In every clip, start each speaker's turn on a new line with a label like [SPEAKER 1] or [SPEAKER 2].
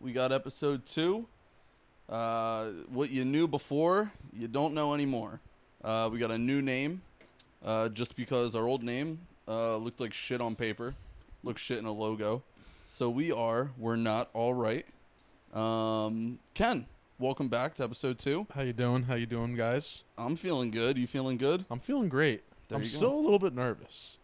[SPEAKER 1] We got episode two. Uh, what you knew before, you don't know anymore. Uh, we got a new name, uh, just because our old name uh, looked like shit on paper, looked shit in a logo. So we are, we're not all right. Um, Ken, welcome back to episode two.
[SPEAKER 2] How you doing? How you doing, guys?
[SPEAKER 1] I'm feeling good. You feeling good?
[SPEAKER 2] I'm feeling great.
[SPEAKER 1] There
[SPEAKER 2] I'm
[SPEAKER 1] you go.
[SPEAKER 2] still a little bit nervous.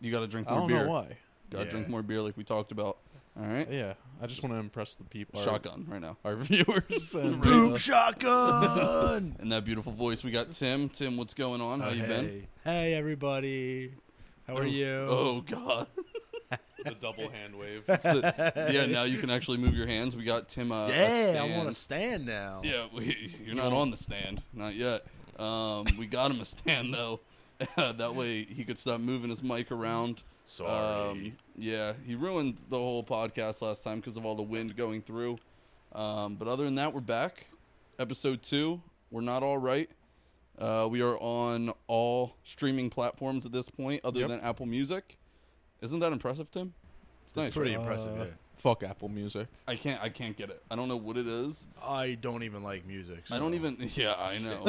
[SPEAKER 1] You got to drink
[SPEAKER 2] I
[SPEAKER 1] more
[SPEAKER 2] don't
[SPEAKER 1] beer.
[SPEAKER 2] know why.
[SPEAKER 1] Got to
[SPEAKER 2] yeah.
[SPEAKER 1] drink more beer, like we talked about. All right,
[SPEAKER 2] Yeah, I just want to impress the people.
[SPEAKER 1] shotgun right now.
[SPEAKER 2] Our, our viewers. and,
[SPEAKER 1] Boom
[SPEAKER 2] uh,
[SPEAKER 3] shotgun.
[SPEAKER 1] And that beautiful voice we got, Tim. Tim, what's going on? How you been?
[SPEAKER 3] Oh, Hey everybody. How are you?
[SPEAKER 1] Oh God.
[SPEAKER 2] the double hand wave.
[SPEAKER 1] It's the- yeah, now you can actually move your hands. We got Tim. Uh, a
[SPEAKER 3] yeah, I'm
[SPEAKER 1] stand.
[SPEAKER 3] on a stand now.
[SPEAKER 1] Yeah, we, you're not on the stand, not yet. Um, we got him a stand though. that way he could stop moving his mic around. Um,
[SPEAKER 3] Sorry.
[SPEAKER 1] yeah, he ruined the whole podcast last time because of all the wind going through. Um, but other than that, we're back. Episode two. We're not all right. Uh, we are on all streaming platforms at this point, other
[SPEAKER 2] Yep.
[SPEAKER 1] than Apple Music. Isn't that impressive, Tim? It's nice.
[SPEAKER 3] pretty
[SPEAKER 1] right?
[SPEAKER 3] impressive.
[SPEAKER 2] Uh,
[SPEAKER 3] yeah.
[SPEAKER 2] Fuck Apple Music.
[SPEAKER 1] I can't. I can't get it. I don't know what it is.
[SPEAKER 3] I don't even like music.
[SPEAKER 1] I don't
[SPEAKER 3] so
[SPEAKER 1] even. Yeah, I know.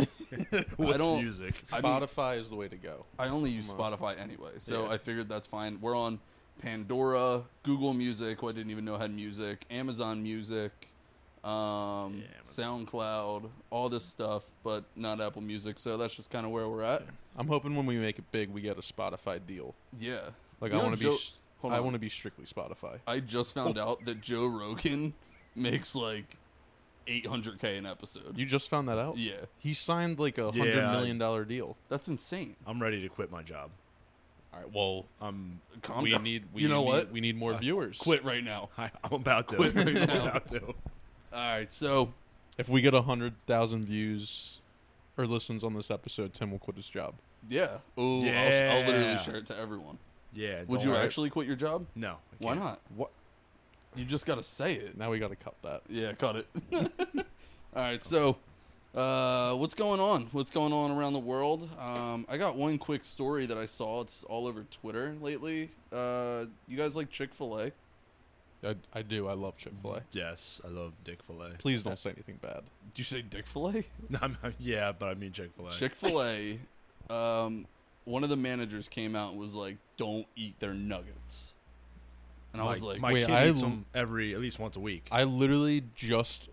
[SPEAKER 3] What's
[SPEAKER 1] don't-
[SPEAKER 3] music?
[SPEAKER 1] I mean-
[SPEAKER 2] Spotify is the way to go.
[SPEAKER 1] I only use
[SPEAKER 2] Come on.
[SPEAKER 1] Spotify anyway, so
[SPEAKER 2] Yeah.
[SPEAKER 1] I figured that's fine. We're on Pandora, Google Music, who I didn't even know had music, Amazon Music, um,
[SPEAKER 3] Yeah,
[SPEAKER 1] SoundCloud, all this stuff, but not Apple Music. So that's just kind of where we're at.
[SPEAKER 2] I'm hoping when we make it big, we get a Spotify deal.
[SPEAKER 1] Yeah,
[SPEAKER 2] Like
[SPEAKER 1] You
[SPEAKER 2] I
[SPEAKER 1] know,
[SPEAKER 2] want to be.
[SPEAKER 1] Joe-
[SPEAKER 2] s-
[SPEAKER 1] hold
[SPEAKER 2] I Oh.
[SPEAKER 1] on.
[SPEAKER 2] want to be strictly Spotify.
[SPEAKER 1] I just found out that Joe Rogan makes like 800k an episode.
[SPEAKER 2] You just found that out.
[SPEAKER 1] yeah,
[SPEAKER 2] He signed like a hundred
[SPEAKER 3] Yeah.
[SPEAKER 2] million dollar deal.
[SPEAKER 1] that's insane.
[SPEAKER 3] I'm ready to quit my job.
[SPEAKER 2] All right. Well,
[SPEAKER 3] I'm
[SPEAKER 1] Calm
[SPEAKER 2] we
[SPEAKER 1] down.
[SPEAKER 2] need. We
[SPEAKER 1] you know
[SPEAKER 2] need-
[SPEAKER 1] what?
[SPEAKER 2] We need more viewers.
[SPEAKER 1] Quit right now.
[SPEAKER 3] I, I'm about to.
[SPEAKER 1] Quit right
[SPEAKER 3] I'm
[SPEAKER 1] now.
[SPEAKER 3] about to.
[SPEAKER 1] All right, so
[SPEAKER 2] If we get a hundred thousand views or listens on this episode, Tim will quit his job.
[SPEAKER 1] yeah, oh, I'll, I'll literally
[SPEAKER 3] Yeah.
[SPEAKER 1] share it to everyone.
[SPEAKER 3] Yeah.
[SPEAKER 1] Would
[SPEAKER 3] don't
[SPEAKER 1] you
[SPEAKER 3] worry.
[SPEAKER 1] actually quit your job?
[SPEAKER 3] No. I
[SPEAKER 1] Why
[SPEAKER 3] can't.
[SPEAKER 1] not? What? You just gotta say it.
[SPEAKER 2] Now we got to cut that.
[SPEAKER 1] Yeah, cut it. All right, so uh, what's going on? What's going on around the world? Um, I got one quick story that I saw. It's all over Twitter lately. Uh, you guys like Chick Fil A?
[SPEAKER 2] I, I do. I love Chick Fil A.
[SPEAKER 3] Yes, I love Dick Fil A.
[SPEAKER 2] Please don't say anything bad.
[SPEAKER 1] Did you say Dick Fil A?
[SPEAKER 3] yeah, but I mean Chick Fil A.
[SPEAKER 1] Chick Fil A. Um, one of the managers came out and was like, "Don't eat their nuggets," and I was like,
[SPEAKER 3] my
[SPEAKER 2] Wait,
[SPEAKER 3] kid
[SPEAKER 2] I
[SPEAKER 3] eats
[SPEAKER 2] l-
[SPEAKER 3] them every at least once a week.
[SPEAKER 2] I literally just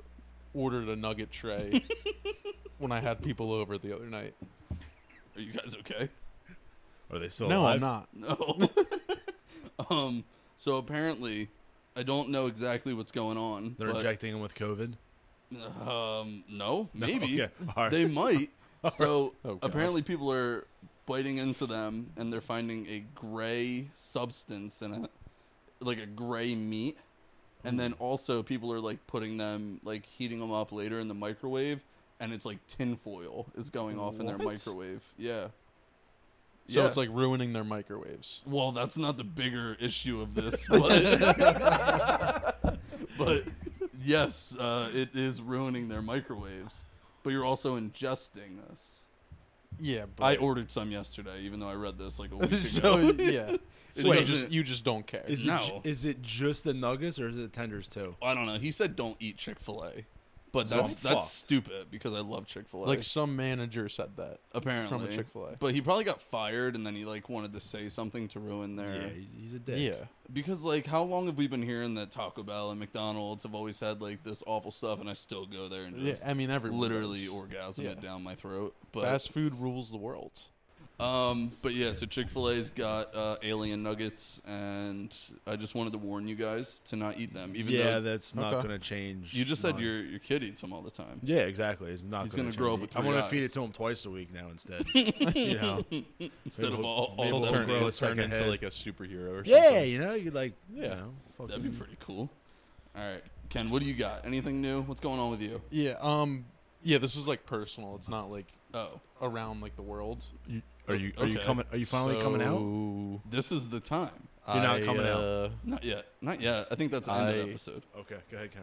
[SPEAKER 2] ordered a nugget tray when I had people over the other night.
[SPEAKER 1] "Are you guys okay?"
[SPEAKER 3] Are they still
[SPEAKER 2] no,
[SPEAKER 3] alive?
[SPEAKER 2] I'm not.
[SPEAKER 1] No. um. So apparently, I don't know exactly what's going on.
[SPEAKER 3] They're
[SPEAKER 1] but,
[SPEAKER 3] injecting them with COVID.
[SPEAKER 1] Um. No.
[SPEAKER 3] No,
[SPEAKER 1] Maybe.
[SPEAKER 3] okay, all right.
[SPEAKER 1] They might. so
[SPEAKER 2] Oh, God.
[SPEAKER 1] apparently, people are biting into them, and they're finding a gray substance in it, like a gray meat. And then also, people are like putting them, like heating them up later in the microwave, and it's like tinfoil is going off in their
[SPEAKER 2] What?
[SPEAKER 1] microwave. Yeah.
[SPEAKER 2] So
[SPEAKER 1] Yeah.
[SPEAKER 2] it's like ruining their microwaves.
[SPEAKER 1] Well, that's not the bigger issue of this, but, but yes, uh, it is ruining their microwaves. But you're also ingesting this.
[SPEAKER 2] Yeah,
[SPEAKER 1] I ordered some yesterday, even though I read this like a week ago.
[SPEAKER 2] so yeah. So
[SPEAKER 1] Wait,
[SPEAKER 2] you just
[SPEAKER 1] doesn't-
[SPEAKER 2] you just don't care.
[SPEAKER 3] Is it,
[SPEAKER 1] No.
[SPEAKER 3] ju- is it just the nuggets or is it tenders too?
[SPEAKER 1] I don't know. He said don't eat Chick Fil A, but
[SPEAKER 3] So
[SPEAKER 1] that's
[SPEAKER 3] I'm
[SPEAKER 1] that's
[SPEAKER 3] fucked.
[SPEAKER 1] stupid because I love Chick Fil A.
[SPEAKER 2] like some manager said that.
[SPEAKER 1] apparently
[SPEAKER 2] from a Chick-fil-A.
[SPEAKER 1] but he probably got fired and then he like wanted to say something to ruin their
[SPEAKER 3] Yeah, he's a dick.
[SPEAKER 2] Yeah.
[SPEAKER 1] Because like, how long have we been hearing that Taco Bell and McDonald's have always had like this awful stuff, and I still go there and
[SPEAKER 2] Yeah,
[SPEAKER 1] just
[SPEAKER 2] I mean everyone
[SPEAKER 1] literally
[SPEAKER 2] does.
[SPEAKER 1] orgasm it
[SPEAKER 2] Yeah.
[SPEAKER 1] down my throat. But
[SPEAKER 2] fast food rules the world.
[SPEAKER 1] um, but yeah, so Chick Fil A's got uh, alien nuggets, and I just wanted to warn you guys to not eat them. Even
[SPEAKER 3] Yeah,
[SPEAKER 1] though
[SPEAKER 3] that's not
[SPEAKER 2] Okay.
[SPEAKER 3] going to change.
[SPEAKER 1] you just said
[SPEAKER 3] none.
[SPEAKER 1] your your kid eats them all the time.
[SPEAKER 3] Yeah, exactly. It's not
[SPEAKER 1] He's
[SPEAKER 3] going
[SPEAKER 1] gonna
[SPEAKER 3] to
[SPEAKER 1] grow up with
[SPEAKER 3] I'm
[SPEAKER 1] three
[SPEAKER 3] gonna feed
[SPEAKER 1] eyes.
[SPEAKER 3] it to him twice a week now instead. you know.
[SPEAKER 1] Instead
[SPEAKER 3] Maybe
[SPEAKER 1] of
[SPEAKER 3] we'll-
[SPEAKER 1] all,
[SPEAKER 3] maybe
[SPEAKER 1] all
[SPEAKER 3] we'll
[SPEAKER 1] seven
[SPEAKER 3] turn it-
[SPEAKER 1] days.
[SPEAKER 3] it's like a head.
[SPEAKER 2] a superhero or
[SPEAKER 3] Yeah, you know, you like, yeah,
[SPEAKER 2] Yeah.
[SPEAKER 1] that'd be pretty cool. All right, Ken, what do you got? Anything new? What's going on with you?
[SPEAKER 2] Yeah, um yeah, this is like personal. It's not like
[SPEAKER 1] Oh,
[SPEAKER 2] around like the world.
[SPEAKER 3] You, are you are you
[SPEAKER 1] Okay.
[SPEAKER 3] coming? Are you finally coming out?
[SPEAKER 2] So,
[SPEAKER 1] this is the time.
[SPEAKER 3] You're not
[SPEAKER 2] I,
[SPEAKER 3] coming out.
[SPEAKER 2] uh,
[SPEAKER 1] Not yet. Not yet. I think that's the end of
[SPEAKER 2] I-
[SPEAKER 1] the episode.
[SPEAKER 3] Okay, go ahead, Ken.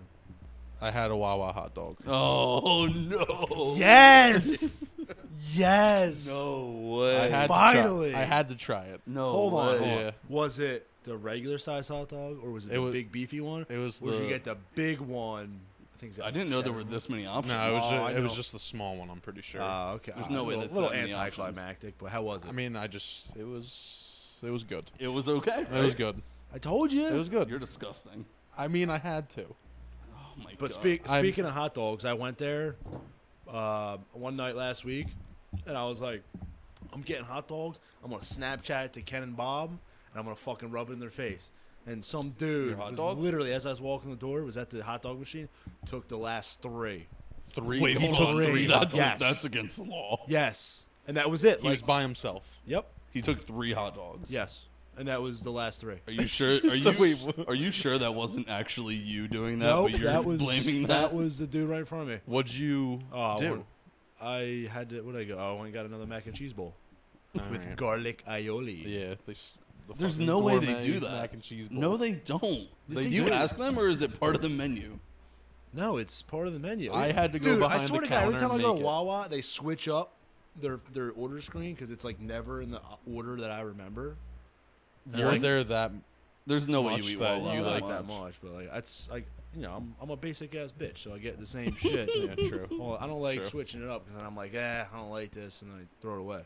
[SPEAKER 2] I had a Wawa hot dog.
[SPEAKER 1] Oh no!
[SPEAKER 3] Yes, yes.
[SPEAKER 1] No way.
[SPEAKER 2] I had to try-
[SPEAKER 3] Finally!
[SPEAKER 2] I had to try it.
[SPEAKER 1] no.
[SPEAKER 3] Hold on.
[SPEAKER 1] way.
[SPEAKER 3] hold on.
[SPEAKER 2] yeah.
[SPEAKER 3] Was it the regular size hot dog, or was it,
[SPEAKER 2] It
[SPEAKER 3] the
[SPEAKER 2] was-
[SPEAKER 3] big beefy one?
[SPEAKER 2] It was
[SPEAKER 3] Or did
[SPEAKER 2] the.
[SPEAKER 3] you get the big one? I think. it's got
[SPEAKER 1] I didn't know there were
[SPEAKER 3] cheddar
[SPEAKER 1] this many
[SPEAKER 2] no,
[SPEAKER 1] options.
[SPEAKER 2] it was
[SPEAKER 3] Oh, I
[SPEAKER 2] just, it was
[SPEAKER 3] know.
[SPEAKER 2] just the small one. I'm pretty sure.
[SPEAKER 3] Oh, okay.
[SPEAKER 1] There's
[SPEAKER 3] Ah,
[SPEAKER 1] no
[SPEAKER 3] a
[SPEAKER 1] way
[SPEAKER 3] little,
[SPEAKER 1] that's
[SPEAKER 3] little
[SPEAKER 1] that many options.
[SPEAKER 3] anticlimactic, but how was it?
[SPEAKER 2] I mean, I just it was it was good.
[SPEAKER 1] It was okay.
[SPEAKER 2] It was good.
[SPEAKER 3] I told you.
[SPEAKER 2] It was good.
[SPEAKER 1] You're disgusting.
[SPEAKER 2] I mean, I had to.
[SPEAKER 1] Oh my god.
[SPEAKER 3] But speak,
[SPEAKER 2] I'm-
[SPEAKER 3] speaking of hot dogs, I went there uh, one night last week, and I was like, "I'm getting hot dogs. I'm gonna Snapchat it to Ken and Bob, and I'm gonna fucking rub it in their face." And some dude
[SPEAKER 1] Your hot
[SPEAKER 3] was
[SPEAKER 1] dog?
[SPEAKER 3] literally, as I was walking the door, was at the hot dog machine, took the last three.
[SPEAKER 2] Three.
[SPEAKER 1] Wait, hold
[SPEAKER 2] hot
[SPEAKER 1] on.
[SPEAKER 2] dogs.
[SPEAKER 1] Three.
[SPEAKER 3] Three
[SPEAKER 1] That's,
[SPEAKER 3] hot dogs.
[SPEAKER 1] that's against the law.
[SPEAKER 3] Yes, and that was it.
[SPEAKER 2] He
[SPEAKER 3] like,
[SPEAKER 2] was by himself.
[SPEAKER 3] yep,
[SPEAKER 1] He took three hot dogs.
[SPEAKER 3] yes, and that was the last three.
[SPEAKER 1] Are you sure? Are you
[SPEAKER 2] So wait,
[SPEAKER 1] are you sure that wasn't actually you doing that?
[SPEAKER 3] No,
[SPEAKER 1] but you're
[SPEAKER 3] that was
[SPEAKER 1] blaming that.
[SPEAKER 3] was the dude right in front of me.
[SPEAKER 2] What'd you
[SPEAKER 3] Oh, I,
[SPEAKER 2] do?
[SPEAKER 3] went- I had to. What did I go? Oh, I went and got another mac and cheese bowl with
[SPEAKER 2] Alright.
[SPEAKER 3] garlic aioli.
[SPEAKER 2] yeah, they. s- the
[SPEAKER 1] There's
[SPEAKER 2] fucking
[SPEAKER 1] no way they
[SPEAKER 2] gourmet
[SPEAKER 1] do that.
[SPEAKER 2] Mac and cheese.
[SPEAKER 1] no,
[SPEAKER 2] bowl.
[SPEAKER 1] they don't.
[SPEAKER 3] Yes,
[SPEAKER 1] Do
[SPEAKER 3] they
[SPEAKER 1] you
[SPEAKER 3] do.
[SPEAKER 1] ask them, or is it part of the menu?
[SPEAKER 3] No, it's part of the menu.
[SPEAKER 2] I had to go
[SPEAKER 3] Dude,
[SPEAKER 2] behind
[SPEAKER 3] I swear
[SPEAKER 2] the
[SPEAKER 3] to God, every
[SPEAKER 2] counter
[SPEAKER 3] time I
[SPEAKER 2] and
[SPEAKER 3] go
[SPEAKER 2] make
[SPEAKER 3] to
[SPEAKER 2] it.
[SPEAKER 3] Wawa, they switch up their their order screen because it's like never in the order that I remember. And
[SPEAKER 2] You're
[SPEAKER 3] I like
[SPEAKER 2] there that.
[SPEAKER 1] There's no way
[SPEAKER 2] Much
[SPEAKER 1] you eat
[SPEAKER 2] that
[SPEAKER 1] Wawa
[SPEAKER 2] you
[SPEAKER 1] that
[SPEAKER 2] like
[SPEAKER 3] it that much, but like that's like you know I'm I'm a basic ass bitch, so I get the same shit.
[SPEAKER 2] Yeah, true.
[SPEAKER 3] Well, I don't like
[SPEAKER 2] True.
[SPEAKER 3] switching it up because then I'm like, eh, I don't like this, and then I throw it away.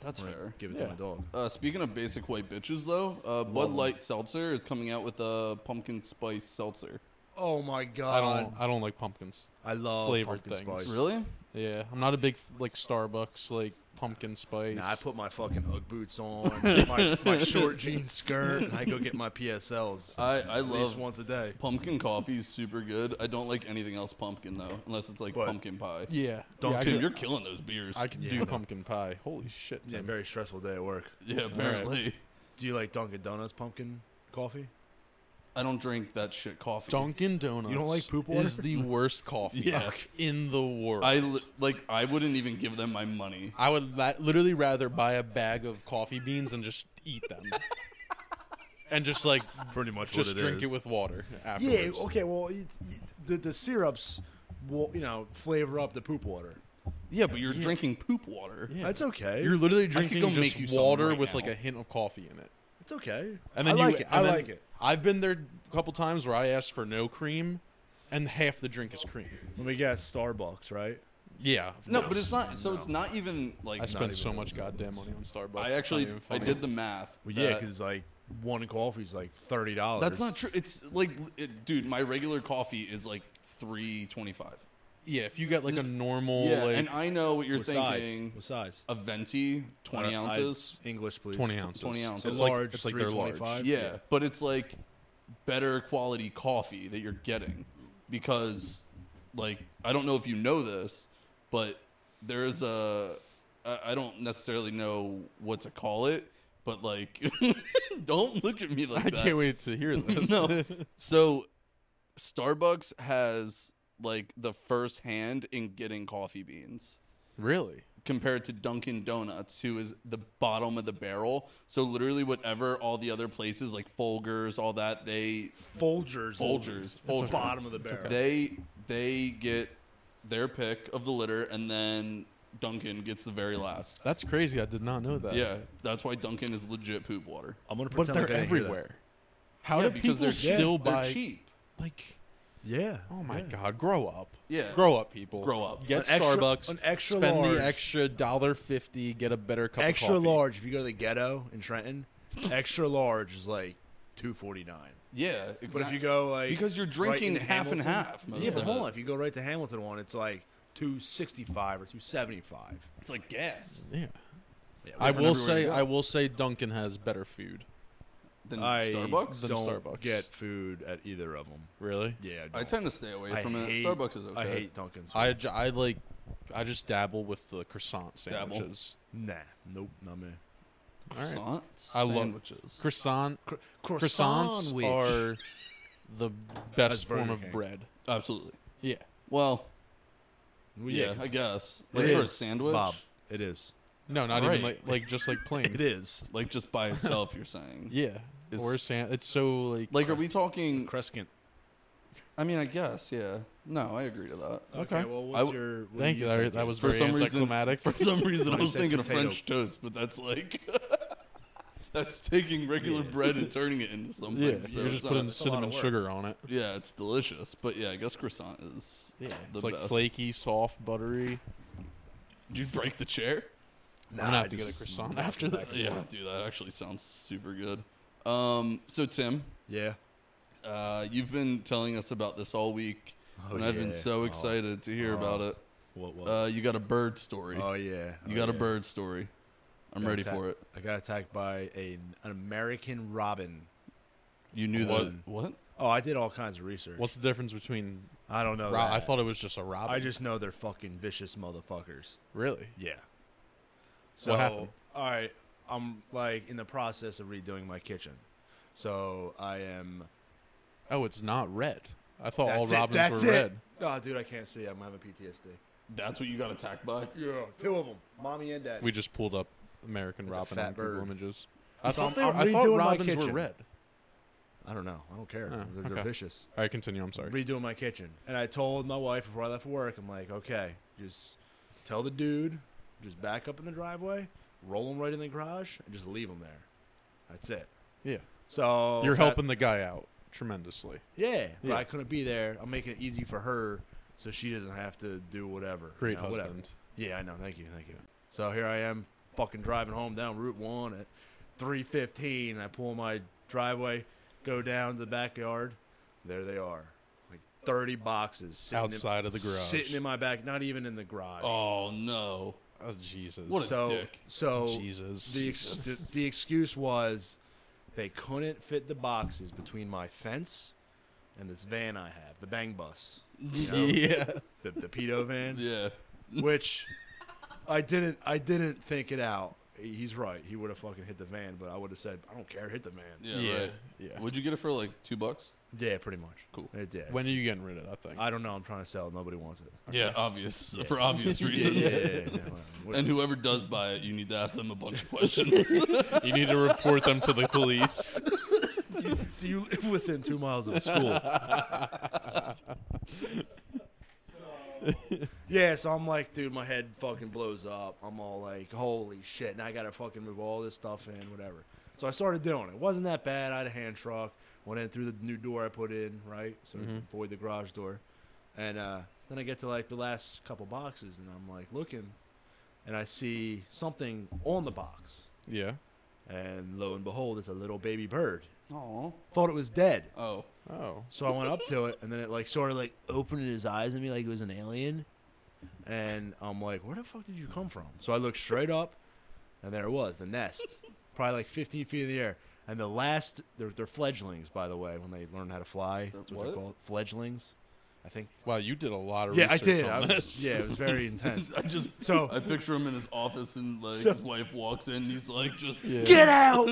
[SPEAKER 1] That's
[SPEAKER 3] Or I
[SPEAKER 1] fair.
[SPEAKER 3] Give it
[SPEAKER 2] Yeah.
[SPEAKER 3] to my dog.
[SPEAKER 1] Uh, speaking of basic white bitches, though, uh, Bud Light Seltzer is coming out with a pumpkin spice seltzer.
[SPEAKER 3] Oh my
[SPEAKER 2] I
[SPEAKER 3] god,
[SPEAKER 2] don't. I don't like pumpkins.
[SPEAKER 3] I love
[SPEAKER 2] Flavored
[SPEAKER 3] pumpkin
[SPEAKER 2] things.
[SPEAKER 3] spice.
[SPEAKER 1] Really?
[SPEAKER 2] Yeah, I'm not a big like Starbucks like pumpkin spice.
[SPEAKER 3] Nah, I put my fucking Ugg boots on, my, my short jean skirt, and I go get my PSLs
[SPEAKER 1] I I
[SPEAKER 3] at least
[SPEAKER 1] love
[SPEAKER 3] once a day.
[SPEAKER 1] pumpkin coffee. Is super good. I don't like anything else pumpkin though, unless it's like
[SPEAKER 3] But-
[SPEAKER 1] pumpkin pie.
[SPEAKER 2] yeah,
[SPEAKER 3] Don't
[SPEAKER 2] yeah, I
[SPEAKER 1] Tim,
[SPEAKER 2] could-
[SPEAKER 1] you're killing those beers.
[SPEAKER 2] I can
[SPEAKER 3] Yeah, I
[SPEAKER 2] do
[SPEAKER 3] know.
[SPEAKER 2] pumpkin pie. Holy shit,
[SPEAKER 3] It's a
[SPEAKER 2] Tim.
[SPEAKER 3] very stressful day at work.
[SPEAKER 1] yeah, apparently.
[SPEAKER 3] Do you like Dunkin' Donuts pumpkin coffee?
[SPEAKER 1] I don't drink that shit coffee.
[SPEAKER 2] Dunkin' Donuts.
[SPEAKER 3] like poop
[SPEAKER 2] Is
[SPEAKER 3] water?
[SPEAKER 2] the worst coffee
[SPEAKER 1] Yeah.
[SPEAKER 2] in the world.
[SPEAKER 1] I li- like I wouldn't even give them my money.
[SPEAKER 2] I would la- literally rather buy a bag of coffee beans and just eat them, and just like
[SPEAKER 3] Pretty much
[SPEAKER 2] just drink it with water
[SPEAKER 3] Yeah,
[SPEAKER 2] afterwards.
[SPEAKER 3] okay, well, it, it, the, the syrups will, you know, flavor up the poop water.
[SPEAKER 1] Yeah, but you're drinking poop water.
[SPEAKER 2] Yeah.
[SPEAKER 3] That's okay.
[SPEAKER 2] You're literally
[SPEAKER 1] go
[SPEAKER 2] drinking
[SPEAKER 1] make
[SPEAKER 2] just
[SPEAKER 1] you some
[SPEAKER 2] water
[SPEAKER 1] right
[SPEAKER 2] with
[SPEAKER 1] now.
[SPEAKER 2] like a hint of coffee in it,
[SPEAKER 3] it's okay.
[SPEAKER 2] and then
[SPEAKER 3] I
[SPEAKER 2] you
[SPEAKER 1] e-
[SPEAKER 3] like it. I
[SPEAKER 2] and then
[SPEAKER 3] like it.
[SPEAKER 2] I've been there a couple times where I asked for no cream, and half the drink is cream.
[SPEAKER 3] Let me guess, Starbucks, right?
[SPEAKER 2] Yeah, of
[SPEAKER 1] No,
[SPEAKER 2] course.
[SPEAKER 1] but it's not. So it's not even like.
[SPEAKER 2] I spent so
[SPEAKER 3] even-
[SPEAKER 2] much goddamn money on Starbucks.
[SPEAKER 1] I actually I did the math.
[SPEAKER 3] Well, yeah,
[SPEAKER 1] that-
[SPEAKER 3] because like one coffee is like thirty dollars.
[SPEAKER 1] that's not true. It's like, it, dude, my regular coffee is like three twenty five.
[SPEAKER 2] Yeah, if you got like a normal
[SPEAKER 1] Yeah,
[SPEAKER 2] like
[SPEAKER 1] and I know what you're
[SPEAKER 3] what
[SPEAKER 1] thinking.
[SPEAKER 3] size. What size?
[SPEAKER 1] A venti, twenty
[SPEAKER 3] Uh, I-
[SPEAKER 1] ounces.
[SPEAKER 3] English, please.
[SPEAKER 2] twenty ounces,
[SPEAKER 1] 20 ounces.
[SPEAKER 2] it's
[SPEAKER 1] It's
[SPEAKER 2] like
[SPEAKER 3] large,
[SPEAKER 2] it's like they're large.
[SPEAKER 3] 325.
[SPEAKER 1] yeah, but it's like better quality coffee that you're getting because like I don't know if you know this, but there is a I, I don't necessarily know what to call it, but like don't look at me like
[SPEAKER 2] I
[SPEAKER 1] that.
[SPEAKER 2] can't wait to hear this.
[SPEAKER 1] No. So Starbucks has like the first hand in getting coffee beans
[SPEAKER 2] really?
[SPEAKER 1] compared to Dunkin' Donuts, who is the bottom of the barrel. So literally, whatever all the other places like Folgers, all that they
[SPEAKER 3] Folgers.
[SPEAKER 1] Folgers, Folgers,
[SPEAKER 3] Bottom of the barrel.
[SPEAKER 1] they they get their pick of the litter, and then Dunkin' gets the very last.
[SPEAKER 2] That's crazy. I did not know that.
[SPEAKER 1] Yeah, that's why Dunkin' is legit poop water.
[SPEAKER 3] I'm gonna
[SPEAKER 2] but
[SPEAKER 3] pretend
[SPEAKER 2] they're
[SPEAKER 3] like I didn't hear that.
[SPEAKER 2] everywhere. How
[SPEAKER 1] yeah,
[SPEAKER 2] do
[SPEAKER 1] because
[SPEAKER 2] people
[SPEAKER 1] they're
[SPEAKER 2] still
[SPEAKER 1] cheap. They're
[SPEAKER 2] buy
[SPEAKER 1] cheap.
[SPEAKER 2] like?
[SPEAKER 3] Yeah.
[SPEAKER 2] Oh my
[SPEAKER 3] yeah.
[SPEAKER 2] god! Grow up.
[SPEAKER 1] Yeah.
[SPEAKER 2] Grow up, people.
[SPEAKER 1] Grow up.
[SPEAKER 2] Get
[SPEAKER 3] An extra-
[SPEAKER 2] Starbucks.
[SPEAKER 3] an extra
[SPEAKER 2] spend
[SPEAKER 3] large.
[SPEAKER 2] the extra dollar fifty. Get a better cup
[SPEAKER 3] Extra
[SPEAKER 2] of coffee.
[SPEAKER 3] large. If you go to the ghetto in Trenton, extra large is like two forty nine.
[SPEAKER 1] Yeah, exactly.
[SPEAKER 3] But if you go like
[SPEAKER 1] Because you're
[SPEAKER 3] right
[SPEAKER 1] drinking
[SPEAKER 3] in
[SPEAKER 1] half and
[SPEAKER 3] Hamilton-
[SPEAKER 1] half most
[SPEAKER 3] Yeah, but
[SPEAKER 1] of
[SPEAKER 3] hold
[SPEAKER 1] it.
[SPEAKER 3] on. If you go right to Hamilton one, it's like two sixty five or two seventy five.
[SPEAKER 1] it's like gas.
[SPEAKER 2] Yeah.
[SPEAKER 3] Yeah,
[SPEAKER 2] I
[SPEAKER 1] Different
[SPEAKER 2] will
[SPEAKER 1] everywhere you
[SPEAKER 2] say.
[SPEAKER 1] go.
[SPEAKER 2] I will say. Duncan has better food.
[SPEAKER 1] Then
[SPEAKER 3] I
[SPEAKER 1] Starbucks.
[SPEAKER 2] Than
[SPEAKER 3] don't
[SPEAKER 2] Mm, Starbucks.
[SPEAKER 3] get food at either of them.
[SPEAKER 2] Really?
[SPEAKER 3] Yeah,
[SPEAKER 1] I
[SPEAKER 3] I, don't.
[SPEAKER 1] tend to stay away
[SPEAKER 3] I
[SPEAKER 1] from it.
[SPEAKER 3] hate-
[SPEAKER 1] Starbucks is okay.
[SPEAKER 3] I hate Dunkin's. Food.
[SPEAKER 2] I, j- I like. I just dabble with the croissant
[SPEAKER 1] Dabble.
[SPEAKER 2] sandwiches.
[SPEAKER 3] nah, nope, not me.
[SPEAKER 2] All right.
[SPEAKER 1] croissant
[SPEAKER 2] I love-
[SPEAKER 1] sandwiches.
[SPEAKER 2] Croissant.
[SPEAKER 3] Cro-
[SPEAKER 2] Croissants
[SPEAKER 3] which-
[SPEAKER 2] are the
[SPEAKER 3] That's
[SPEAKER 2] best form
[SPEAKER 3] Burger
[SPEAKER 2] of
[SPEAKER 3] King.
[SPEAKER 2] bread.
[SPEAKER 1] Absolutely.
[SPEAKER 2] Yeah.
[SPEAKER 1] Well,
[SPEAKER 3] Well,
[SPEAKER 1] yeah,
[SPEAKER 3] yeah,
[SPEAKER 1] I guess.
[SPEAKER 3] it
[SPEAKER 1] Like for a
[SPEAKER 3] is,
[SPEAKER 1] sandwich,
[SPEAKER 3] Bob, it is.
[SPEAKER 2] No, not even
[SPEAKER 1] Right.
[SPEAKER 2] like like just like plain.
[SPEAKER 3] It is.
[SPEAKER 1] like just by itself, you're saying.
[SPEAKER 2] Yeah.
[SPEAKER 1] It's-
[SPEAKER 2] or sand. It's so like.
[SPEAKER 1] Like, are we talking?
[SPEAKER 3] Crescent.
[SPEAKER 1] I mean, I guess, yeah. No I agree to that.
[SPEAKER 2] Okay.
[SPEAKER 3] Well,
[SPEAKER 1] I
[SPEAKER 3] what's
[SPEAKER 1] w-
[SPEAKER 3] your? what are
[SPEAKER 2] Thank you. Larry.
[SPEAKER 3] thinking?
[SPEAKER 2] That was
[SPEAKER 1] For
[SPEAKER 2] very
[SPEAKER 1] some reason-
[SPEAKER 2] anticlimactic.
[SPEAKER 1] For some reason, I
[SPEAKER 3] Somebody
[SPEAKER 1] was
[SPEAKER 3] said
[SPEAKER 1] thinking of
[SPEAKER 3] potato.
[SPEAKER 1] French toast, but that's like That's taking regular
[SPEAKER 3] Yeah.
[SPEAKER 1] bread and turning it into something.
[SPEAKER 2] Yeah,
[SPEAKER 1] so
[SPEAKER 2] you're
[SPEAKER 1] it's
[SPEAKER 2] just
[SPEAKER 1] not-
[SPEAKER 2] putting
[SPEAKER 3] it's a lot
[SPEAKER 2] cinnamon
[SPEAKER 3] of work.
[SPEAKER 2] sugar on it.
[SPEAKER 1] Yeah, it's delicious, but yeah, I guess croissant is.
[SPEAKER 2] Yeah,
[SPEAKER 1] The
[SPEAKER 2] it's like
[SPEAKER 1] best.
[SPEAKER 2] flaky, soft, buttery.
[SPEAKER 1] Did you break the chair?
[SPEAKER 2] I'm gonna have to get a croissant after this.
[SPEAKER 1] Yeah, dude, that actually sounds super good. Um, so Tim,
[SPEAKER 3] Yeah.
[SPEAKER 1] uh, you've been telling us about this all week,
[SPEAKER 3] Oh,
[SPEAKER 1] and I've been
[SPEAKER 3] yeah.
[SPEAKER 1] so
[SPEAKER 3] Oh.
[SPEAKER 1] excited to hear
[SPEAKER 3] Oh.
[SPEAKER 1] about it.
[SPEAKER 3] What, what?
[SPEAKER 1] Uh, you got a bird story.
[SPEAKER 3] oh yeah.
[SPEAKER 1] you
[SPEAKER 3] Oh,
[SPEAKER 1] got a
[SPEAKER 3] yeah.
[SPEAKER 1] bird story. I'm
[SPEAKER 3] Got
[SPEAKER 1] ready
[SPEAKER 3] attacked-
[SPEAKER 1] for it.
[SPEAKER 3] I got attacked by a, an American robin.
[SPEAKER 1] You knew that.
[SPEAKER 3] One.
[SPEAKER 1] What?
[SPEAKER 3] Oh, I did all kinds of research.
[SPEAKER 2] What's the difference between?
[SPEAKER 3] I don't know.
[SPEAKER 2] ro- I
[SPEAKER 3] Oh, that.
[SPEAKER 2] thought it was just a robin.
[SPEAKER 3] I just know they're fucking vicious motherfuckers.
[SPEAKER 2] really.
[SPEAKER 3] Yeah. So
[SPEAKER 2] happened?
[SPEAKER 3] All right, I'm like in the process of redoing my kitchen, so I am.
[SPEAKER 2] Oh, it's not red. I thought
[SPEAKER 3] That's it,
[SPEAKER 2] all robins
[SPEAKER 3] that's
[SPEAKER 2] were
[SPEAKER 3] it.
[SPEAKER 2] red.
[SPEAKER 3] Oh, dude, I can't see. I'm having PTSD.
[SPEAKER 1] That's what you got attacked by.
[SPEAKER 3] Yeah, two of them, mommy and daddy.
[SPEAKER 2] We just pulled up American
[SPEAKER 3] It's a
[SPEAKER 2] robin
[SPEAKER 3] fat
[SPEAKER 2] on Google
[SPEAKER 3] bird.
[SPEAKER 2] Images. I
[SPEAKER 3] So
[SPEAKER 2] thought,
[SPEAKER 3] I'm-
[SPEAKER 2] they were,
[SPEAKER 3] I'm
[SPEAKER 2] I thought
[SPEAKER 3] redoing my
[SPEAKER 2] robins were
[SPEAKER 3] kitchen.
[SPEAKER 2] red.
[SPEAKER 3] I don't know. I don't care.
[SPEAKER 2] Oh,
[SPEAKER 3] they're, they're
[SPEAKER 2] okay.
[SPEAKER 3] vicious.
[SPEAKER 2] All right, continue. I'm sorry.
[SPEAKER 3] Redoing my kitchen, and I told my wife before I left for work. I'm like, okay, just tell the dude, just back up in the driveway, roll him right in the garage, and just leave him there. That's it.
[SPEAKER 2] Yeah,
[SPEAKER 3] So
[SPEAKER 2] you're
[SPEAKER 3] that-
[SPEAKER 2] helping the guy out tremendously.
[SPEAKER 3] Yeah, but
[SPEAKER 2] Yeah.
[SPEAKER 3] I couldn't be there. I'm making it easy for her so she doesn't have to do whatever. you
[SPEAKER 2] Great
[SPEAKER 3] know,
[SPEAKER 2] husband.
[SPEAKER 3] Whatever. Yeah, I know. Thank you. Thank you. So here I am fucking driving home down Route 1 at 315. I pull my driveway, go down to the backyard. There they are. Like 30 boxes sitting in-
[SPEAKER 2] Outside of the garage.
[SPEAKER 3] Sitting in my back, not even in the garage.
[SPEAKER 1] Oh no!
[SPEAKER 2] Oh Jesus.
[SPEAKER 1] What a
[SPEAKER 3] so,
[SPEAKER 1] dick.
[SPEAKER 3] So
[SPEAKER 2] Jesus.
[SPEAKER 3] the, ex- the, the excuse was they couldn't fit the boxes between my fence and this van I have, the bang bus,
[SPEAKER 1] yeah,
[SPEAKER 3] the, the pedo van,
[SPEAKER 1] yeah.
[SPEAKER 3] which I didn't I didn't think it out. He's right. He would have fucking hit the van, but I would have said, I don't care, hit the van.
[SPEAKER 1] Yeah,
[SPEAKER 2] Yeah,
[SPEAKER 1] right.
[SPEAKER 2] yeah.
[SPEAKER 1] Would you get it for like two bucks?
[SPEAKER 3] Yeah, pretty much.
[SPEAKER 1] Cool.
[SPEAKER 3] It did.
[SPEAKER 2] when are you getting rid of that thing?
[SPEAKER 3] I don't know. I'm trying to sell. it. Nobody wants it.
[SPEAKER 1] Yeah, obvious for obvious reasons. And whoever does buy it, you need to ask them a bunch of questions.
[SPEAKER 2] you need to report them to the police.
[SPEAKER 3] Do you live within two miles of school? yeah, so I'm like, dude, my head fucking blows up. I'm all like, holy shit, now I gotta fucking move all this stuff in, whatever. So I started doing it. It wasn't that bad. I had a hand truck, went in through the new door I put in, right? So avoid the garage door. And uh, then I get to like the last couple boxes, and I'm like looking, and I see something on the box.
[SPEAKER 2] yeah.
[SPEAKER 3] And lo and behold, it's a little baby bird.
[SPEAKER 1] Oh,
[SPEAKER 3] Thought it was dead.
[SPEAKER 1] oh,
[SPEAKER 2] Oh.
[SPEAKER 3] So I went up to it, and then it like sort of like opened his eyes at me like it was an alien. And I'm like, where the fuck did you come from? So I looked straight up, and there it was, the nest, probably like 15 feet in the air. And the last, they're, they're fledglings, by the way, when they learn how to fly. That's what,
[SPEAKER 1] what?
[SPEAKER 3] they're called, fledglings, I think.
[SPEAKER 2] Wow, you did a lot of
[SPEAKER 3] Yeah, I
[SPEAKER 2] research
[SPEAKER 3] did.
[SPEAKER 2] on
[SPEAKER 3] I
[SPEAKER 2] this.
[SPEAKER 3] was, yeah, it was very intense.
[SPEAKER 1] I just
[SPEAKER 3] So-
[SPEAKER 1] I picture him in his office, and like
[SPEAKER 3] So-
[SPEAKER 1] his wife walks in, and he's like, just
[SPEAKER 3] Get out!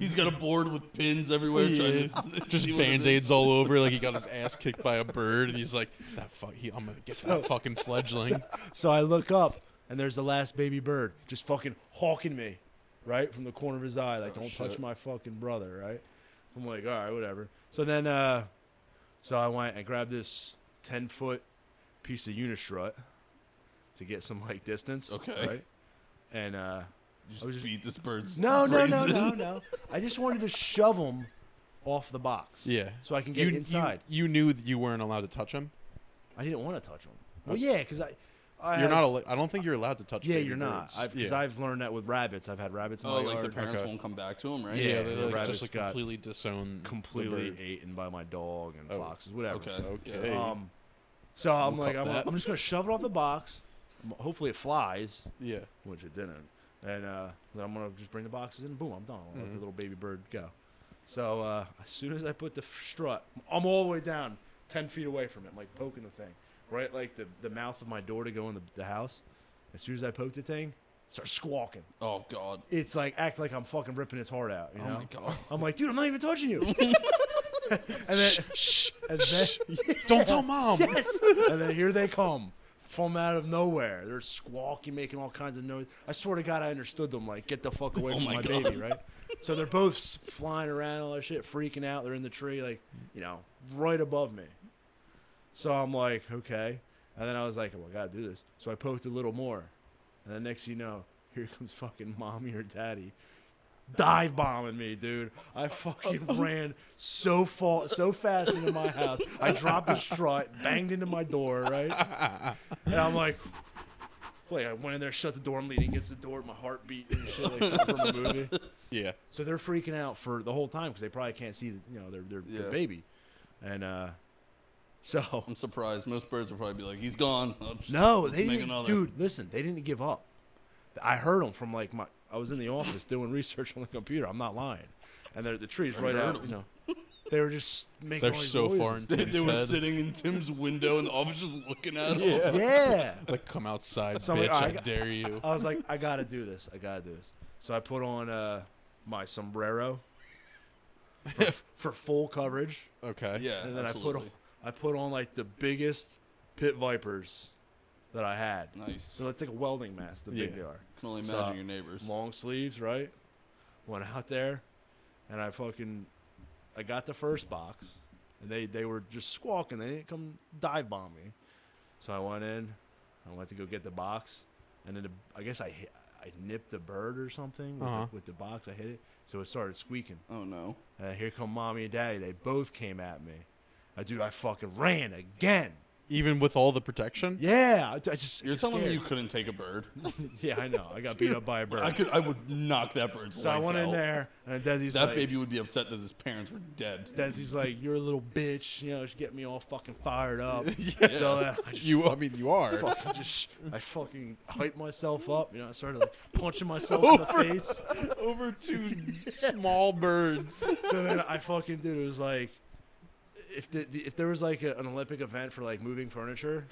[SPEAKER 1] he's got a board with pins everywhere, trying to
[SPEAKER 2] Just
[SPEAKER 1] see what it
[SPEAKER 2] band aids all over, like he got his ass kicked by a bird, and he's like, "That fuck, he, I'm gonna get that fucking fledgling."
[SPEAKER 3] So I look up, and there's the last baby bird just fucking hawking me, right from the corner of his eye,
[SPEAKER 2] Oh,
[SPEAKER 3] like, "Don't touch
[SPEAKER 1] shit.
[SPEAKER 3] my fucking brother," right? I'm like, "All right, whatever." So then, uh, so I went and grabbed this ten foot piece of unistrut to get some like distance,
[SPEAKER 1] Okay.
[SPEAKER 3] right? And uh,
[SPEAKER 1] is.
[SPEAKER 3] I was
[SPEAKER 1] Just
[SPEAKER 3] just-
[SPEAKER 1] beat this bird's
[SPEAKER 3] no, no,
[SPEAKER 1] brains
[SPEAKER 3] no,
[SPEAKER 1] in.
[SPEAKER 3] no, no. I just wanted to shove him off the box,
[SPEAKER 2] Yeah.
[SPEAKER 3] so I can get
[SPEAKER 2] you,
[SPEAKER 3] inside.
[SPEAKER 2] You, you knew that you weren't allowed to touch him.
[SPEAKER 3] I didn't want to touch him. Well, yeah, because I, I
[SPEAKER 2] Uh, You're
[SPEAKER 3] had-
[SPEAKER 2] not. Al- I don't think you're allowed to touch.
[SPEAKER 3] Yeah,
[SPEAKER 2] baby
[SPEAKER 3] you're not.
[SPEAKER 2] birds.
[SPEAKER 3] Because
[SPEAKER 2] yeah.
[SPEAKER 3] I've learned that with rabbits. I've had rabbits in
[SPEAKER 1] Oh,
[SPEAKER 3] my
[SPEAKER 1] like the
[SPEAKER 3] yard
[SPEAKER 1] parents
[SPEAKER 2] Okay.
[SPEAKER 1] won't come back to him, right?
[SPEAKER 2] yeah,
[SPEAKER 3] yeah,
[SPEAKER 2] they
[SPEAKER 3] the
[SPEAKER 2] like,
[SPEAKER 3] rabbits
[SPEAKER 2] just
[SPEAKER 3] got
[SPEAKER 2] completely disown. the
[SPEAKER 3] completely
[SPEAKER 2] bird.
[SPEAKER 3] eaten by my dog and
[SPEAKER 2] Oh,
[SPEAKER 3] foxes, whatever.
[SPEAKER 1] Okay.
[SPEAKER 2] Okay.
[SPEAKER 1] Yeah.
[SPEAKER 3] Um, so I'm
[SPEAKER 1] We'll
[SPEAKER 3] like,
[SPEAKER 1] cut
[SPEAKER 3] I'm,
[SPEAKER 1] that.
[SPEAKER 3] I'm just gonna shove it off the box. I'm- Hopefully it flies,
[SPEAKER 2] Yeah.
[SPEAKER 3] which it didn't. And uh, then I'm gonna just bring the boxes in. Boom, I'm done. I'll Let
[SPEAKER 1] Mm-hmm.
[SPEAKER 3] the
[SPEAKER 2] Mhm.
[SPEAKER 3] little baby bird go. So uh, as soon as I put the strut, I'm all the way down, ten feet away from it. I'm like poking the thing, right at, like the, the mouth of my door to go in the, the house. As soon as I poke the thing, start squawking.
[SPEAKER 1] Oh God.
[SPEAKER 3] it's like act like I'm fucking ripping his heart out. You
[SPEAKER 1] Oh
[SPEAKER 3] know?
[SPEAKER 1] my God.
[SPEAKER 3] I'm like, dude, I'm not even touching you. and then, and then,
[SPEAKER 2] Don't tell mom.
[SPEAKER 3] yes. and then here they come from out of nowhere. They're squawking, making all kinds of noise. I swear to God, I understood them. Like, get the fuck away
[SPEAKER 1] Oh
[SPEAKER 3] from
[SPEAKER 1] my
[SPEAKER 3] my,
[SPEAKER 1] God.
[SPEAKER 3] baby, right? So they're both s- flying around, all that shit, freaking out. They're in the tree, like, you know, right above me. So I'm like, okay. And then I was like, well, I gotta do this. So I poked a little more. And the next thing you know, here comes fucking mommy or daddy dive bombing me, dude. I fucking ran so far, so fast into my house. I dropped a strut, banged into my door, right? And I'm like, like I went in there, shut the door. I'm leaning against the door, my heart beating and shit, like something from a movie.
[SPEAKER 2] Yeah.
[SPEAKER 3] So they're freaking out for the whole time because they probably can't see, the, you know, their their,
[SPEAKER 1] Yeah.
[SPEAKER 3] their baby, and uh, so
[SPEAKER 1] I'm surprised. Most birds would probably be like, "He's gone." I'm just-
[SPEAKER 3] no,
[SPEAKER 1] let's
[SPEAKER 3] they
[SPEAKER 1] make
[SPEAKER 3] didn't,
[SPEAKER 1] another.
[SPEAKER 3] dude. Listen, they didn't give up. I heard them from like my. I was in the office doing research on the computer. I'm not lying, and they're the trees right
[SPEAKER 1] heard
[SPEAKER 3] out. You know, they were just making.
[SPEAKER 2] They're
[SPEAKER 3] all these
[SPEAKER 2] so far
[SPEAKER 3] noises.
[SPEAKER 2] into
[SPEAKER 1] They,
[SPEAKER 2] his
[SPEAKER 1] they were
[SPEAKER 2] head.
[SPEAKER 1] sitting in Tim's window in the office, just looking at him.
[SPEAKER 3] Yeah.
[SPEAKER 2] Like, come outside,
[SPEAKER 3] So I'm
[SPEAKER 2] bitch!
[SPEAKER 3] like, "Alright,
[SPEAKER 2] I,
[SPEAKER 3] I got-
[SPEAKER 2] dare you.
[SPEAKER 3] I was like, I gotta do this. I gotta do this. So I put on uh, my sombrero for, for full coverage,
[SPEAKER 2] Okay.
[SPEAKER 1] Yeah,
[SPEAKER 3] and then
[SPEAKER 1] absolutely.
[SPEAKER 3] I put on, I put on like the biggest pit vipers that I had.
[SPEAKER 1] Nice.
[SPEAKER 3] So it's like a welding mask, the big
[SPEAKER 2] Yeah.
[SPEAKER 3] they are.
[SPEAKER 1] can only
[SPEAKER 3] So,
[SPEAKER 1] imagine your neighbors.
[SPEAKER 3] long sleeves, right? Went out there, and I fucking, I got the first box, and they they were just squawking. They didn't come dive bomb me, so I went in. I went to go get the box, and then the, I guess I hit, I nipped the bird or something with,
[SPEAKER 2] Uh-huh.
[SPEAKER 3] the, with the box. I hit it, so it started squeaking.
[SPEAKER 1] Oh no.
[SPEAKER 3] And here come mommy and daddy. They both came at me. I dude, I fucking ran again.
[SPEAKER 2] Even with all the protection.
[SPEAKER 3] Yeah, I, I just
[SPEAKER 1] You're
[SPEAKER 3] it's
[SPEAKER 1] telling me you
[SPEAKER 3] scary.
[SPEAKER 1] couldn't take a bird?
[SPEAKER 3] Yeah, I know. I got beat up by a bird.
[SPEAKER 1] I could. I would knock that bird's
[SPEAKER 3] so I
[SPEAKER 1] lights
[SPEAKER 3] went
[SPEAKER 1] out.
[SPEAKER 3] in there, and Desi's
[SPEAKER 1] That
[SPEAKER 3] like,
[SPEAKER 1] baby would be upset that his parents were dead.
[SPEAKER 3] Desi's like, "You're a little bitch," you know, she get me all fucking fired up.
[SPEAKER 2] Yeah.
[SPEAKER 3] So uh, I just,
[SPEAKER 2] You. I mean, you are.
[SPEAKER 3] fucking just, I fucking hyped myself up, you know. I started like punching myself in the face.
[SPEAKER 2] over two small birds.
[SPEAKER 3] So then I fucking dude, it was like, if the, the- if there was like a, an Olympic event for like moving furniture,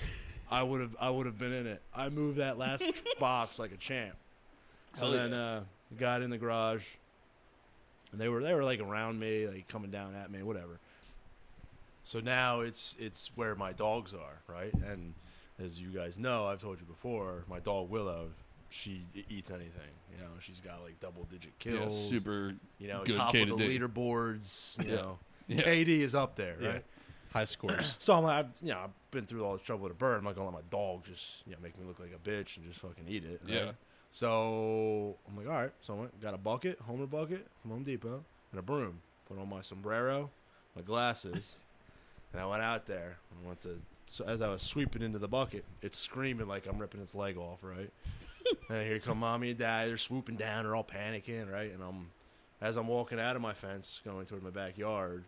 [SPEAKER 3] I would have I would have been in it. I moved that last box like a champ. So
[SPEAKER 1] Hell
[SPEAKER 3] then uh, got in the garage, and they were they were like around me, like coming down at me, whatever. So now it's it's where my dogs are, right? And as you guys know, I've told you before, my dog Willow, she e-, eats anything. You know, she's got like double digit
[SPEAKER 1] Yeah,
[SPEAKER 3] kills.
[SPEAKER 1] super.
[SPEAKER 3] You know,
[SPEAKER 1] Good
[SPEAKER 3] top of the
[SPEAKER 1] KD.
[SPEAKER 3] leaderboards. You
[SPEAKER 1] Yeah.
[SPEAKER 3] know,
[SPEAKER 1] Yeah.
[SPEAKER 3] KD is up there,
[SPEAKER 2] Yeah.
[SPEAKER 3] right?
[SPEAKER 2] High scores.
[SPEAKER 3] So I'm like, I've, you know, I've been through all this trouble with a bird. I'm not gonna let my dog just, you know, make me look like a bitch and just fucking eat it. right?
[SPEAKER 1] Yeah.
[SPEAKER 3] So I'm like, all right. So I went, got a bucket, Homer bucket from Home Depot, and a broom. Put on my sombrero, my glasses, and I went out there. I went to. So as I was sweeping into the bucket, it's screaming like I'm ripping its leg off, right? and here come mommy and dad. They're swooping down. They're all panicking, right? And I'm, as I'm walking out of my fence, going toward my backyard,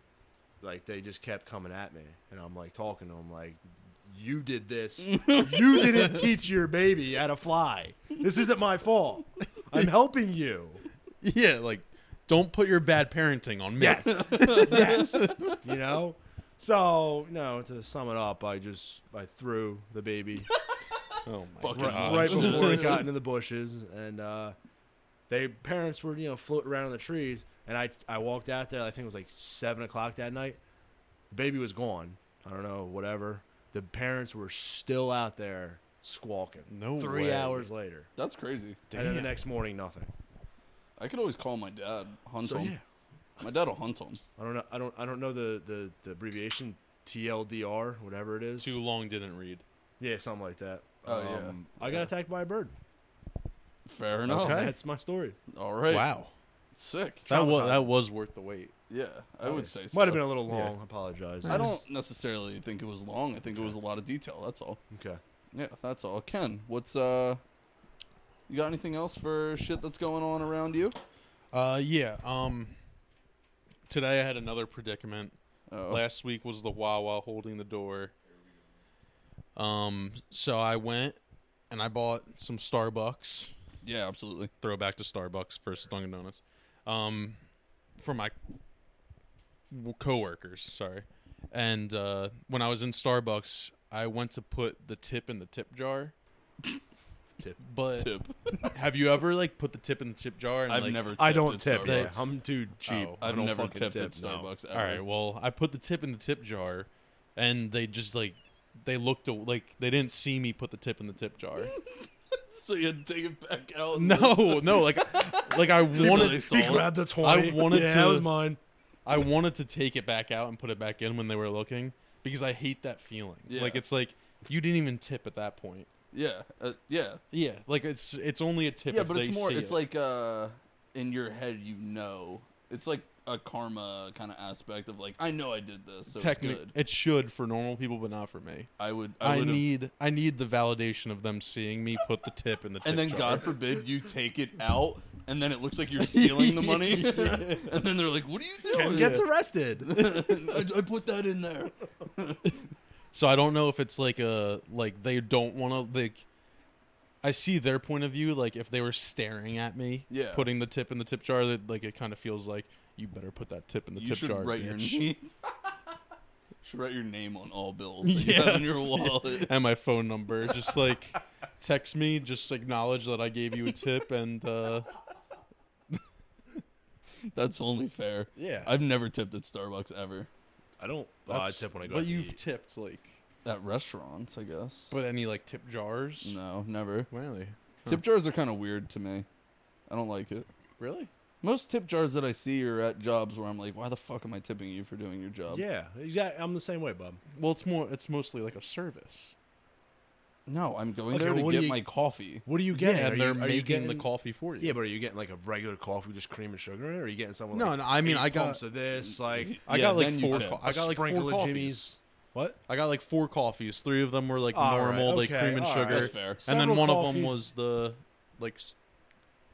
[SPEAKER 3] like they just kept coming at me, and I'm like talking to them, like, "You did this. you didn't teach your baby how to fly. This isn't my fault. I'm helping you."
[SPEAKER 2] yeah, like don't put your bad parenting on me.
[SPEAKER 3] Yes. yes. You know? So, no, to sum it up, I just I threw the baby
[SPEAKER 2] Oh my
[SPEAKER 1] Fucking
[SPEAKER 2] god.
[SPEAKER 1] God.
[SPEAKER 3] right uh, before it got into the bushes and uh they parents were, you know, floating around in the trees and I I walked out there, I think it was like seven o'clock that night. The baby was gone. I don't know, whatever. The parents were still out there squawking.
[SPEAKER 2] No
[SPEAKER 3] Three
[SPEAKER 2] way.
[SPEAKER 3] hours later.
[SPEAKER 1] That's crazy.
[SPEAKER 3] And then the
[SPEAKER 2] Damn.
[SPEAKER 3] next morning nothing.
[SPEAKER 1] I could always call my dad. Hunt
[SPEAKER 3] So
[SPEAKER 1] him.
[SPEAKER 3] yeah.
[SPEAKER 1] My dad will hunt him.
[SPEAKER 3] I don't know I don't I don't know the, the, the abbreviation TLDR, whatever it is.
[SPEAKER 2] Too long didn't read.
[SPEAKER 3] Yeah, something like that. Um,
[SPEAKER 1] Oh, yeah.
[SPEAKER 3] I got attacked by a bird.
[SPEAKER 1] Fair enough.
[SPEAKER 2] Okay.
[SPEAKER 3] That's my story.
[SPEAKER 1] All right.
[SPEAKER 2] Wow.
[SPEAKER 1] Sick.
[SPEAKER 2] That was
[SPEAKER 3] Traumatized.
[SPEAKER 2] that was worth the wait.
[SPEAKER 1] Yeah, I would say so.
[SPEAKER 3] Might have been a little
[SPEAKER 2] Yeah.
[SPEAKER 3] long. I apologize.
[SPEAKER 1] I don't necessarily think it was long. I think it was a lot of detail. That's all.
[SPEAKER 3] Okay.
[SPEAKER 1] Yeah, that's all. Ken, what's uh, you got anything else for shit that's going on around you?
[SPEAKER 2] Uh yeah, um today I had another predicament.
[SPEAKER 1] Oh,
[SPEAKER 2] Last week was the Wawa holding the door. Um so I went and I bought some Starbucks.
[SPEAKER 1] yeah, absolutely.
[SPEAKER 2] Throwback to Starbucks versus Dunkin' Donuts. Um for my w- coworkers, sorry. And uh when I was in Starbucks, I went to put the tip in the tip jar.
[SPEAKER 3] Tip.
[SPEAKER 2] But
[SPEAKER 1] Tip.
[SPEAKER 2] have you ever like put the tip in the tip jar and
[SPEAKER 1] I've
[SPEAKER 2] like,
[SPEAKER 1] never. Tipped
[SPEAKER 3] I don't
[SPEAKER 1] at
[SPEAKER 3] tip. Yeah,
[SPEAKER 1] Starbucks.
[SPEAKER 3] I'm too cheap.
[SPEAKER 2] Oh,
[SPEAKER 3] I
[SPEAKER 1] I've
[SPEAKER 3] don't
[SPEAKER 1] never
[SPEAKER 3] fucking
[SPEAKER 1] tipped
[SPEAKER 3] tip,
[SPEAKER 1] at
[SPEAKER 3] no.
[SPEAKER 1] Starbucks.
[SPEAKER 2] All
[SPEAKER 1] ever.
[SPEAKER 2] right. Well, I put the tip in the tip jar, and they just like they looked a- like they didn't see me put the tip in the tip jar.
[SPEAKER 1] So you had to take it back out. and then-
[SPEAKER 2] no, no. Like, like I
[SPEAKER 1] really
[SPEAKER 2] wanted,
[SPEAKER 1] saw it.
[SPEAKER 3] He grabbed the
[SPEAKER 2] I
[SPEAKER 3] twenty.
[SPEAKER 2] wanted
[SPEAKER 3] yeah,
[SPEAKER 2] to-
[SPEAKER 3] That was mine.
[SPEAKER 2] I wanted to take it back out and put it back in when they were looking because I hate that feeling.
[SPEAKER 1] Yeah.
[SPEAKER 2] Like it's like you didn't even tip at that point.
[SPEAKER 1] Yeah. Uh, yeah.
[SPEAKER 2] Yeah. Like it's it's only a tip.
[SPEAKER 1] Yeah,
[SPEAKER 2] if
[SPEAKER 1] but it's
[SPEAKER 2] they
[SPEAKER 1] more.
[SPEAKER 2] see
[SPEAKER 1] It's
[SPEAKER 2] it.
[SPEAKER 1] like uh, in your head you know it's like a karma kind of aspect of like I know I did this, so it's
[SPEAKER 2] Technically,
[SPEAKER 1] good.
[SPEAKER 2] it should for normal people, but not for me.
[SPEAKER 1] I would I,
[SPEAKER 2] I,
[SPEAKER 1] would have
[SPEAKER 2] need I need the validation of them seeing me put the tip in the tip
[SPEAKER 1] and then
[SPEAKER 2] jar.
[SPEAKER 1] God forbid you take it out, and then it looks like you're stealing the money, and then they're like, "What are you doing?"
[SPEAKER 3] Ken gets arrested.
[SPEAKER 1] I, I put that in there.
[SPEAKER 2] So I don't know if it's like a like they don't want to like. I see their point of view. Like if they were staring at me,
[SPEAKER 1] Yeah.
[SPEAKER 2] putting the tip in the tip jar, that like it kind of feels like you better put that tip in the
[SPEAKER 1] you
[SPEAKER 2] tip
[SPEAKER 1] should
[SPEAKER 2] jar.
[SPEAKER 1] write your
[SPEAKER 2] bitch."
[SPEAKER 1] name. you should write your name on all bills that you have in your
[SPEAKER 2] Yes.
[SPEAKER 1] wallet.
[SPEAKER 2] and my phone number. Just like text me, just acknowledge that I gave you a tip, and uh,
[SPEAKER 1] That's only fair.
[SPEAKER 2] yeah,
[SPEAKER 1] I've never tipped at Starbucks ever.
[SPEAKER 3] I don't. Well, I
[SPEAKER 2] That's-
[SPEAKER 3] tip when I go.
[SPEAKER 2] But
[SPEAKER 3] out to
[SPEAKER 2] you've
[SPEAKER 3] eat.
[SPEAKER 2] tipped like,
[SPEAKER 1] At restaurants, I guess.
[SPEAKER 2] but any like tip jars?
[SPEAKER 1] No, never.
[SPEAKER 2] really,
[SPEAKER 1] Tip jars are kind of weird to me. I don't like it.
[SPEAKER 2] really.
[SPEAKER 1] Most tip jars that I see are at jobs where I'm like, why the fuck am I tipping you for doing your job?
[SPEAKER 3] yeah, exactly. I'm the same way, Bob.
[SPEAKER 2] Well, it's more. It's mostly like a service.
[SPEAKER 1] No, I'm going
[SPEAKER 3] Okay,
[SPEAKER 1] there to
[SPEAKER 3] what do
[SPEAKER 1] get
[SPEAKER 3] you-
[SPEAKER 1] my coffee.
[SPEAKER 3] What are you getting?
[SPEAKER 2] yeah,
[SPEAKER 3] are
[SPEAKER 2] and they're
[SPEAKER 3] you, are
[SPEAKER 2] making
[SPEAKER 3] you getting
[SPEAKER 2] the coffee for you.
[SPEAKER 3] Yeah, but are you getting like a regular coffee with just cream and sugar in it? Or are you getting something?
[SPEAKER 2] No,
[SPEAKER 3] like
[SPEAKER 2] no, I mean,
[SPEAKER 3] eight
[SPEAKER 2] I got-
[SPEAKER 3] pumps of this, like
[SPEAKER 2] I
[SPEAKER 1] Yeah,
[SPEAKER 2] got like
[SPEAKER 1] then you
[SPEAKER 2] four.
[SPEAKER 1] tip.
[SPEAKER 2] Co-
[SPEAKER 3] a
[SPEAKER 2] I got like four
[SPEAKER 3] sprinkle of
[SPEAKER 2] coffees.
[SPEAKER 3] Jimmy's. What?
[SPEAKER 2] I got like four coffees. Three of them were like
[SPEAKER 3] All right,
[SPEAKER 2] normal, like
[SPEAKER 3] okay,
[SPEAKER 2] cream and
[SPEAKER 3] all
[SPEAKER 2] sugar,
[SPEAKER 3] right.
[SPEAKER 1] That's fair.
[SPEAKER 2] and then
[SPEAKER 3] Several
[SPEAKER 2] one of them
[SPEAKER 3] coffees.
[SPEAKER 2] was the like s-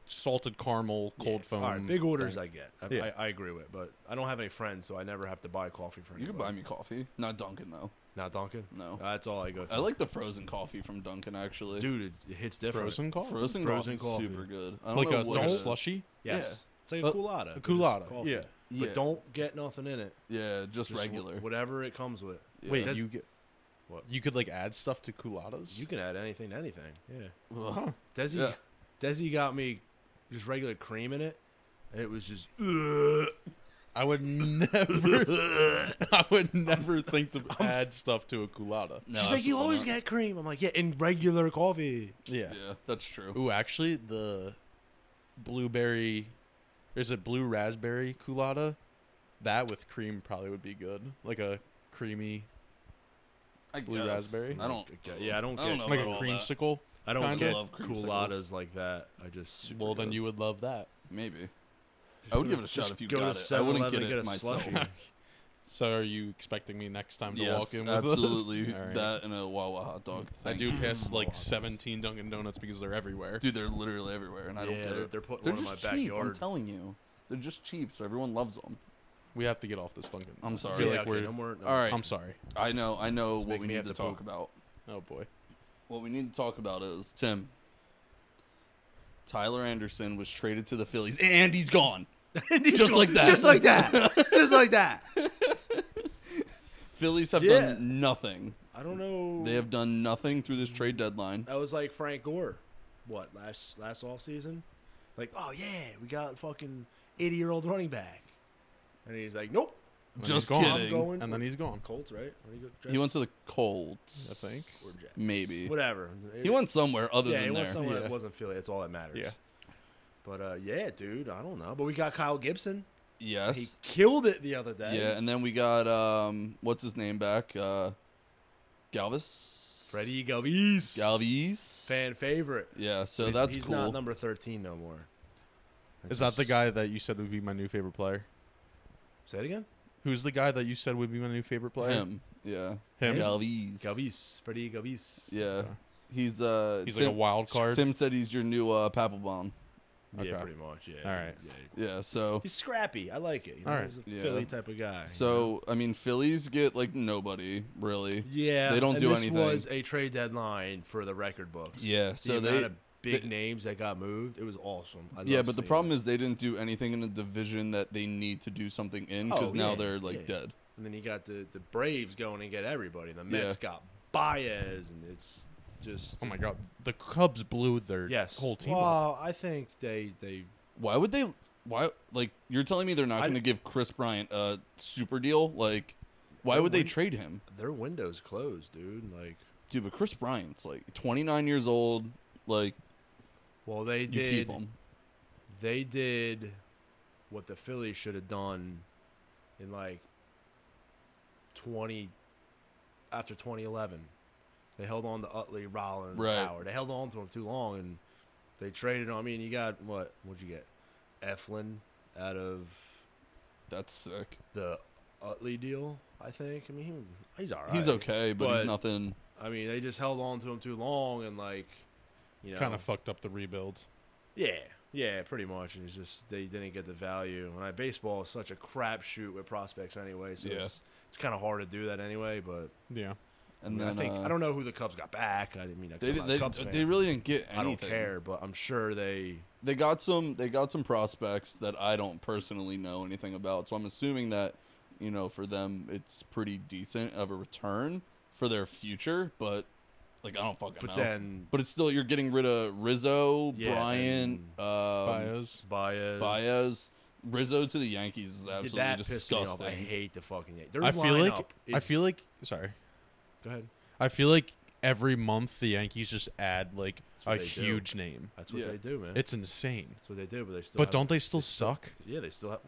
[SPEAKER 2] salted caramel cold foam.
[SPEAKER 3] All right, big orders
[SPEAKER 2] thing.
[SPEAKER 3] I get. I,
[SPEAKER 2] Yeah.
[SPEAKER 3] I, I agree with, but I don't have any friends, so I never have to buy coffee for
[SPEAKER 1] You
[SPEAKER 3] anybody.
[SPEAKER 1] can buy me coffee. Not Dunkin' though.
[SPEAKER 3] Not Dunkin'.
[SPEAKER 1] No.
[SPEAKER 3] that's all I go. To.
[SPEAKER 1] I like the frozen coffee from Dunkin' actually.
[SPEAKER 3] dude. It, it hits different.
[SPEAKER 2] frozen coffee.
[SPEAKER 1] frozen,
[SPEAKER 3] Frozen
[SPEAKER 1] coffee's
[SPEAKER 3] coffee.
[SPEAKER 1] super good. I don't
[SPEAKER 2] like
[SPEAKER 1] know
[SPEAKER 2] a
[SPEAKER 1] what
[SPEAKER 2] like
[SPEAKER 1] it
[SPEAKER 2] a
[SPEAKER 1] is.
[SPEAKER 2] slushy.
[SPEAKER 3] Yes,
[SPEAKER 1] Yeah.
[SPEAKER 3] it's like a
[SPEAKER 2] Uh,
[SPEAKER 3] culotta.
[SPEAKER 2] a
[SPEAKER 3] but it's
[SPEAKER 2] culotta,
[SPEAKER 3] coffee.
[SPEAKER 2] yeah.
[SPEAKER 1] Yeah,
[SPEAKER 3] But don't get nothing in it.
[SPEAKER 1] yeah, just,
[SPEAKER 3] Just wh-
[SPEAKER 1] regular.
[SPEAKER 3] Whatever it comes with.
[SPEAKER 1] Yeah.
[SPEAKER 2] Wait,
[SPEAKER 3] That's-
[SPEAKER 2] you get
[SPEAKER 3] What?
[SPEAKER 2] You could like add stuff to culottes.
[SPEAKER 3] You can add anything to anything. Yeah.
[SPEAKER 1] Ugh.
[SPEAKER 3] Desi,
[SPEAKER 1] Yeah.
[SPEAKER 3] Desi got me just regular cream in it, and it was just.
[SPEAKER 2] I would never. I would never think to add stuff to a culotta.
[SPEAKER 1] No,
[SPEAKER 3] She's like,
[SPEAKER 1] absolutely
[SPEAKER 3] you always
[SPEAKER 1] not.
[SPEAKER 3] get cream. I'm like, yeah, in regular coffee.
[SPEAKER 2] Yeah.
[SPEAKER 1] Yeah, that's true.
[SPEAKER 2] Ooh, actually, the blueberry. Is it blue raspberry culotta? That with cream probably would be good. Like a creamy,
[SPEAKER 1] I
[SPEAKER 2] Blue
[SPEAKER 1] guess.
[SPEAKER 2] raspberry?
[SPEAKER 1] I don't.
[SPEAKER 3] Okay, yeah, I don't
[SPEAKER 1] I don't
[SPEAKER 3] get-
[SPEAKER 1] know
[SPEAKER 2] like a
[SPEAKER 1] about all that.
[SPEAKER 2] creamsicle.
[SPEAKER 3] I don't
[SPEAKER 2] Kinda.
[SPEAKER 3] get
[SPEAKER 1] Love creamsicles.
[SPEAKER 3] culattas like that. I just
[SPEAKER 2] Well, then you would love that.
[SPEAKER 1] Maybe. I would give it a shot
[SPEAKER 3] Just
[SPEAKER 1] if you
[SPEAKER 3] go
[SPEAKER 1] got
[SPEAKER 3] to
[SPEAKER 1] it. I wouldn't
[SPEAKER 3] 7-Eleven
[SPEAKER 1] get
[SPEAKER 3] and
[SPEAKER 1] it
[SPEAKER 3] get a
[SPEAKER 1] myself.
[SPEAKER 3] slushie.
[SPEAKER 2] So, are you expecting me next time to walk
[SPEAKER 1] yes,
[SPEAKER 2] in with Mm-hmm.
[SPEAKER 1] absolutely.
[SPEAKER 2] All right.
[SPEAKER 1] That and a Wawa hot dog.
[SPEAKER 2] I
[SPEAKER 1] Thank
[SPEAKER 2] do
[SPEAKER 1] you.
[SPEAKER 2] pass like 17 Dunkin' Donuts because they're everywhere.
[SPEAKER 1] Dude, they're literally everywhere, and I don't
[SPEAKER 3] yeah,
[SPEAKER 1] get
[SPEAKER 3] they're,
[SPEAKER 1] it.
[SPEAKER 3] they're putting
[SPEAKER 1] They're
[SPEAKER 3] one in my
[SPEAKER 1] just cheap. I'm
[SPEAKER 3] backyard.
[SPEAKER 1] telling you, they're just cheap, so everyone loves them.
[SPEAKER 2] We have to get off this Dunkin'.
[SPEAKER 1] I'm sorry.
[SPEAKER 2] I feel
[SPEAKER 3] yeah,
[SPEAKER 2] like
[SPEAKER 3] okay,
[SPEAKER 2] we're.
[SPEAKER 3] no more, no
[SPEAKER 1] All right.
[SPEAKER 2] I'm sorry.
[SPEAKER 1] I know. I know
[SPEAKER 3] It's
[SPEAKER 1] what
[SPEAKER 3] making
[SPEAKER 1] we
[SPEAKER 3] me
[SPEAKER 1] need
[SPEAKER 3] have
[SPEAKER 1] to
[SPEAKER 3] to
[SPEAKER 1] talk
[SPEAKER 3] poop.
[SPEAKER 1] about.
[SPEAKER 2] Oh boy.
[SPEAKER 1] What we need to talk about is Tim. Tyler Anderson was traded to the Phillies, and he's gone. just like that.
[SPEAKER 3] Just like that. just like that.
[SPEAKER 1] Phillies have
[SPEAKER 3] Yeah.
[SPEAKER 1] done nothing.
[SPEAKER 3] I don't know.
[SPEAKER 1] They have done nothing through this trade deadline.
[SPEAKER 3] That was like Frank Gore. What last last off season? Like, oh yeah, we got fucking eighty year old running back, and he's like, nope,
[SPEAKER 2] And
[SPEAKER 1] Just
[SPEAKER 2] he's gone.
[SPEAKER 1] kidding.
[SPEAKER 3] I'm going.
[SPEAKER 2] And then he's gone.
[SPEAKER 3] Colts, right? Where do you go?
[SPEAKER 1] He went
[SPEAKER 3] Jets?
[SPEAKER 1] to the Colts,
[SPEAKER 2] I think.
[SPEAKER 3] or Jets.
[SPEAKER 1] Maybe
[SPEAKER 3] whatever.
[SPEAKER 1] he went somewhere other
[SPEAKER 3] Yeah,
[SPEAKER 1] than
[SPEAKER 3] he
[SPEAKER 1] there.
[SPEAKER 3] went somewhere
[SPEAKER 2] Yeah.
[SPEAKER 3] that wasn't Philly. That's all that matters.
[SPEAKER 2] Yeah.
[SPEAKER 3] But uh, yeah, dude, I don't know. But we got Kyle Gibson. He
[SPEAKER 1] Yes,
[SPEAKER 3] killed it the other day.
[SPEAKER 1] yeah, and then we got um, what's his name back? Uh, Galvis,
[SPEAKER 3] Freddie Galvis.
[SPEAKER 1] Galvis,
[SPEAKER 3] fan favorite.
[SPEAKER 1] Yeah, so
[SPEAKER 3] He's-
[SPEAKER 1] that's
[SPEAKER 3] he's
[SPEAKER 1] cool.
[SPEAKER 3] not number thirteen no more.
[SPEAKER 2] Is that the guy that you said would be my new favorite player?
[SPEAKER 3] Say it again.
[SPEAKER 2] Who's the guy that you said would be my new favorite player?
[SPEAKER 1] Him, yeah,
[SPEAKER 2] Him?
[SPEAKER 1] Galvis,
[SPEAKER 3] Galvis. Uh-huh. Freddie Galvis.
[SPEAKER 1] Yeah, he's uh,
[SPEAKER 2] He's
[SPEAKER 1] Tim,
[SPEAKER 2] like a wild card.
[SPEAKER 1] Tim said he's your new uh, Papelbon.
[SPEAKER 3] Yeah,
[SPEAKER 2] Okay.
[SPEAKER 3] pretty much. Yeah.
[SPEAKER 2] All right.
[SPEAKER 3] Yeah.
[SPEAKER 1] Yeah, so
[SPEAKER 3] He's scrappy. I like it. You know,
[SPEAKER 2] All right.
[SPEAKER 3] He's a
[SPEAKER 1] Yeah.
[SPEAKER 3] Philly type of guy. you know?
[SPEAKER 1] so I mean, Phillies get like nobody really.
[SPEAKER 3] yeah,
[SPEAKER 1] they don't
[SPEAKER 3] and
[SPEAKER 1] do
[SPEAKER 3] this
[SPEAKER 1] anything.
[SPEAKER 3] was a trade deadline for the record books.
[SPEAKER 1] Yeah,
[SPEAKER 3] the
[SPEAKER 1] so
[SPEAKER 3] amount
[SPEAKER 1] they
[SPEAKER 3] of big
[SPEAKER 1] they-
[SPEAKER 3] names that got moved. It was awesome. I
[SPEAKER 1] Yeah, but
[SPEAKER 3] love
[SPEAKER 1] the
[SPEAKER 3] seeing
[SPEAKER 1] problem
[SPEAKER 3] it.
[SPEAKER 1] is they didn't do anything in a division that they need to do something in because
[SPEAKER 3] Oh,
[SPEAKER 1] now
[SPEAKER 3] yeah,
[SPEAKER 1] they're like
[SPEAKER 3] yeah.
[SPEAKER 1] dead.
[SPEAKER 3] and then you got the the Braves going and get everybody. And the Mets
[SPEAKER 1] Yeah.
[SPEAKER 3] got Baez, and it's just
[SPEAKER 2] Oh my god, the Cubs blew their
[SPEAKER 3] yes,
[SPEAKER 2] whole team. up.
[SPEAKER 3] Well, I think they they
[SPEAKER 1] Why would they? Why like you're telling me they're not
[SPEAKER 3] I-
[SPEAKER 1] going to give Chris Bryant a super deal? Like, why
[SPEAKER 3] They
[SPEAKER 1] would they
[SPEAKER 3] wouldn't.
[SPEAKER 1] trade him?
[SPEAKER 3] their windows closed, dude. Like,
[SPEAKER 1] Dude, but Chris Bryant's like 29 years old. Like
[SPEAKER 3] well, they
[SPEAKER 1] you
[SPEAKER 3] did
[SPEAKER 1] keep him.
[SPEAKER 3] they did what the Phillies should have done in like 20 after 2011. They held on to Utley, Rollins,
[SPEAKER 1] Right.
[SPEAKER 3] Howard. They held on to him too long, and they traded. him. I mean, you got what? What'd you get? Eflin out of
[SPEAKER 1] That's sick.
[SPEAKER 3] the Utley deal. I think. I mean, he, he's all right.
[SPEAKER 1] He's okay, but, he's
[SPEAKER 3] But-
[SPEAKER 1] nothing.
[SPEAKER 3] I mean, they just held on to him too long and like, you know,
[SPEAKER 2] Kind of fucked up the rebuild.
[SPEAKER 3] Yeah, yeah, pretty much. And it's just they didn't get the value. And I, baseball is such a crapshoot with prospects anyway, so
[SPEAKER 1] Yeah.
[SPEAKER 3] it's it's kind of hard to do that anyway. But
[SPEAKER 2] Yeah.
[SPEAKER 1] And
[SPEAKER 3] I, mean,
[SPEAKER 1] then
[SPEAKER 3] I think
[SPEAKER 1] uh,
[SPEAKER 3] I don't know who the Cubs got back. I didn't mean
[SPEAKER 1] They
[SPEAKER 3] they,
[SPEAKER 1] did, they,
[SPEAKER 3] Cubs fan.
[SPEAKER 1] they really didn't get anything.
[SPEAKER 3] I don't care, but I'm sure they.
[SPEAKER 1] They got some. They got some prospects that I don't personally know anything about. So I'm assuming that you know for them it's pretty decent of a return for their future. But like I don't fucking
[SPEAKER 3] But
[SPEAKER 1] know.
[SPEAKER 3] then
[SPEAKER 1] but it's still you're getting rid of Rizzo,
[SPEAKER 3] Yeah,
[SPEAKER 1] Bryant,
[SPEAKER 3] and
[SPEAKER 1] um,
[SPEAKER 2] Baez.
[SPEAKER 3] Baez,
[SPEAKER 1] Baez. Rizzo to the Yankees is
[SPEAKER 3] Did
[SPEAKER 1] absolutely
[SPEAKER 3] that pissed me off.
[SPEAKER 1] disgusting.
[SPEAKER 3] I hate the fucking. Their
[SPEAKER 2] I feel like
[SPEAKER 3] lineup
[SPEAKER 2] I
[SPEAKER 3] is-
[SPEAKER 2] feel like sorry.
[SPEAKER 3] Go ahead.
[SPEAKER 2] I feel like every month the Yankees just add like a
[SPEAKER 3] what they do.
[SPEAKER 2] huge name.
[SPEAKER 3] That's what
[SPEAKER 1] Yeah.
[SPEAKER 3] they do, man.
[SPEAKER 2] It's insane.
[SPEAKER 3] That's what they do, but they still.
[SPEAKER 2] But
[SPEAKER 3] have-
[SPEAKER 2] don't they still suck?
[SPEAKER 3] Yeah, they still have.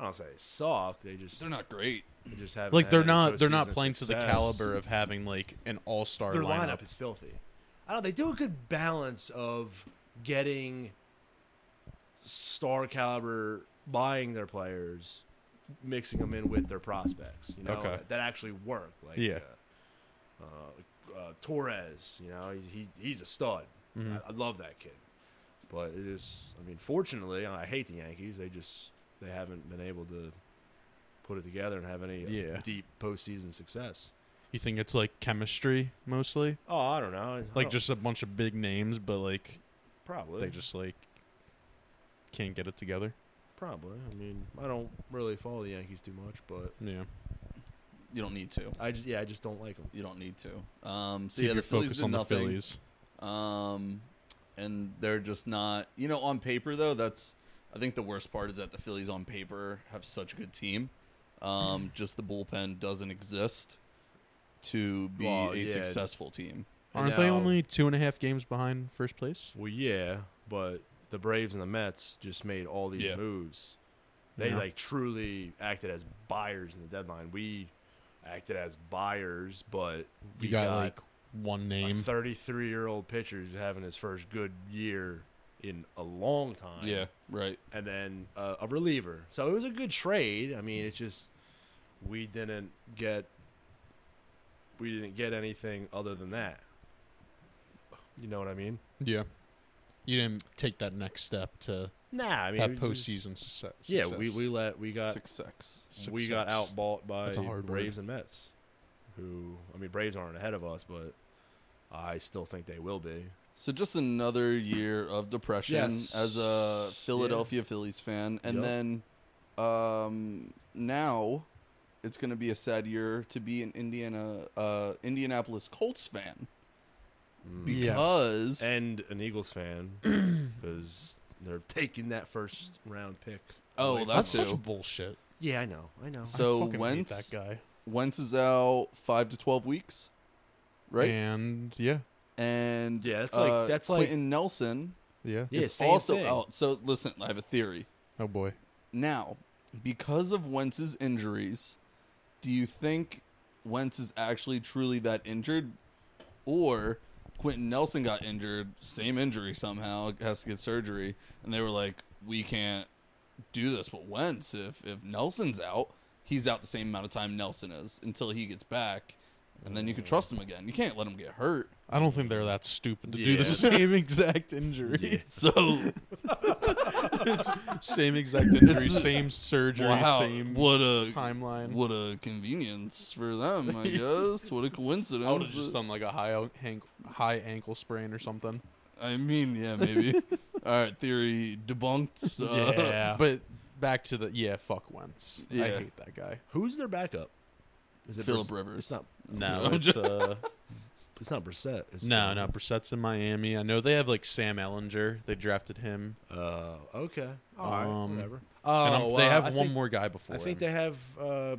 [SPEAKER 3] I don't say they suck. They just
[SPEAKER 1] They're not great.
[SPEAKER 3] they just have
[SPEAKER 2] Like they're not they're not playing to the caliber of having like an all star
[SPEAKER 3] their
[SPEAKER 2] lineup.
[SPEAKER 3] lineup. is filthy. I don't. They do a good balance of getting star caliber, buying their players, mixing them in with their prospects. You know
[SPEAKER 2] Okay.
[SPEAKER 3] that actually work. Like
[SPEAKER 2] Yeah.
[SPEAKER 3] uh, uh, uh, Torres. You know he he's a stud.
[SPEAKER 2] Mm-hmm.
[SPEAKER 3] I, I love that kid. But it is. I mean, fortunately, I hate the Yankees. They just they haven't been able to put it together and have any uh,
[SPEAKER 2] Yeah.
[SPEAKER 3] deep postseason success.
[SPEAKER 2] You think it's like chemistry mostly?
[SPEAKER 3] Oh, I don't know. Oh. I
[SPEAKER 2] Like
[SPEAKER 3] don't-
[SPEAKER 2] just a bunch of big names, but like
[SPEAKER 3] probably
[SPEAKER 2] they just like can't get it together.
[SPEAKER 3] probably. I mean, I don't really follow the Yankees too much, but
[SPEAKER 2] Yeah.
[SPEAKER 1] You don't need to.
[SPEAKER 3] I just yeah, I just don't like them.
[SPEAKER 1] You don't need to. Um, so
[SPEAKER 2] Keep
[SPEAKER 1] yeah, the
[SPEAKER 2] your
[SPEAKER 1] Phillies
[SPEAKER 2] focus
[SPEAKER 1] did
[SPEAKER 2] on the
[SPEAKER 1] nothing.
[SPEAKER 2] Phillies.
[SPEAKER 1] Um, and they're just not, you know, on paper though. That's I think the worst part is that the Phillies on paper have such a good team. Um, just the bullpen doesn't exist to be
[SPEAKER 3] Well,
[SPEAKER 1] a
[SPEAKER 3] yeah.
[SPEAKER 1] successful team.
[SPEAKER 2] Aren't they
[SPEAKER 3] Now-
[SPEAKER 2] only two and a half games behind first place?
[SPEAKER 3] Well, yeah, but the Braves and the Mets just made all these
[SPEAKER 1] Yeah.
[SPEAKER 3] moves. They
[SPEAKER 2] Yeah.
[SPEAKER 3] like truly acted as buyers in the deadline. We acted as buyers, but we
[SPEAKER 2] You got, like one
[SPEAKER 3] a
[SPEAKER 2] name.
[SPEAKER 3] 33 year old pitcher who's having his first good year in a long time.
[SPEAKER 1] Yeah, right.
[SPEAKER 3] and then uh, a reliever. So it was a good trade. I mean, it's just we didn't get we didn't get anything other than that. You know what I mean?
[SPEAKER 2] Yeah. You didn't take that next step to
[SPEAKER 3] Nah, I mean
[SPEAKER 2] have
[SPEAKER 3] we just-
[SPEAKER 2] postseason success.
[SPEAKER 3] Yeah, we,
[SPEAKER 2] success.
[SPEAKER 3] we let we got
[SPEAKER 1] Success.
[SPEAKER 3] we got
[SPEAKER 2] Success.
[SPEAKER 3] outbought by
[SPEAKER 2] That's a hard
[SPEAKER 3] Braves and Mets, who I mean Braves aren't ahead of us, but I still think they will be.
[SPEAKER 1] So just another year of depression
[SPEAKER 3] Yes.
[SPEAKER 1] as a Philadelphia Phillies fan, and
[SPEAKER 3] Yup.
[SPEAKER 1] then um, now it's going to be a sad year to be an Indiana uh, Indianapolis Colts fan because
[SPEAKER 3] Mm. And an Eagles fan because they're taking that first round pick.
[SPEAKER 1] Oh,
[SPEAKER 3] away from
[SPEAKER 2] That's
[SPEAKER 1] That's
[SPEAKER 3] us.
[SPEAKER 1] who.
[SPEAKER 2] such bullshit.
[SPEAKER 3] yeah, I know, I know.
[SPEAKER 1] so
[SPEAKER 2] I fucking hate
[SPEAKER 1] Wentz,
[SPEAKER 2] that guy,
[SPEAKER 1] Wentz is out five to twelve weeks, right?
[SPEAKER 2] And yeah,
[SPEAKER 1] and
[SPEAKER 3] Yeah, that's like-
[SPEAKER 1] uh,
[SPEAKER 3] that's like-
[SPEAKER 1] Quentin Nelson
[SPEAKER 2] yeah.
[SPEAKER 3] Yeah,
[SPEAKER 1] is
[SPEAKER 3] same
[SPEAKER 1] also
[SPEAKER 3] thing.
[SPEAKER 1] out. So listen, I have a theory.
[SPEAKER 2] Oh boy.
[SPEAKER 1] Now, because of Wentz's injuries, do you think Wentz is actually truly that injured? Or Quentin Nelson got injured, same injury somehow, has to get surgery, and they were like, we can't do this with Wentz. If, if Nelson's out, he's out the same amount of time Nelson is until he gets back, and then you can trust him again. You can't let him get hurt.
[SPEAKER 2] I don't think they're that stupid to do
[SPEAKER 1] Yeah.
[SPEAKER 2] the same exact injury,
[SPEAKER 1] So,
[SPEAKER 2] same exact injury, same surgery,
[SPEAKER 1] wow,
[SPEAKER 2] same
[SPEAKER 1] what a
[SPEAKER 2] timeline.
[SPEAKER 1] What a convenience for them, I guess. what a coincidence.
[SPEAKER 2] I would have just done like a high o- hank- high ankle sprain or something.
[SPEAKER 1] I mean, yeah, maybe. All right, theory debunked. Uh,
[SPEAKER 3] Yeah.
[SPEAKER 2] But back to the yeah, fuck Wentz.
[SPEAKER 1] Yeah.
[SPEAKER 2] I hate that guy.
[SPEAKER 3] Who's their backup? Is
[SPEAKER 1] Phillip
[SPEAKER 3] Briss-
[SPEAKER 1] Rivers.
[SPEAKER 3] It's not.
[SPEAKER 2] No,
[SPEAKER 1] I'm
[SPEAKER 2] it's uh,
[SPEAKER 3] It's not Brissett. It's
[SPEAKER 2] no,
[SPEAKER 3] the-
[SPEAKER 2] no. Brissett's in Miami. I know they have like Sam Ellinger. They drafted him,
[SPEAKER 3] Uh, okay. All right.
[SPEAKER 2] Um,
[SPEAKER 3] whatever.
[SPEAKER 2] and I'm-
[SPEAKER 3] Oh,
[SPEAKER 2] they
[SPEAKER 3] uh,
[SPEAKER 2] have
[SPEAKER 3] I
[SPEAKER 2] one
[SPEAKER 3] think-
[SPEAKER 2] more guy before.
[SPEAKER 3] I think
[SPEAKER 2] him.
[SPEAKER 3] they have uh,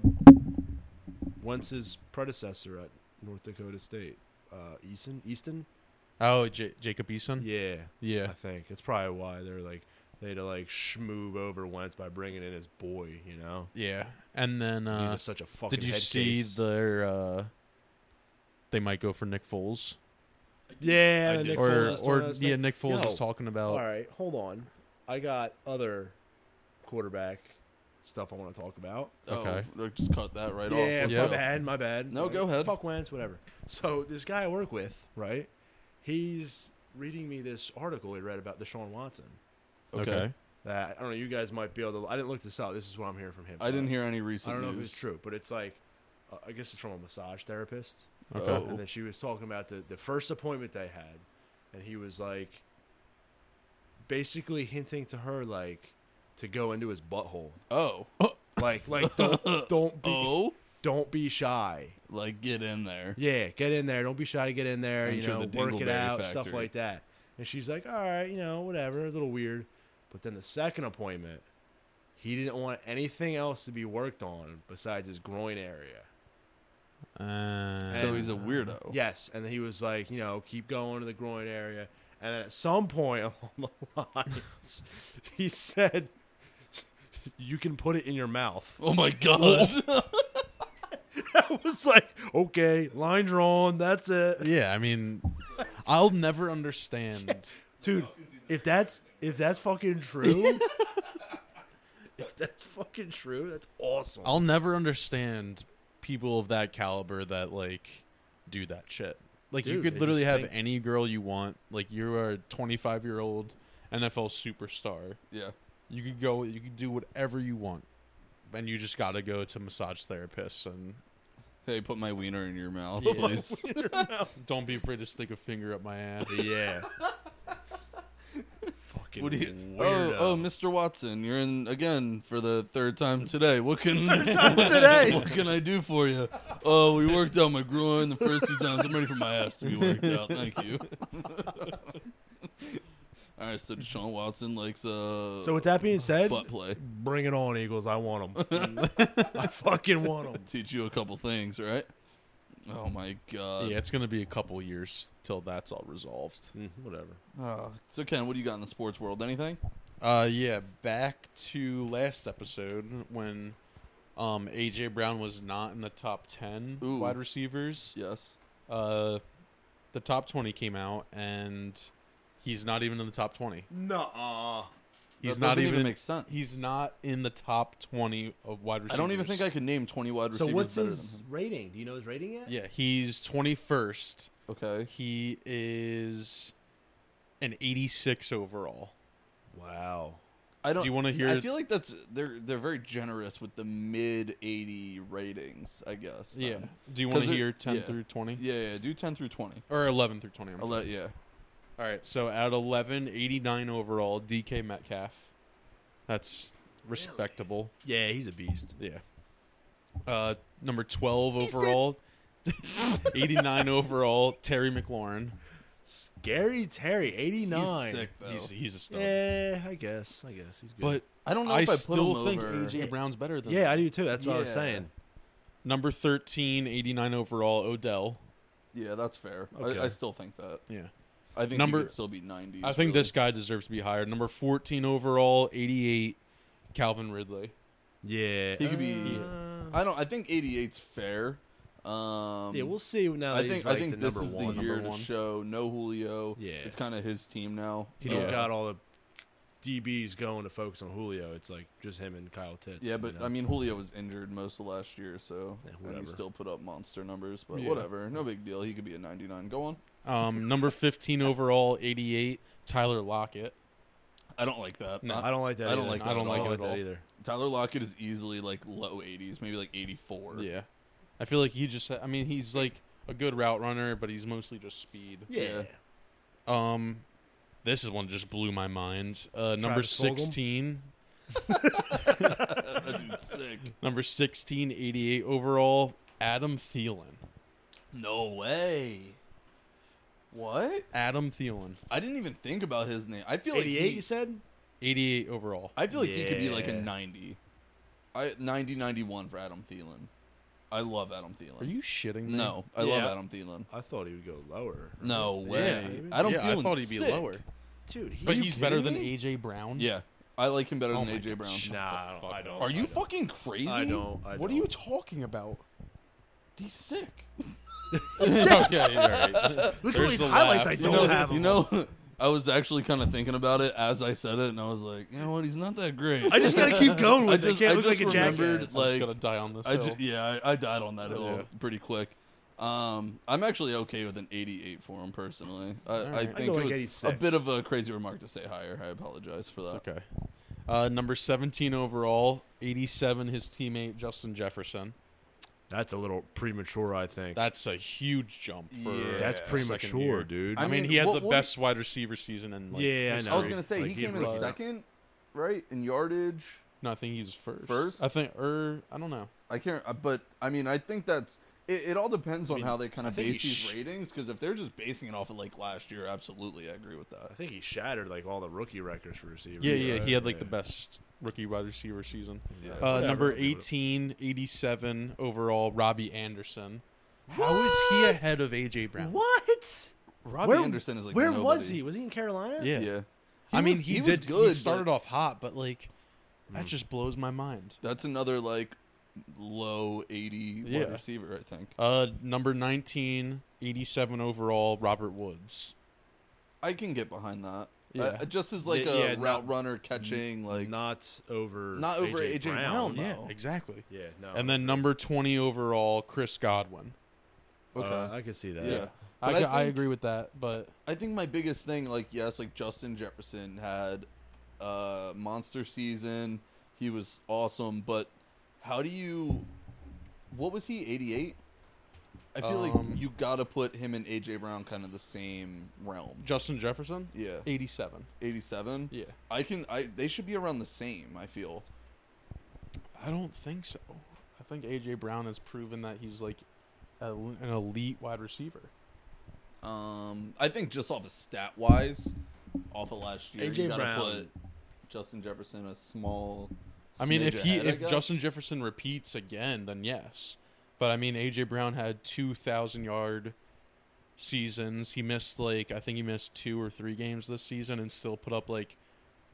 [SPEAKER 3] Wentz's predecessor at North Dakota State, uh, Easton. Easton.
[SPEAKER 2] Oh, J- Jacob Eason.
[SPEAKER 3] Yeah,
[SPEAKER 2] Yeah.
[SPEAKER 3] I think it's probably why they're like they had to like schmoove over Wentz by bringing in his boy. You know,
[SPEAKER 2] Yeah, and then
[SPEAKER 3] 'Cause he's
[SPEAKER 2] uh,
[SPEAKER 3] just such a fucking.
[SPEAKER 2] did you
[SPEAKER 3] head
[SPEAKER 2] see
[SPEAKER 3] case.
[SPEAKER 2] their? Uh, they might go for Nick Foles,
[SPEAKER 3] Yeah,
[SPEAKER 1] I
[SPEAKER 3] the
[SPEAKER 1] did.
[SPEAKER 3] Nick
[SPEAKER 2] or
[SPEAKER 3] Foles is
[SPEAKER 2] or
[SPEAKER 3] doing his
[SPEAKER 2] yeah,
[SPEAKER 3] thing.
[SPEAKER 2] Nick Foles
[SPEAKER 3] Yo,
[SPEAKER 2] is talking about.
[SPEAKER 3] All right, hold on. I got other quarterback stuff I want to talk about.
[SPEAKER 2] Okay.
[SPEAKER 1] Oh, look, just cut that right off.
[SPEAKER 3] yeah,
[SPEAKER 1] Let's
[SPEAKER 3] my
[SPEAKER 2] yeah.
[SPEAKER 1] go.
[SPEAKER 3] bad, my bad.
[SPEAKER 1] No, go ahead.
[SPEAKER 3] Fuck Wentz, whatever. So this guy I work with, right? He's reading me this article he read about Deshaun Watson.
[SPEAKER 1] Okay.
[SPEAKER 3] That I don't know. You guys might be able to. I didn't look this up. This is what I'm hearing from him.
[SPEAKER 1] I didn't hear any recent
[SPEAKER 3] I don't know if
[SPEAKER 1] news.
[SPEAKER 3] it's true, but it's like, uh, I guess it's from a massage therapist.
[SPEAKER 2] Okay.
[SPEAKER 1] Oh.
[SPEAKER 3] And then she was talking about the, the first appointment they had, and he was like, basically hinting to her like, to go into his butthole,
[SPEAKER 1] Oh.
[SPEAKER 3] like like don't don't be
[SPEAKER 1] Oh.
[SPEAKER 3] don't be shy.
[SPEAKER 1] Like get in there.
[SPEAKER 3] Yeah, get in there. Don't be shy to get in there. you
[SPEAKER 1] Enter
[SPEAKER 3] know,
[SPEAKER 1] the
[SPEAKER 3] work it
[SPEAKER 1] Dingleberry
[SPEAKER 3] out, stuff
[SPEAKER 1] Factory.
[SPEAKER 3] like that. And she's like, all right, you know, whatever, a little weird. But then the second appointment, he didn't want anything else to be worked on besides his groin area.
[SPEAKER 2] Uh,
[SPEAKER 1] So he's a weirdo.
[SPEAKER 3] Yes, and he was like, you know, keep going to the groin area. And then at some point along the lines, he said, "You can put it in your mouth."
[SPEAKER 1] Oh my god.
[SPEAKER 3] I was like, "Okay, line drawn. That's it."
[SPEAKER 2] Yeah, I mean, I'll never understand.
[SPEAKER 3] dude. If that's if that's fucking true, if that's fucking true, that's awesome.
[SPEAKER 2] I'll never understand people of that caliber that like do that shit. Like you
[SPEAKER 3] Dude,
[SPEAKER 2] could
[SPEAKER 3] they
[SPEAKER 2] literally
[SPEAKER 3] just
[SPEAKER 2] have
[SPEAKER 3] think-
[SPEAKER 2] any girl you want. Like you are a 25 year old NFL superstar.
[SPEAKER 1] yeah.
[SPEAKER 2] You could go. You could do whatever you want, and you just got to go to massage therapists and
[SPEAKER 1] Hey, put my wiener in your mouth,
[SPEAKER 2] Yeah.
[SPEAKER 1] please.
[SPEAKER 2] don't be afraid to stick a finger up my ass.
[SPEAKER 3] yeah. fucking
[SPEAKER 1] What do you?
[SPEAKER 3] weirdo.
[SPEAKER 1] Oh, oh, Mr. Watson, you're in again for the third time today. What can
[SPEAKER 3] today.
[SPEAKER 1] What can I do for you? Oh, we worked out my groin the first two times. I'm ready for my ass to be worked out. Thank you. All right, so Deshaun Watson likes uh,
[SPEAKER 3] so with that being said,
[SPEAKER 1] butt play.
[SPEAKER 3] bring it on, Eagles. I want them. I fucking want them.
[SPEAKER 1] Teach you a couple things, right? Oh my god.
[SPEAKER 2] yeah, it's gonna be a couple years till that's all resolved.
[SPEAKER 3] Mm-hmm, Whatever.
[SPEAKER 1] Oh, so Ken, what do you got in the sports world? Anything?
[SPEAKER 2] Uh, yeah, back to last episode when um AJ Brown was not in the top ten
[SPEAKER 1] Ooh.
[SPEAKER 2] wide receivers.
[SPEAKER 1] Yes.
[SPEAKER 2] Uh, the top twenty came out, and he's not even in the top twenty.
[SPEAKER 3] Nuh-uh.
[SPEAKER 2] He's
[SPEAKER 1] That
[SPEAKER 2] not
[SPEAKER 1] doesn't
[SPEAKER 2] even,
[SPEAKER 1] make sense.
[SPEAKER 2] He's not in the top twenty of wide
[SPEAKER 1] I
[SPEAKER 2] receivers.
[SPEAKER 1] don't even think I could name 20 wide
[SPEAKER 3] So
[SPEAKER 1] receivers
[SPEAKER 3] what's
[SPEAKER 1] better
[SPEAKER 3] his
[SPEAKER 1] than him.
[SPEAKER 3] rating? Do you know his rating yet?
[SPEAKER 2] Yeah, he's twenty first.
[SPEAKER 1] Okay.
[SPEAKER 2] He is an eighty six overall.
[SPEAKER 3] Wow.
[SPEAKER 1] I don't.
[SPEAKER 2] Do you wanna hear-
[SPEAKER 1] I feel like that's they're they're very generous with the mid eighty ratings. I guess. then.
[SPEAKER 2] Do you want
[SPEAKER 1] 'Cause
[SPEAKER 2] to
[SPEAKER 1] it-
[SPEAKER 2] hear ten
[SPEAKER 1] yeah.
[SPEAKER 2] through twenty
[SPEAKER 1] Yeah, yeah. Do ten through twenty.
[SPEAKER 2] or eleven through twenty? I'm
[SPEAKER 1] I'll let yeah.
[SPEAKER 2] All right, so at 11, 89 overall, DK Metcalf. That's respectable.
[SPEAKER 3] Yeah, he's a beast.
[SPEAKER 2] Yeah. Uh, number 12 overall, 89 overall, Terry McLaurin.
[SPEAKER 3] Gary Terry, eighty-nine.
[SPEAKER 1] He's sick though.
[SPEAKER 2] He's, he's a stud.
[SPEAKER 3] Yeah, I guess. I guess he's good.
[SPEAKER 2] But
[SPEAKER 1] Oh. I don't know
[SPEAKER 2] I
[SPEAKER 1] if I put
[SPEAKER 2] still
[SPEAKER 1] him
[SPEAKER 2] think
[SPEAKER 1] over.
[SPEAKER 2] AJ Brown's better than
[SPEAKER 3] yeah, I
[SPEAKER 2] him.
[SPEAKER 3] do too. That's what I was
[SPEAKER 1] Yeah.
[SPEAKER 3] saying.
[SPEAKER 2] Number 13, 89 overall, Odell.
[SPEAKER 1] Yeah, that's fair.
[SPEAKER 3] Okay.
[SPEAKER 1] I, I still think that.
[SPEAKER 2] Yeah.
[SPEAKER 1] I think
[SPEAKER 2] Number-
[SPEAKER 1] he could still be ninety.
[SPEAKER 2] I think this guy deserves to be higher. Number 14 overall, 88, Calvin Ridley.
[SPEAKER 3] Yeah,
[SPEAKER 1] He could be-
[SPEAKER 3] uh,
[SPEAKER 1] I don't. I think 88's fair. Um,
[SPEAKER 3] yeah, we'll see now.
[SPEAKER 1] I
[SPEAKER 3] that
[SPEAKER 1] think
[SPEAKER 3] he's like
[SPEAKER 1] I think
[SPEAKER 3] the
[SPEAKER 1] this
[SPEAKER 3] number
[SPEAKER 1] is
[SPEAKER 3] one.
[SPEAKER 1] the
[SPEAKER 2] Number
[SPEAKER 1] year
[SPEAKER 2] one.
[SPEAKER 1] to show no Julio.
[SPEAKER 3] Yeah.
[SPEAKER 1] it's kind of his team now.
[SPEAKER 3] He
[SPEAKER 1] Uh,
[SPEAKER 3] don't
[SPEAKER 2] Yeah.
[SPEAKER 3] got all the DBs going to focus on Julio. It's like just him and Kyle Pitts.
[SPEAKER 1] Yeah, but
[SPEAKER 3] you know?
[SPEAKER 1] I mean, Julio was injured most of last year, so
[SPEAKER 3] Yeah,
[SPEAKER 1] and
[SPEAKER 3] whatever.
[SPEAKER 1] he still put up monster numbers. But
[SPEAKER 2] Yeah.
[SPEAKER 1] whatever, no big deal. He could be a 99. Go on.
[SPEAKER 2] Um, number 15 overall, 88, Tyler Lockett.
[SPEAKER 1] I don't like that.
[SPEAKER 2] No.
[SPEAKER 1] Uh,
[SPEAKER 3] I don't like that.
[SPEAKER 1] I don't
[SPEAKER 3] either.
[SPEAKER 1] like
[SPEAKER 2] that
[SPEAKER 3] I don't
[SPEAKER 2] at
[SPEAKER 3] like
[SPEAKER 2] all.
[SPEAKER 3] that either.
[SPEAKER 1] Tyler Lockett is easily like low 80s, maybe like 84.
[SPEAKER 2] Yeah. I feel like he just I mean he's like a good route runner, but he's mostly just speed.
[SPEAKER 1] Yeah.
[SPEAKER 2] Um this is one that just blew my mind. Uh number
[SPEAKER 3] Travis Fulgham?
[SPEAKER 2] 16,
[SPEAKER 1] that dude's sick.
[SPEAKER 2] number 16, 88 overall, Adam Thielen.
[SPEAKER 1] No way. What?
[SPEAKER 2] Adam Thielen,
[SPEAKER 1] I didn't even think about his name. I feel like
[SPEAKER 3] 88,
[SPEAKER 1] he,
[SPEAKER 3] you said?
[SPEAKER 2] 88 overall.
[SPEAKER 1] I feel like he could be like a
[SPEAKER 3] Yeah.
[SPEAKER 1] 90. I 90 91 for Adam Thielen. I love Adam Thielen.
[SPEAKER 2] Are you shitting me?
[SPEAKER 1] No, I
[SPEAKER 3] Yeah.
[SPEAKER 1] love Adam Thielen.
[SPEAKER 3] I thought he would go lower.
[SPEAKER 1] No
[SPEAKER 3] Yeah.
[SPEAKER 1] way.
[SPEAKER 3] Yeah.
[SPEAKER 1] I don't.
[SPEAKER 2] yeah, I
[SPEAKER 1] Thielen's
[SPEAKER 2] thought he'd be
[SPEAKER 1] sick.
[SPEAKER 2] lower.
[SPEAKER 3] Dude, he,
[SPEAKER 2] But
[SPEAKER 1] you
[SPEAKER 2] he's better
[SPEAKER 1] kidding
[SPEAKER 2] than
[SPEAKER 1] me?
[SPEAKER 2] AJ Brown.
[SPEAKER 1] Yeah, I like him better
[SPEAKER 2] Oh
[SPEAKER 1] than
[SPEAKER 2] my
[SPEAKER 1] AJ
[SPEAKER 2] God,
[SPEAKER 1] Brown.
[SPEAKER 2] shut
[SPEAKER 3] Nah,
[SPEAKER 2] the
[SPEAKER 3] I don't-
[SPEAKER 2] fuck
[SPEAKER 3] I don't-
[SPEAKER 2] up.
[SPEAKER 1] Are you
[SPEAKER 3] I don't.
[SPEAKER 1] fucking crazy?
[SPEAKER 3] I don't. I
[SPEAKER 2] What are
[SPEAKER 3] don't.
[SPEAKER 2] you talking about?
[SPEAKER 1] He's sick.
[SPEAKER 2] okay, all right.
[SPEAKER 3] Look
[SPEAKER 2] There's the laugh.
[SPEAKER 1] You know, you know, I was actually kind of thinking about it as I said it, and I was like, you know what? He's not that great.
[SPEAKER 3] I just gotta keep going
[SPEAKER 1] I
[SPEAKER 3] with
[SPEAKER 1] just,
[SPEAKER 3] it. Can't
[SPEAKER 1] I
[SPEAKER 3] look
[SPEAKER 1] just
[SPEAKER 3] like a
[SPEAKER 1] remembered,
[SPEAKER 3] jackass.
[SPEAKER 2] I'm just
[SPEAKER 1] like,
[SPEAKER 2] gonna die on this
[SPEAKER 1] I
[SPEAKER 2] hill.
[SPEAKER 1] ju- yeah, I, I died on that hill
[SPEAKER 2] Yeah.
[SPEAKER 1] pretty quick. Um, I'm actually okay with an 88 for him personally. I,
[SPEAKER 2] right.
[SPEAKER 1] I
[SPEAKER 2] I'd
[SPEAKER 1] think
[SPEAKER 3] go
[SPEAKER 1] it
[SPEAKER 3] like
[SPEAKER 1] was a
[SPEAKER 3] 86.
[SPEAKER 1] bit of a crazy remark to say higher. I apologize for that.
[SPEAKER 2] Okay. Uh, number 17 overall, 87, his teammate Justin Jefferson.
[SPEAKER 3] That's a little premature, I think.
[SPEAKER 2] That's a huge jump for
[SPEAKER 1] Yeah.
[SPEAKER 2] a
[SPEAKER 1] That's
[SPEAKER 3] That's
[SPEAKER 2] second
[SPEAKER 3] premature,
[SPEAKER 2] year.
[SPEAKER 3] dude.
[SPEAKER 1] I
[SPEAKER 2] I, mean,
[SPEAKER 1] mean,
[SPEAKER 2] he had
[SPEAKER 1] what-
[SPEAKER 2] the
[SPEAKER 1] what-
[SPEAKER 2] best wide receiver season in like
[SPEAKER 3] Yeah, I
[SPEAKER 2] history.
[SPEAKER 3] know.
[SPEAKER 1] I was gonna say
[SPEAKER 3] Like,
[SPEAKER 1] he
[SPEAKER 3] he
[SPEAKER 1] came in
[SPEAKER 3] really-
[SPEAKER 1] second, right, in yardage.
[SPEAKER 2] No, I think he was first.
[SPEAKER 1] First?
[SPEAKER 2] I think or I don't know.
[SPEAKER 1] I can't, uh, but I mean, I think that's. It, it all depends on
[SPEAKER 3] mean,
[SPEAKER 1] how they kind
[SPEAKER 3] I
[SPEAKER 1] of
[SPEAKER 3] think he
[SPEAKER 1] base these
[SPEAKER 3] sh-
[SPEAKER 1] ratings because if they're just basing it off of like last year, absolutely, I agree with that.
[SPEAKER 3] I think he shattered like all the rookie records for receivers.
[SPEAKER 2] Yeah, yeah, he had like the
[SPEAKER 3] Yeah.
[SPEAKER 2] best rookie wide receiver season.
[SPEAKER 1] Yeah.
[SPEAKER 2] Uh,
[SPEAKER 3] Whatever,
[SPEAKER 2] number
[SPEAKER 3] I'll give it.
[SPEAKER 2] 18, 87 overall, Robbie Anderson. How is he ahead of AJ Brown?
[SPEAKER 3] What?
[SPEAKER 1] Robbie
[SPEAKER 3] Where-
[SPEAKER 1] Anderson is like
[SPEAKER 3] Where was
[SPEAKER 1] nobody.
[SPEAKER 3] he? Was he in Carolina?
[SPEAKER 2] Yeah.
[SPEAKER 1] Yeah,
[SPEAKER 2] I mean,
[SPEAKER 1] was-
[SPEAKER 2] he,
[SPEAKER 1] he was
[SPEAKER 2] did
[SPEAKER 1] good,
[SPEAKER 2] He
[SPEAKER 1] but-
[SPEAKER 2] started off hot, but like that just blows my mind.
[SPEAKER 1] that's another like low 80
[SPEAKER 2] Yeah.
[SPEAKER 1] wide receiver, I think.
[SPEAKER 2] Uh, number 19, 87 overall, Robert Woods.
[SPEAKER 1] I can get behind that.
[SPEAKER 2] Yeah.
[SPEAKER 1] Uh, just as like
[SPEAKER 3] Yeah,
[SPEAKER 1] a
[SPEAKER 3] yeah,
[SPEAKER 1] route
[SPEAKER 3] not-
[SPEAKER 1] runner catching, like
[SPEAKER 3] not over
[SPEAKER 1] Not over AJ Brown.
[SPEAKER 2] Yeah,
[SPEAKER 1] Wow.
[SPEAKER 2] Oh. exactly.
[SPEAKER 3] Yeah, no.
[SPEAKER 2] And then number 20 overall, Chris Godwin.
[SPEAKER 1] okay,
[SPEAKER 3] Uh, I could see that.
[SPEAKER 1] yeah.
[SPEAKER 2] I,
[SPEAKER 1] But I
[SPEAKER 2] g- I
[SPEAKER 1] think-
[SPEAKER 2] agree with that, but
[SPEAKER 1] I think my biggest thing, like yes, like Justin Jefferson had a monster season. He was awesome, but how do you? What was he? Eighty eight. I feel
[SPEAKER 2] Um,
[SPEAKER 1] like you gotta put him and AJ Brown kind of the same realm.
[SPEAKER 2] Justin Jefferson,
[SPEAKER 1] Yeah,
[SPEAKER 2] 87.
[SPEAKER 1] eighty seven.
[SPEAKER 2] Yeah.
[SPEAKER 1] I can. I they should be around the same. I feel.
[SPEAKER 2] I don't think so. I think AJ Brown has proven that he's like a, an elite wide receiver.
[SPEAKER 1] Um, I think just off of stat wise, off of last year,
[SPEAKER 3] A.J.
[SPEAKER 1] you gotta
[SPEAKER 3] Brown.
[SPEAKER 1] put Justin Jefferson a small.
[SPEAKER 2] I mean, if
[SPEAKER 1] smidge
[SPEAKER 2] he
[SPEAKER 1] ahead, I
[SPEAKER 2] if
[SPEAKER 1] guess.
[SPEAKER 2] Justin Jefferson repeats again, then yes. But I mean, AJ Brown had two thousand yard seasons. He missed like I think he missed two or three games this season, and still put up like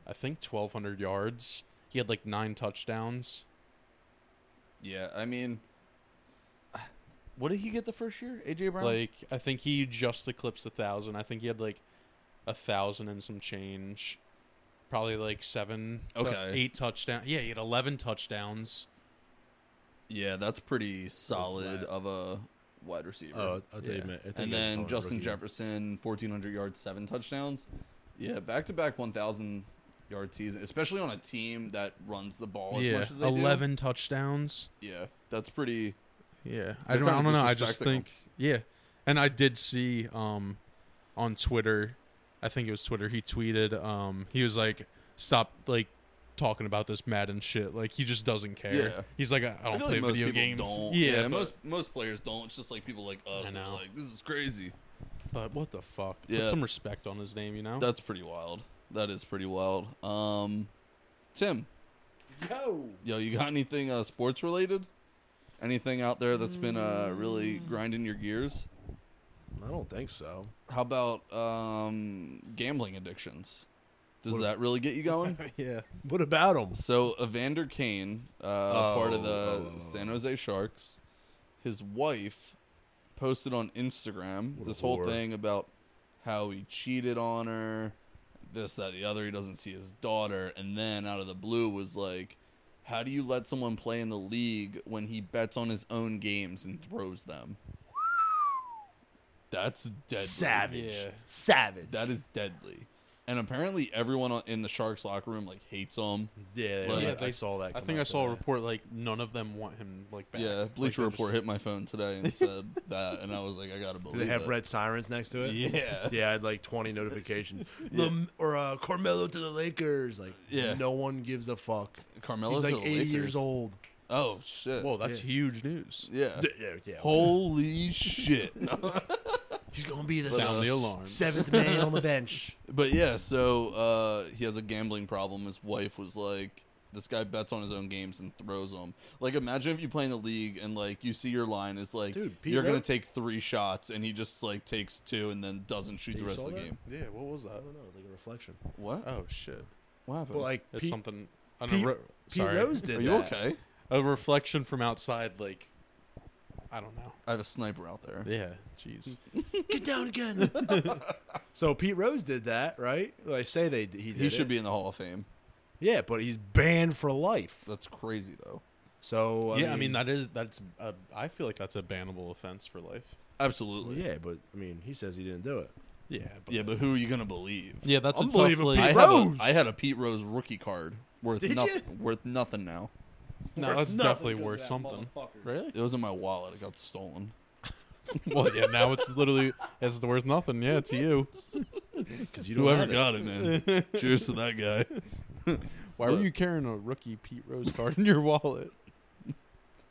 [SPEAKER 2] I think twelve hundred yards. He had like nine touchdowns.
[SPEAKER 1] yeah, I mean, what did he get the first year? AJ Brown,
[SPEAKER 2] Like I think he just eclipsed a thousand. I think he had like a thousand and some change. Probably like seven, tou-
[SPEAKER 1] Okay.
[SPEAKER 2] eight touchdowns. Yeah, he had eleven touchdowns.
[SPEAKER 1] yeah, that's pretty solid
[SPEAKER 3] that?
[SPEAKER 1] of a wide receiver.
[SPEAKER 3] Oh, I thought you
[SPEAKER 1] Yeah.
[SPEAKER 3] meant- I think
[SPEAKER 1] and
[SPEAKER 3] you were
[SPEAKER 1] then
[SPEAKER 3] talking
[SPEAKER 1] Justin
[SPEAKER 3] rookie.
[SPEAKER 1] Jefferson, fourteen hundred yards, seven touchdowns. Yeah, back to back one thousand yard season, especially on a team that runs the ball as
[SPEAKER 2] yeah,
[SPEAKER 1] much as they do.
[SPEAKER 2] eleven touchdowns.
[SPEAKER 1] Yeah, that's pretty.
[SPEAKER 2] Yeah, I
[SPEAKER 1] They're
[SPEAKER 2] don't, I
[SPEAKER 1] kinda
[SPEAKER 2] don't know. I just
[SPEAKER 1] disrespecting him.
[SPEAKER 2] think, yeah, and I did see um, on Twitter, I think it was Twitter. He tweeted, um, he was like, "Stop like talking about this Madden shit. Like he just doesn't care.
[SPEAKER 1] Yeah.
[SPEAKER 2] He's like, I, I don't
[SPEAKER 1] I feel
[SPEAKER 2] play
[SPEAKER 1] like most
[SPEAKER 2] video
[SPEAKER 1] people
[SPEAKER 2] games.
[SPEAKER 1] Don't.
[SPEAKER 2] Yeah, but,
[SPEAKER 1] most most players don't. It's just like people like us.
[SPEAKER 2] I
[SPEAKER 1] that are
[SPEAKER 2] know.
[SPEAKER 1] Like this is crazy.
[SPEAKER 2] but what the fuck? Put
[SPEAKER 1] Yeah.
[SPEAKER 2] some respect on his name, you know.
[SPEAKER 1] That's pretty wild. That is pretty wild. Um, Tim,
[SPEAKER 3] Yo.
[SPEAKER 1] yo, you got anything uh, sports related? Anything out there that's been uh, really grinding your gears?
[SPEAKER 3] I don't think so.
[SPEAKER 1] How about um, gambling addictions? Does
[SPEAKER 3] What-
[SPEAKER 1] that really get you going?
[SPEAKER 2] yeah,
[SPEAKER 3] What about him?
[SPEAKER 1] So Evander Kane, uh, part of the
[SPEAKER 3] oh, oh, oh.
[SPEAKER 1] San Jose Sharks, his wife posted on Instagram
[SPEAKER 3] What a
[SPEAKER 1] this whole
[SPEAKER 3] whore.
[SPEAKER 1] thing about how he cheated on her, this, that, the other. He doesn't see his daughter, and then out of the blue was like, "How do you let someone play in the league when he bets on his own games and throws them?" That's deadly.
[SPEAKER 3] Savage.
[SPEAKER 2] Yeah.
[SPEAKER 3] Savage.
[SPEAKER 1] That is deadly. And apparently, everyone on- in the Sharks locker room like hates him.
[SPEAKER 3] yeah,
[SPEAKER 1] Like,
[SPEAKER 3] yeah,
[SPEAKER 1] Yeah,
[SPEAKER 2] they-
[SPEAKER 3] I saw that.
[SPEAKER 2] I
[SPEAKER 3] come
[SPEAKER 2] think
[SPEAKER 3] out
[SPEAKER 2] I saw a
[SPEAKER 3] today.
[SPEAKER 2] report like none of them want him like back.
[SPEAKER 1] Yeah,
[SPEAKER 2] Like,
[SPEAKER 1] Bleacher
[SPEAKER 2] they're
[SPEAKER 1] Report hit my phone today and said that, and I was like, I gotta
[SPEAKER 3] Do
[SPEAKER 1] believe
[SPEAKER 3] they have
[SPEAKER 1] it.
[SPEAKER 3] red sirens next to it?
[SPEAKER 1] Yeah.
[SPEAKER 3] Yeah, I had like 20 notifications. Lam- or uh, Carmelo to the Lakers. Like,
[SPEAKER 1] Yeah.
[SPEAKER 3] no one gives a fuck.
[SPEAKER 1] Carmelo's
[SPEAKER 3] He's
[SPEAKER 1] to
[SPEAKER 3] like
[SPEAKER 1] the
[SPEAKER 3] 80
[SPEAKER 1] Lakers.
[SPEAKER 3] years old.
[SPEAKER 1] Oh shit!
[SPEAKER 2] Just, Whoa, that's
[SPEAKER 3] Yeah.
[SPEAKER 2] huge news.
[SPEAKER 1] yeah.
[SPEAKER 3] D- yeah, yeah.
[SPEAKER 1] Holy shit!
[SPEAKER 3] He's going to be the,
[SPEAKER 1] Sound
[SPEAKER 3] s-
[SPEAKER 2] the alarm.
[SPEAKER 3] seventh man on the bench.
[SPEAKER 1] but yeah, so uh, he has a gambling problem. His wife was like, "This guy bets on his own games and throws them." Like, imagine if you play in the league and like you see your line is like,
[SPEAKER 3] Dude, Pete
[SPEAKER 1] "You're gonna
[SPEAKER 3] Rose-
[SPEAKER 1] take three shots," and he just like takes two and then doesn't shoot
[SPEAKER 3] Yeah,
[SPEAKER 1] the
[SPEAKER 3] you
[SPEAKER 1] rest
[SPEAKER 3] saw
[SPEAKER 1] of the
[SPEAKER 3] that? Uh,
[SPEAKER 1] game.
[SPEAKER 2] Yeah, what was
[SPEAKER 3] I
[SPEAKER 2] that?
[SPEAKER 3] don't know. It's like a reflection.
[SPEAKER 1] What?
[SPEAKER 2] Oh shit,
[SPEAKER 1] What
[SPEAKER 3] But
[SPEAKER 1] happened?
[SPEAKER 3] like,
[SPEAKER 2] it's
[SPEAKER 3] Pete,
[SPEAKER 2] something. I don't
[SPEAKER 3] Pete-
[SPEAKER 2] know, ro-
[SPEAKER 3] Pete
[SPEAKER 2] sorry.
[SPEAKER 3] Rose did
[SPEAKER 1] Are you
[SPEAKER 3] that.
[SPEAKER 1] okay?
[SPEAKER 2] a reflection from outside like I don't know.
[SPEAKER 1] I have a sniper out there.
[SPEAKER 2] Yeah, jeez.
[SPEAKER 3] Get down again. so Pete Rose did that, right? They say they he did
[SPEAKER 1] He should
[SPEAKER 3] it.
[SPEAKER 1] be in the Hall of Fame.
[SPEAKER 3] Yeah, but he's banned for life.
[SPEAKER 1] That's crazy though.
[SPEAKER 3] So
[SPEAKER 2] yeah, I mean that is that's. Uh, I feel like that's a bannable offense for life.
[SPEAKER 1] Absolutely.
[SPEAKER 3] Yeah, but I mean, he says he didn't do it.
[SPEAKER 2] Yeah,
[SPEAKER 1] Yeah, but who are you gonna believe?
[SPEAKER 2] yeah, that's
[SPEAKER 3] a tough Unbelievable. league.
[SPEAKER 1] I
[SPEAKER 3] Pete
[SPEAKER 1] have a,
[SPEAKER 3] Rose.
[SPEAKER 1] I had a Pete Rose rookie card worth
[SPEAKER 3] Did
[SPEAKER 1] nothing. Worth nothing now.
[SPEAKER 2] No,
[SPEAKER 3] Worth
[SPEAKER 2] that's
[SPEAKER 3] nothing
[SPEAKER 2] definitely
[SPEAKER 3] because
[SPEAKER 2] worth
[SPEAKER 3] of that
[SPEAKER 2] something.
[SPEAKER 3] motherfucker.
[SPEAKER 2] Really?
[SPEAKER 1] It was in my wallet. It got stolen.
[SPEAKER 2] well, yeah. Now it's literally it's worth nothing. Yeah, to you.
[SPEAKER 3] Because you don't
[SPEAKER 1] Whoever
[SPEAKER 3] have it.
[SPEAKER 1] got it, man. Cheers to that guy.
[SPEAKER 2] Why were you carrying a rookie Pete Rose card in your wallet?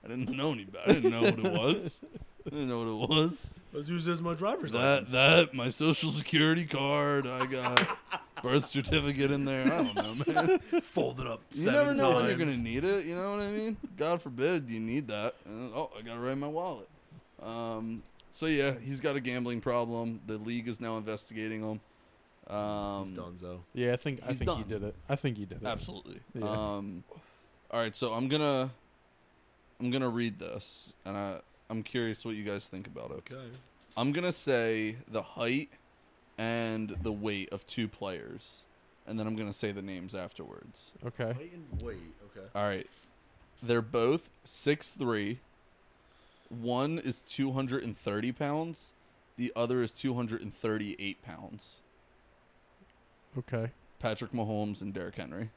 [SPEAKER 1] I didn't know any better. I didn't know what it was. I didn't know what it was.
[SPEAKER 3] Let's use this as my driver's
[SPEAKER 1] That that my social security card. I got birth certificate in there. I don't know, man.
[SPEAKER 3] Fold it up.
[SPEAKER 1] You never know when you're
[SPEAKER 3] times.
[SPEAKER 1] gonna need it. You know what I mean? God forbid you need that. And, oh, I gotta write my wallet. Um, so yeah, he's got a gambling problem. The league is now investigating him. Um,
[SPEAKER 3] He's Dunzo.
[SPEAKER 2] Yeah, I think I
[SPEAKER 1] He's
[SPEAKER 2] think he
[SPEAKER 1] done.
[SPEAKER 2] did it. I think he did it.
[SPEAKER 1] Absolutely.
[SPEAKER 2] Yeah.
[SPEAKER 1] Um, all right, so I'm gonna I'm gonna read this, and I I'm curious what you guys think about it.
[SPEAKER 3] Okay.
[SPEAKER 1] I'm gonna say the height and the weight of two players, and then I'm gonna say the names afterwards.
[SPEAKER 2] Okay.
[SPEAKER 3] Wait and wait. Okay.
[SPEAKER 1] All right. They're both six three. One is 230 pounds. The other is 238 pounds.
[SPEAKER 2] Okay.
[SPEAKER 1] Patrick Mahomes and Derrick Henry.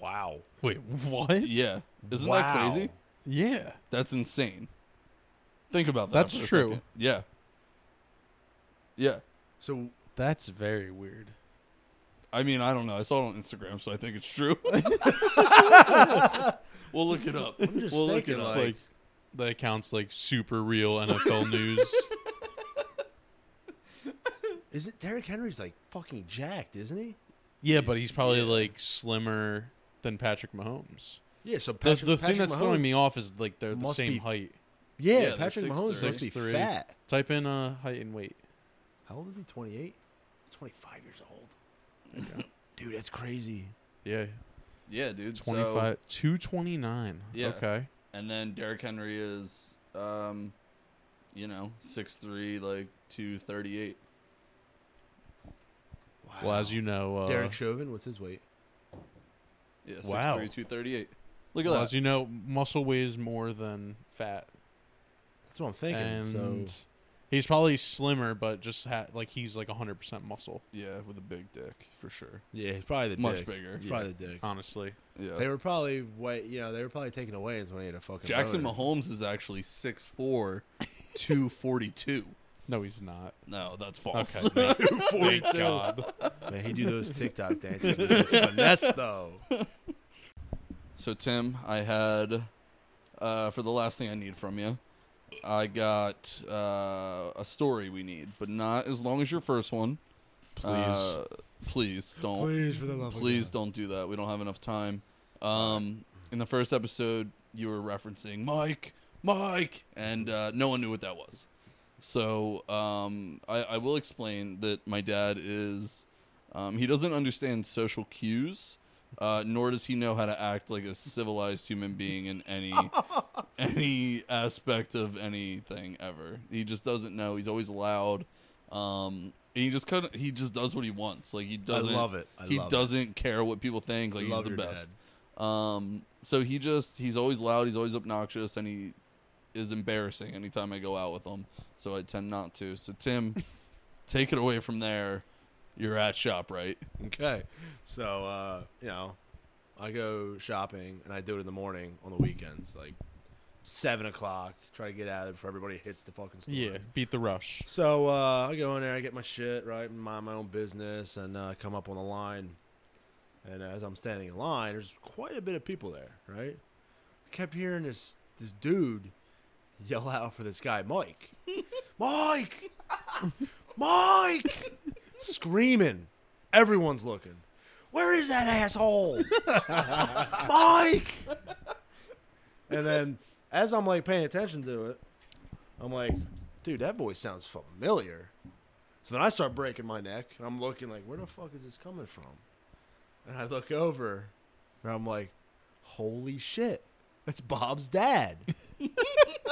[SPEAKER 3] Wow.
[SPEAKER 2] Wait, what?
[SPEAKER 1] Yeah. Isn't
[SPEAKER 3] Wow.
[SPEAKER 1] that crazy?
[SPEAKER 2] Yeah.
[SPEAKER 1] That's insane. Think about that.
[SPEAKER 2] That's
[SPEAKER 1] for a
[SPEAKER 2] true.
[SPEAKER 1] second. Yeah. Yeah.
[SPEAKER 3] So
[SPEAKER 2] That's very weird.
[SPEAKER 1] I mean, I don't know. I saw it on Instagram, so I think it's true. we'll look it up.
[SPEAKER 3] I'm just
[SPEAKER 1] we'll look
[SPEAKER 3] thinking,
[SPEAKER 1] it up.
[SPEAKER 2] It's like that accounts like super real NFL news.
[SPEAKER 3] is it Derrick Henry's like fucking jacked, isn't he?
[SPEAKER 2] yeah, but he's probably
[SPEAKER 1] Yeah.
[SPEAKER 2] like slimmer than Patrick Mahomes.
[SPEAKER 3] Yeah. So
[SPEAKER 2] The,
[SPEAKER 3] Patrick,
[SPEAKER 2] the thing
[SPEAKER 3] Patrick
[SPEAKER 2] that's
[SPEAKER 3] Mahomes,
[SPEAKER 2] throwing me off is like they're the
[SPEAKER 3] must
[SPEAKER 2] same
[SPEAKER 3] be-
[SPEAKER 2] height.
[SPEAKER 3] Yeah,
[SPEAKER 1] Yeah, they're
[SPEAKER 3] Patrick
[SPEAKER 1] six
[SPEAKER 3] Mahomes
[SPEAKER 1] three.
[SPEAKER 3] must be
[SPEAKER 2] Six three.
[SPEAKER 3] fat.
[SPEAKER 2] Type in uh height and weight.
[SPEAKER 3] How old is he? 28? 25 years old. Dude, that's crazy.
[SPEAKER 2] Yeah.
[SPEAKER 1] yeah, dude. so-
[SPEAKER 2] 25 229.
[SPEAKER 1] Yeah.
[SPEAKER 2] Okay.
[SPEAKER 1] And then Derrick Henry is, um, you know, six three, like two thirty eight.
[SPEAKER 3] Wow.
[SPEAKER 2] Well, as you know, uh,
[SPEAKER 1] Uh-huh.
[SPEAKER 3] Derek Chauvin, what's his weight?
[SPEAKER 1] Yeah, six
[SPEAKER 2] Wow.
[SPEAKER 1] three, two thirty eight. Look at
[SPEAKER 2] well, as
[SPEAKER 1] that.
[SPEAKER 2] you know, muscle weighs more than fat.
[SPEAKER 3] That's what I'm thinking.
[SPEAKER 2] and
[SPEAKER 3] so
[SPEAKER 2] he's probably slimmer, but just ha- like he's like 100% muscle.
[SPEAKER 1] yeah, with a big dick for sure.
[SPEAKER 3] yeah, he's probably the
[SPEAKER 1] Much
[SPEAKER 3] dick.
[SPEAKER 1] bigger. Uh,
[SPEAKER 3] He's probably the dick.
[SPEAKER 2] Honestly,
[SPEAKER 1] Yeah.
[SPEAKER 3] They were probably wait, you know, they were probably taking away is when he had a fucking
[SPEAKER 1] Jackson
[SPEAKER 3] boner.
[SPEAKER 1] Mahomes is actually six four, two forty two.
[SPEAKER 2] no, he's not.
[SPEAKER 1] No, that's false.
[SPEAKER 2] Okay, thank- thank God.
[SPEAKER 3] Man, he do those TikTok dances with some finesse though.
[SPEAKER 1] So Tim, I had uh, for the last thing I need from you, I got uh, a story we need, but not as long as your first one.
[SPEAKER 2] Please,
[SPEAKER 1] Uh, please don't.
[SPEAKER 3] for the love
[SPEAKER 1] Please don't do that. We don't have enough time. Um, in the first episode, you were referencing Mike, Mike, and uh, no one knew what that was. So um, I, I will explain that my dad is. Um, he doesn't understand social cues, uh, nor does he know how to act like a civilized human being in any any aspect of anything ever. He just doesn't know. He's always loud. Um, and he just kind of he just does what he wants. Like he doesn't
[SPEAKER 3] love it. I
[SPEAKER 1] he
[SPEAKER 3] love it.
[SPEAKER 1] doesn't care what people think. Like
[SPEAKER 3] Love
[SPEAKER 1] he's the
[SPEAKER 3] your
[SPEAKER 1] best. Um, so he just he's always loud. He's always obnoxious, and he is embarrassing anytime I go out with him. So I tend not to. So Tim, take it away from there. You're at shop, right?
[SPEAKER 3] Okay. So, uh, you know, I go shopping and I do it in the morning on the weekends, like seven o'clock. Try to get out of there before everybody hits the fucking store.
[SPEAKER 2] yeah, beat the rush.
[SPEAKER 3] So uh, I go in there, I get my shit right, and mind my own business, and uh, come up on the line. And as I'm standing in line, there's quite a bit of people there, right? I kept hearing this this dude yell out for this guy, Mike, Mike, Mike, screaming. Everyone's looking. Where is that asshole, Mike? And then as I'm like paying attention to it, I'm like, dude, that voice sounds familiar. So then I start breaking my neck, and I'm looking like, where the fuck is this coming from? And I look over, and I'm like, holy shit, that's Bob's dad.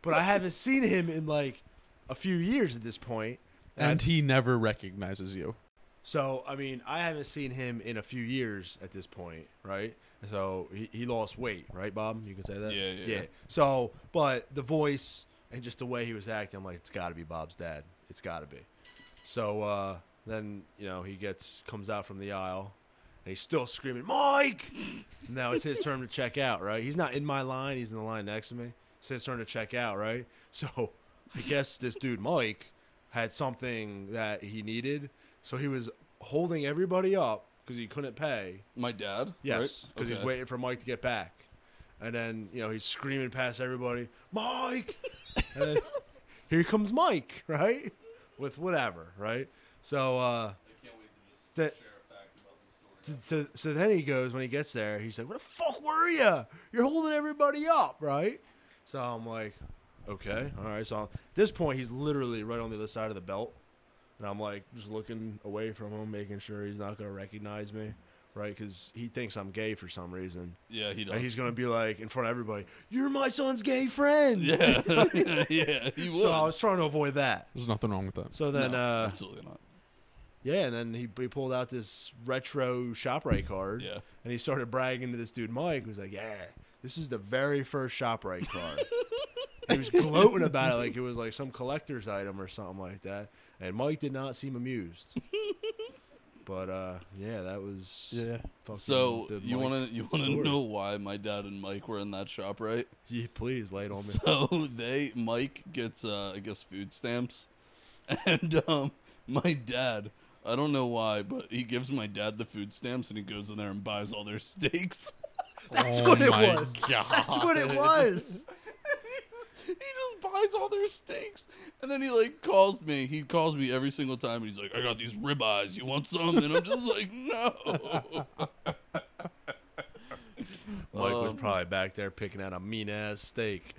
[SPEAKER 3] but I haven't seen him in like a few years at this point. And I-
[SPEAKER 2] and he never recognizes you.
[SPEAKER 3] so I mean, I haven't seen him in a few years at this point, right? So he, he lost weight, right, Bob? You can say that.
[SPEAKER 1] Yeah, yeah, yeah.
[SPEAKER 3] So, but the voice and just the way he was acting, I'm like, it's got to be Bob's dad. It's got to be. So uh, then you know he gets comes out from the aisle, and he's still screaming, Mike. now it's his turn to check out, right? He's not in my line. He's in the line next to me. It's his turn to check out, right? So I guess this dude Mike had something that he needed, so he was holding everybody up because he couldn't pay.
[SPEAKER 1] My dad.
[SPEAKER 3] Yes,
[SPEAKER 1] right?
[SPEAKER 3] because he's
[SPEAKER 1] Okay.
[SPEAKER 3] waiting for Mike to get back, and then you know he's screaming past everybody, Mike, and then here comes Mike, right? With whatever, right? So. uh that- so, so, so then he goes when he gets there. He's like, "What the fuck were you? You're holding everybody up, right?" So I'm like, "Okay, all right." So I'm- at this point, he's literally right on the other side of the belt, and I'm like, just looking away from him, making sure he's not gonna recognize me, right? Because he thinks I'm gay for some reason,
[SPEAKER 1] Yeah, he does.
[SPEAKER 3] and he's gonna be like in front of everybody, "You're my son's gay friend."
[SPEAKER 1] Yeah, yeah, he would.
[SPEAKER 3] So I was trying to avoid that.
[SPEAKER 2] There's nothing wrong with that.
[SPEAKER 3] So then,
[SPEAKER 1] No,
[SPEAKER 3] uh,
[SPEAKER 1] absolutely not.
[SPEAKER 3] Yeah, and then he, he pulled out this retro ShopRite card.
[SPEAKER 1] Yeah.
[SPEAKER 3] And he started bragging to this dude, Mike, who was like, Yeah, this is the very first ShopRite card. he was gloating about it like it was like some collector's item or something like that. And Mike did not seem amused. but uh, yeah, that was.
[SPEAKER 2] Yeah.
[SPEAKER 3] fucking
[SPEAKER 1] So
[SPEAKER 3] the
[SPEAKER 1] you
[SPEAKER 3] Mike
[SPEAKER 1] want to you want to
[SPEAKER 3] story.
[SPEAKER 1] know why my dad and Mike were in that shop, right?
[SPEAKER 3] Yeah, please, light on me.
[SPEAKER 1] So they Mike gets uh, I guess food stamps, and um, my dad. I don't know why, but he gives my dad the food stamps, and he goes in there and buys all their steaks.
[SPEAKER 3] That's
[SPEAKER 2] oh
[SPEAKER 3] what it
[SPEAKER 2] my
[SPEAKER 3] was.
[SPEAKER 2] God.
[SPEAKER 3] That's what it was.
[SPEAKER 1] he just buys all their steaks, and then he like calls me. He calls me every single time, and he's like, "I got these ribeyes. You want some?" And I'm just like, "No."
[SPEAKER 3] Mike was
[SPEAKER 1] Um,
[SPEAKER 3] probably back there picking out a mean ass steak.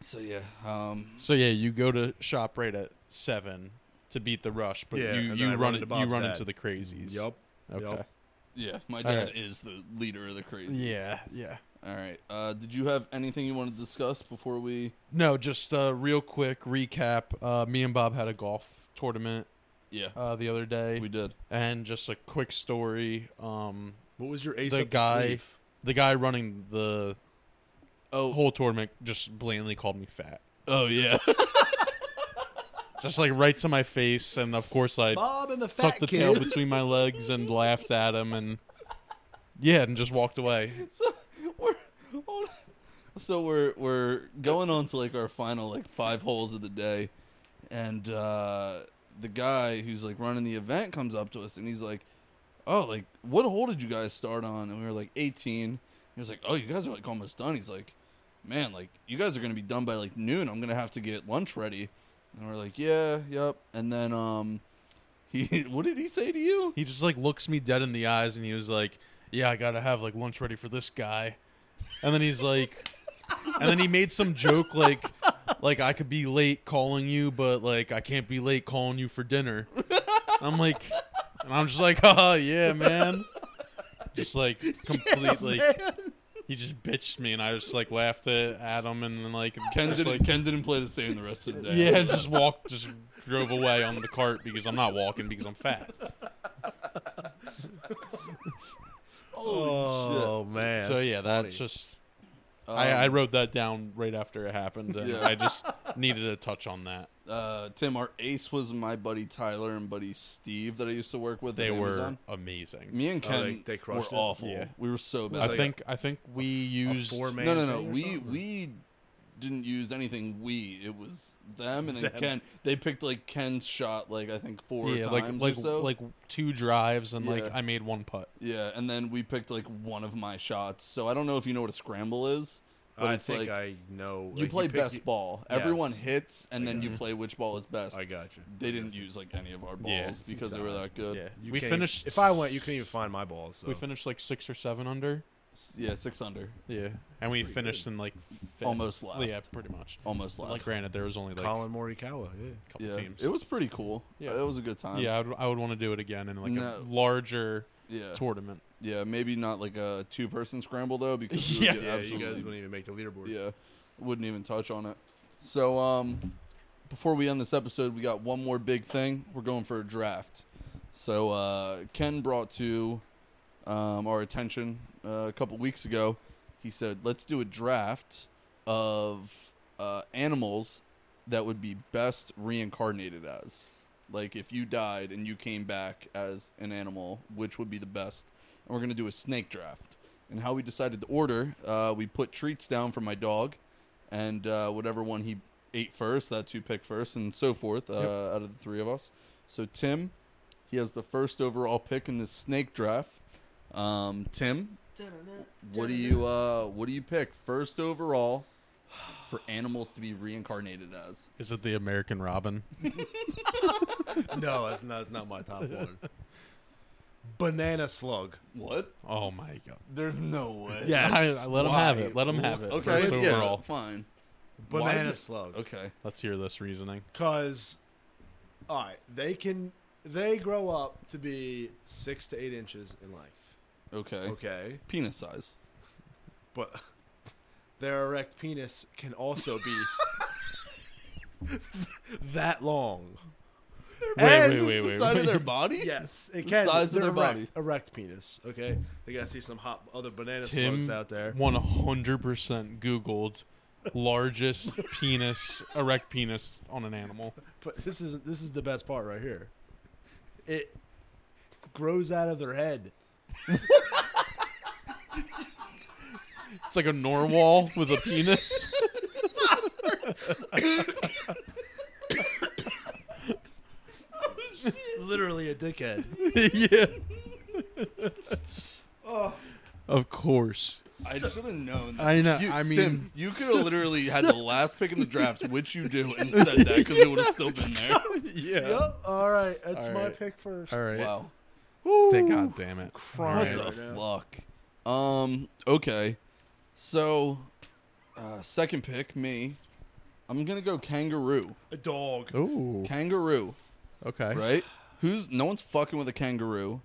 [SPEAKER 1] So yeah, um,
[SPEAKER 2] So yeah, you go to shop right at seven to beat the rush, but
[SPEAKER 3] Yeah,
[SPEAKER 2] you,
[SPEAKER 3] and then I
[SPEAKER 2] you
[SPEAKER 3] run
[SPEAKER 2] run
[SPEAKER 3] into
[SPEAKER 2] it, you
[SPEAKER 3] Bob's
[SPEAKER 2] run
[SPEAKER 3] dad.
[SPEAKER 2] into the crazies.
[SPEAKER 3] Yup.
[SPEAKER 2] Okay.
[SPEAKER 3] Yup.
[SPEAKER 1] yeah, my
[SPEAKER 2] All
[SPEAKER 1] dad
[SPEAKER 2] right.
[SPEAKER 1] is the leader of the crazies.
[SPEAKER 2] Yeah. Yeah.
[SPEAKER 1] All right. Uh, did you have anything you want to discuss before we?
[SPEAKER 2] No, just uh, real quick recap. Uh, me and Bob had a golf tournament
[SPEAKER 1] Yeah,
[SPEAKER 2] uh, the other day,
[SPEAKER 1] we did.
[SPEAKER 2] and just a quick story. Um,
[SPEAKER 3] What was your ace
[SPEAKER 2] The
[SPEAKER 3] up
[SPEAKER 2] guy-
[SPEAKER 3] sleeve?
[SPEAKER 2] the guy running the
[SPEAKER 1] Oh,
[SPEAKER 2] whole tournament just blatantly called me fat,
[SPEAKER 1] oh yeah.
[SPEAKER 2] just like right to my face, and of course I
[SPEAKER 3] Bob and the fat
[SPEAKER 2] tucked the
[SPEAKER 3] kid.
[SPEAKER 2] tail between my legs and laughed at him, and yeah, and just walked away.
[SPEAKER 1] so we're hold on. so we're we're going on to like our final like five holes of the day, and uh, the guy who's like running the event comes up to us and he's like, "Oh, like what hole did you guys start on?" And we were like 18. He was like, "Oh, you guys are like almost done." He's like, "Man, like you guys are gonna be done by like noon. I'm gonna have to get lunch ready." And we're like, "Yeah, yep." And then um, he what did he say to you?
[SPEAKER 2] He just like looks me dead in the eyes and he was like, "Yeah, I gotta have like lunch ready for this guy," and then he's like, and then he made some joke like, like I could be late calling you, but like I can't be late calling you for dinner. I'm like, and I'm just like, "Oh yeah, man," just like completely. he just bitched me and I just like laughed at at him and then like
[SPEAKER 1] Ken
[SPEAKER 2] just,
[SPEAKER 1] didn't,
[SPEAKER 2] like
[SPEAKER 1] Ken didn't play the same the rest of the day.
[SPEAKER 2] yeah, and just walked, just drove away on the cart because I'm not walking because I'm fat.
[SPEAKER 1] Holy shit.
[SPEAKER 3] oh man.
[SPEAKER 2] so yeah, that's
[SPEAKER 3] funny.
[SPEAKER 2] just
[SPEAKER 1] Um,
[SPEAKER 2] I, I wrote that down right after it happened. And
[SPEAKER 1] Yeah.
[SPEAKER 2] I just needed to touch on that.
[SPEAKER 1] uh, Tim, our ace was my buddy Tyler and buddy Steve that I used to work with.
[SPEAKER 2] They
[SPEAKER 1] at
[SPEAKER 2] were
[SPEAKER 1] Amazon.
[SPEAKER 2] amazing.
[SPEAKER 1] me and
[SPEAKER 3] Oh,
[SPEAKER 1] Ken.
[SPEAKER 3] they- they crushed
[SPEAKER 1] were
[SPEAKER 3] it?
[SPEAKER 1] awful.
[SPEAKER 2] Yeah.
[SPEAKER 1] We were so
[SPEAKER 2] I
[SPEAKER 1] bad.
[SPEAKER 3] like
[SPEAKER 2] think I think we used
[SPEAKER 3] four-man
[SPEAKER 1] no, no, no.
[SPEAKER 3] thing or
[SPEAKER 1] We
[SPEAKER 3] something?
[SPEAKER 1] we didn't use anything. We it was them and then
[SPEAKER 3] Them.
[SPEAKER 1] Ken. They picked like Ken's shot like I think four
[SPEAKER 2] yeah,
[SPEAKER 1] times
[SPEAKER 2] like like
[SPEAKER 1] or so.
[SPEAKER 2] like two drives and like
[SPEAKER 1] Yeah.
[SPEAKER 2] I made one putt.
[SPEAKER 1] yeah, and then we picked like one of my shots. So I don't know if you know what a scramble is, but
[SPEAKER 3] I
[SPEAKER 1] it's
[SPEAKER 3] think
[SPEAKER 1] like
[SPEAKER 3] I know.
[SPEAKER 1] you
[SPEAKER 3] like,
[SPEAKER 1] play
[SPEAKER 3] pick-
[SPEAKER 1] best ball. Everyone
[SPEAKER 3] Yes.
[SPEAKER 1] hits, and then you play which ball is best.
[SPEAKER 3] I got you.
[SPEAKER 1] they didn't use like any of our balls
[SPEAKER 2] Yeah,
[SPEAKER 1] because they were that good.
[SPEAKER 2] Yeah,
[SPEAKER 3] You
[SPEAKER 2] we
[SPEAKER 3] can't-
[SPEAKER 2] finished.
[SPEAKER 3] If I went, you couldn't even find my balls. So.
[SPEAKER 2] we finished like six or seven under.
[SPEAKER 1] S- Yeah, six under,
[SPEAKER 2] Yeah, and we finished in like fifth.
[SPEAKER 1] Almost last.
[SPEAKER 2] Yeah, pretty much.
[SPEAKER 1] almost last.
[SPEAKER 2] Like granted, there was only like
[SPEAKER 3] Colin Morikawa. Yeah.
[SPEAKER 2] a couple
[SPEAKER 1] yeah,
[SPEAKER 2] teams.
[SPEAKER 1] it was pretty cool.
[SPEAKER 2] Yeah.
[SPEAKER 1] it was a good time.
[SPEAKER 2] yeah, I would, I would want to do it again in like
[SPEAKER 1] No. Uh.
[SPEAKER 2] a larger
[SPEAKER 1] yeah,
[SPEAKER 2] tournament.
[SPEAKER 1] yeah. Maybe not like a two-person scramble though, because we would get
[SPEAKER 2] Yeah.
[SPEAKER 3] Yeah, you guys
[SPEAKER 1] absolutely,
[SPEAKER 3] wouldn't even make the leaderboard.
[SPEAKER 1] yeah, wouldn't even touch on it. So um, before we end this episode, we got one more big thing. We're going for a draft. So uh, Ken brought to um, our attention uh, a couple weeks ago. He said, "Let's do a draft of uh, animals that would be best reincarnated as. Like if you died and you came back as an animal, which would be the best? And we're gonna do a snake draft. And how we decided to order, uh, we put treats down for my dog, and uh, whatever one he ate first, that's who picked first, and so forth. Uh,
[SPEAKER 2] Yep.
[SPEAKER 1] Out of the three of us, so Tim, he has the first overall pick in this snake draft. Um, Tim, what do you uh, what do you pick first overall for animals to be reincarnated as?
[SPEAKER 2] Is it the American Robin?
[SPEAKER 3] no, that's not, that's not my top one. Banana slug.
[SPEAKER 1] What?
[SPEAKER 2] Oh my god!
[SPEAKER 1] There's no way.
[SPEAKER 3] Yes.
[SPEAKER 2] I- I let him have it. Let him have it.
[SPEAKER 1] Okay.
[SPEAKER 2] First
[SPEAKER 1] yeah.
[SPEAKER 2] overall.
[SPEAKER 1] Fine.
[SPEAKER 3] Banana
[SPEAKER 1] Why-
[SPEAKER 3] slug.
[SPEAKER 1] Okay.
[SPEAKER 2] Let's hear this reasoning.
[SPEAKER 3] Because, all right, they can they grow up to be six to eight inches in length.
[SPEAKER 1] Okay.
[SPEAKER 3] Okay,
[SPEAKER 1] Penis size.
[SPEAKER 3] but their erect penis can also be that long.
[SPEAKER 2] Wait,
[SPEAKER 1] Is this
[SPEAKER 2] wait, wait,
[SPEAKER 1] the
[SPEAKER 2] wait.
[SPEAKER 1] side of
[SPEAKER 2] wait.
[SPEAKER 1] their body?
[SPEAKER 3] Yes, it
[SPEAKER 1] The
[SPEAKER 3] can.
[SPEAKER 1] size of
[SPEAKER 3] They're
[SPEAKER 1] their
[SPEAKER 3] erect,
[SPEAKER 1] body.
[SPEAKER 3] erect penis. Okay, they gotta see some hot other banana slugs
[SPEAKER 2] Tim
[SPEAKER 3] out there.
[SPEAKER 2] one hundred percent googled largest penis, erect penis on an animal.
[SPEAKER 3] But this is this is the best part right here. It grows out of their head.
[SPEAKER 2] It's like a narwhal with a penis.
[SPEAKER 3] Literally a dickhead.
[SPEAKER 2] yeah. Of course.
[SPEAKER 1] I should have known.
[SPEAKER 2] I know,
[SPEAKER 1] You,
[SPEAKER 2] I mean-
[SPEAKER 1] Sim, you could have literally had the last pick in the draft, which you do, and said that because it would have still been there.
[SPEAKER 2] Yeah.
[SPEAKER 3] Yep. All right, that's
[SPEAKER 2] All
[SPEAKER 3] my
[SPEAKER 2] right.
[SPEAKER 3] pick first.
[SPEAKER 2] All right.
[SPEAKER 1] Wow.
[SPEAKER 2] Thank God damn it.
[SPEAKER 1] What
[SPEAKER 3] Right.
[SPEAKER 1] the
[SPEAKER 3] Right
[SPEAKER 1] fuck? Um. Okay. So, uh, second pick, me. I'm gonna go kangaroo.
[SPEAKER 3] A dog.
[SPEAKER 2] Oh.
[SPEAKER 1] Kangaroo,
[SPEAKER 2] Okay.
[SPEAKER 1] right? Who's no one's fucking with a kangaroo?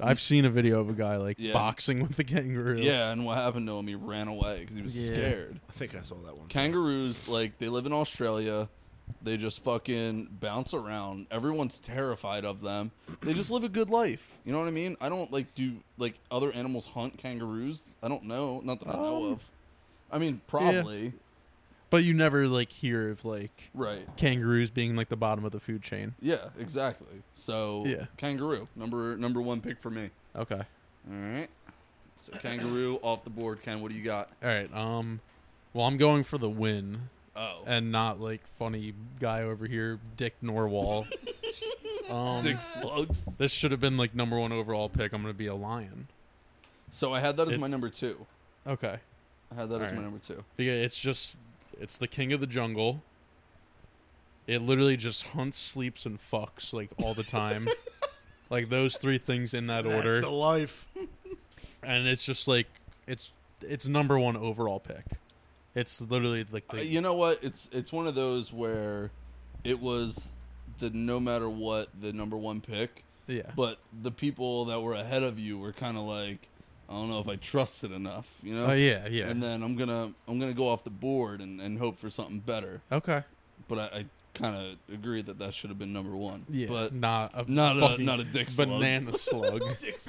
[SPEAKER 2] I've seen a video of a guy like
[SPEAKER 1] Yeah.
[SPEAKER 2] boxing with a kangaroo.
[SPEAKER 1] Yeah, and what happened to him? He ran away because he was
[SPEAKER 2] Yeah.
[SPEAKER 1] scared.
[SPEAKER 3] I think I saw that one.
[SPEAKER 1] Kangaroos, like, they live in Australia. They just fucking bounce around. Everyone's terrified of them. They just live a good life. You know what I mean? I don't, like, do, like, other animals hunt kangaroos? I don't know. Not that I know
[SPEAKER 2] Um,
[SPEAKER 1] of. I mean, probably.
[SPEAKER 2] But you never like hear of like
[SPEAKER 1] Right.
[SPEAKER 2] kangaroos being like the bottom of the food chain.
[SPEAKER 1] Yeah, exactly. So,
[SPEAKER 2] Yeah.
[SPEAKER 1] kangaroo, number number one pick for me.
[SPEAKER 2] Okay.
[SPEAKER 1] All right. So, kangaroo off the board. Ken, what do you got?
[SPEAKER 2] All right. Um well, I'm going for the win
[SPEAKER 1] Oh.
[SPEAKER 2] and not like funny guy over here, Dick Norwal. um,
[SPEAKER 1] Dick slugs.
[SPEAKER 2] This should have been like number 1 overall pick. I'm going to be a lion.
[SPEAKER 1] So I had that as
[SPEAKER 2] It-
[SPEAKER 1] my number two.
[SPEAKER 2] Okay.
[SPEAKER 1] I had that as my
[SPEAKER 2] Alright.
[SPEAKER 1] number two.
[SPEAKER 2] Because it's just it's the king of the jungle. It literally just hunts, sleeps, and fucks like all the time. like those three things in that
[SPEAKER 3] That's
[SPEAKER 2] order.
[SPEAKER 3] the life.
[SPEAKER 2] and it's just like it's it's number one overall pick. It's literally like the
[SPEAKER 1] Uh, you know what? It's it's one of those where it was the no matter what the number one pick,
[SPEAKER 2] yeah.
[SPEAKER 1] but the people that were ahead of you were kind of like, I don't know if I trust it enough, you know?
[SPEAKER 2] oh yeah, yeah.
[SPEAKER 1] And then I'm gonna I'm gonna go off the board and, and hope for something better.
[SPEAKER 2] okay.
[SPEAKER 1] But I, I kind of agree that that should have been number one.
[SPEAKER 2] Yeah,
[SPEAKER 1] But
[SPEAKER 2] not a
[SPEAKER 1] not a-
[SPEAKER 2] fucking
[SPEAKER 1] not a dick slug.
[SPEAKER 2] banana slug.
[SPEAKER 1] all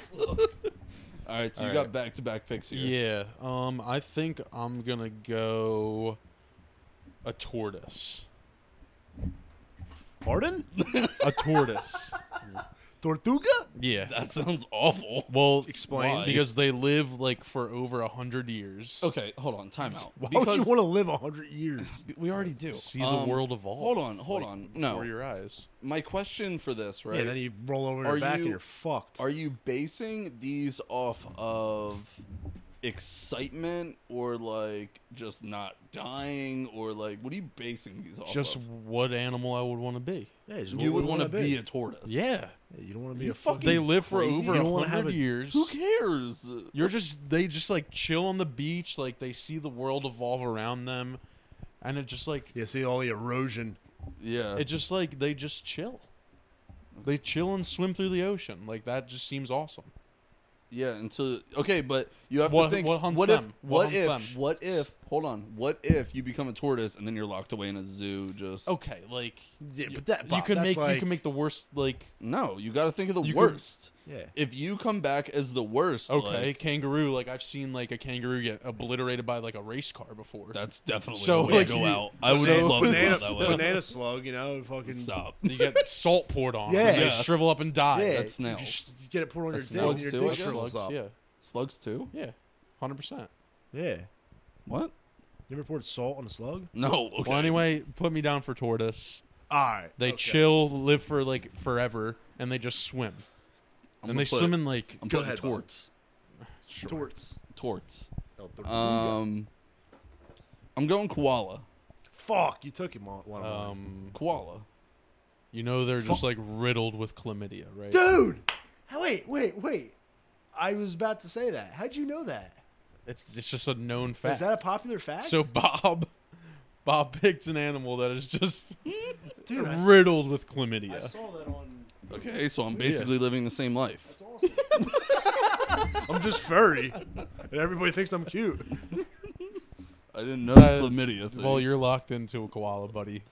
[SPEAKER 1] right, so you
[SPEAKER 2] Alright.
[SPEAKER 1] got back to back picks here.
[SPEAKER 2] yeah. Um, I think I'm gonna go a tortoise.
[SPEAKER 3] Pardon?
[SPEAKER 2] A tortoise.
[SPEAKER 3] Tortuga?
[SPEAKER 2] yeah.
[SPEAKER 1] That sounds awful.
[SPEAKER 2] Well,
[SPEAKER 3] Explain.
[SPEAKER 1] Why?
[SPEAKER 2] because they live like for over a hundred years.
[SPEAKER 1] Okay, hold on, time out.
[SPEAKER 3] Why
[SPEAKER 1] because
[SPEAKER 3] would you want to live 100 years?
[SPEAKER 1] we already do
[SPEAKER 2] See the
[SPEAKER 1] Um,
[SPEAKER 2] world evolve.
[SPEAKER 1] hold on, hold
[SPEAKER 2] like,
[SPEAKER 1] on. No.
[SPEAKER 2] before your eyes.
[SPEAKER 1] My question for this, right?
[SPEAKER 3] Yeah, then you roll over
[SPEAKER 1] Are
[SPEAKER 3] your back
[SPEAKER 1] you-
[SPEAKER 3] and you're fucked.
[SPEAKER 1] Are you basing these off of excitement or like just not dying or like what are you basing these off
[SPEAKER 2] Just
[SPEAKER 1] of?
[SPEAKER 2] what animal I would want to be.
[SPEAKER 3] yeah, just
[SPEAKER 1] You would
[SPEAKER 3] want to
[SPEAKER 1] be a tortoise.
[SPEAKER 2] Yeah,
[SPEAKER 3] you don't want to be
[SPEAKER 1] You
[SPEAKER 3] a fucking.
[SPEAKER 2] they live
[SPEAKER 1] crazy?
[SPEAKER 2] for
[SPEAKER 1] You
[SPEAKER 2] over
[SPEAKER 3] don't
[SPEAKER 2] a
[SPEAKER 3] wanna have
[SPEAKER 2] hundred
[SPEAKER 3] a-
[SPEAKER 2] years.
[SPEAKER 1] Who cares?
[SPEAKER 2] You're just they just like chill on the beach, like they see the world evolve around them, and it just like
[SPEAKER 3] you see all the erosion.
[SPEAKER 1] Yeah.
[SPEAKER 2] it just like they just chill. They chill and swim through the ocean. Like that just seems awesome.
[SPEAKER 1] yeah, until okay, but you have
[SPEAKER 2] What-
[SPEAKER 1] to think
[SPEAKER 2] what hunts
[SPEAKER 1] if
[SPEAKER 2] them? What
[SPEAKER 1] what,
[SPEAKER 2] hunts
[SPEAKER 1] if
[SPEAKER 2] them?
[SPEAKER 1] what if Hold on. What if you become a tortoise and then you're locked away in a zoo? Just
[SPEAKER 2] Okay, like
[SPEAKER 3] Yeah,
[SPEAKER 2] you-
[SPEAKER 3] but that-
[SPEAKER 2] you
[SPEAKER 3] Bob,
[SPEAKER 2] can
[SPEAKER 3] that's
[SPEAKER 2] make you
[SPEAKER 3] like-
[SPEAKER 2] can make the worst like
[SPEAKER 1] no, you got to think of the
[SPEAKER 2] You could-
[SPEAKER 1] worst.
[SPEAKER 3] Yeah.
[SPEAKER 1] If you come back as the worst,
[SPEAKER 2] okay
[SPEAKER 1] like,
[SPEAKER 2] kangaroo. Like I've seen like a kangaroo get obliterated by like a race car before.
[SPEAKER 1] that's definitely
[SPEAKER 2] So,
[SPEAKER 1] the way
[SPEAKER 2] like,
[SPEAKER 1] to go
[SPEAKER 2] you-
[SPEAKER 1] out. I would
[SPEAKER 3] Banana-
[SPEAKER 1] love
[SPEAKER 3] banana,
[SPEAKER 1] to go out that way.
[SPEAKER 3] banana slug, you know, fucking
[SPEAKER 1] Stop.
[SPEAKER 2] you get salt poured on.
[SPEAKER 3] Yeah.
[SPEAKER 2] you
[SPEAKER 3] Yeah.
[SPEAKER 2] shrivel up and die.
[SPEAKER 3] Yeah,
[SPEAKER 1] that's
[SPEAKER 3] if you
[SPEAKER 1] nails.
[SPEAKER 3] sh- you get it poured on
[SPEAKER 1] That's
[SPEAKER 3] your
[SPEAKER 1] nails
[SPEAKER 3] dick, and your
[SPEAKER 1] too, I
[SPEAKER 3] dick
[SPEAKER 1] guess.
[SPEAKER 3] shrivels up.
[SPEAKER 2] Yeah,
[SPEAKER 1] Slugs too?
[SPEAKER 2] yeah, hundred percent.
[SPEAKER 3] yeah.
[SPEAKER 1] What?
[SPEAKER 3] You ever poured salt on a slug?
[SPEAKER 1] No. Okay.
[SPEAKER 2] Well, anyway, put me down for tortoise.
[SPEAKER 3] All right.
[SPEAKER 2] They
[SPEAKER 3] okay.
[SPEAKER 2] chill, live for like forever, and they just swim.
[SPEAKER 1] I'm
[SPEAKER 2] and
[SPEAKER 1] gonna
[SPEAKER 2] they
[SPEAKER 1] put-
[SPEAKER 2] swim in like
[SPEAKER 1] I'm
[SPEAKER 3] Go
[SPEAKER 1] putting
[SPEAKER 3] ahead, Bob.
[SPEAKER 1] torts.
[SPEAKER 3] Torts.
[SPEAKER 1] Torts.
[SPEAKER 3] Oh, tor-
[SPEAKER 1] Um, I'm going koala.
[SPEAKER 3] Fuck, you took him on one
[SPEAKER 1] Uh,
[SPEAKER 3] on one.
[SPEAKER 2] um
[SPEAKER 1] Koala.
[SPEAKER 2] you know they're just like riddled with chlamydia, right?
[SPEAKER 3] Dude! Wait, wait, wait. I was about to say that. How'd you know that?
[SPEAKER 2] It's it's just a known
[SPEAKER 3] Is
[SPEAKER 2] fact.
[SPEAKER 3] that a popular fact?
[SPEAKER 2] so Bob Bob picked an animal that is just
[SPEAKER 3] Dude, I, s-
[SPEAKER 2] riddled with
[SPEAKER 3] I
[SPEAKER 2] chlamydia.
[SPEAKER 3] saw that on.
[SPEAKER 1] Okay, so I'm basically living the same life.
[SPEAKER 3] That's awesome. I'm just furry, and everybody thinks I'm cute.
[SPEAKER 1] I didn't know the
[SPEAKER 2] Uh,
[SPEAKER 1] chlamydia thing.
[SPEAKER 2] Well, you're locked into a koala, buddy.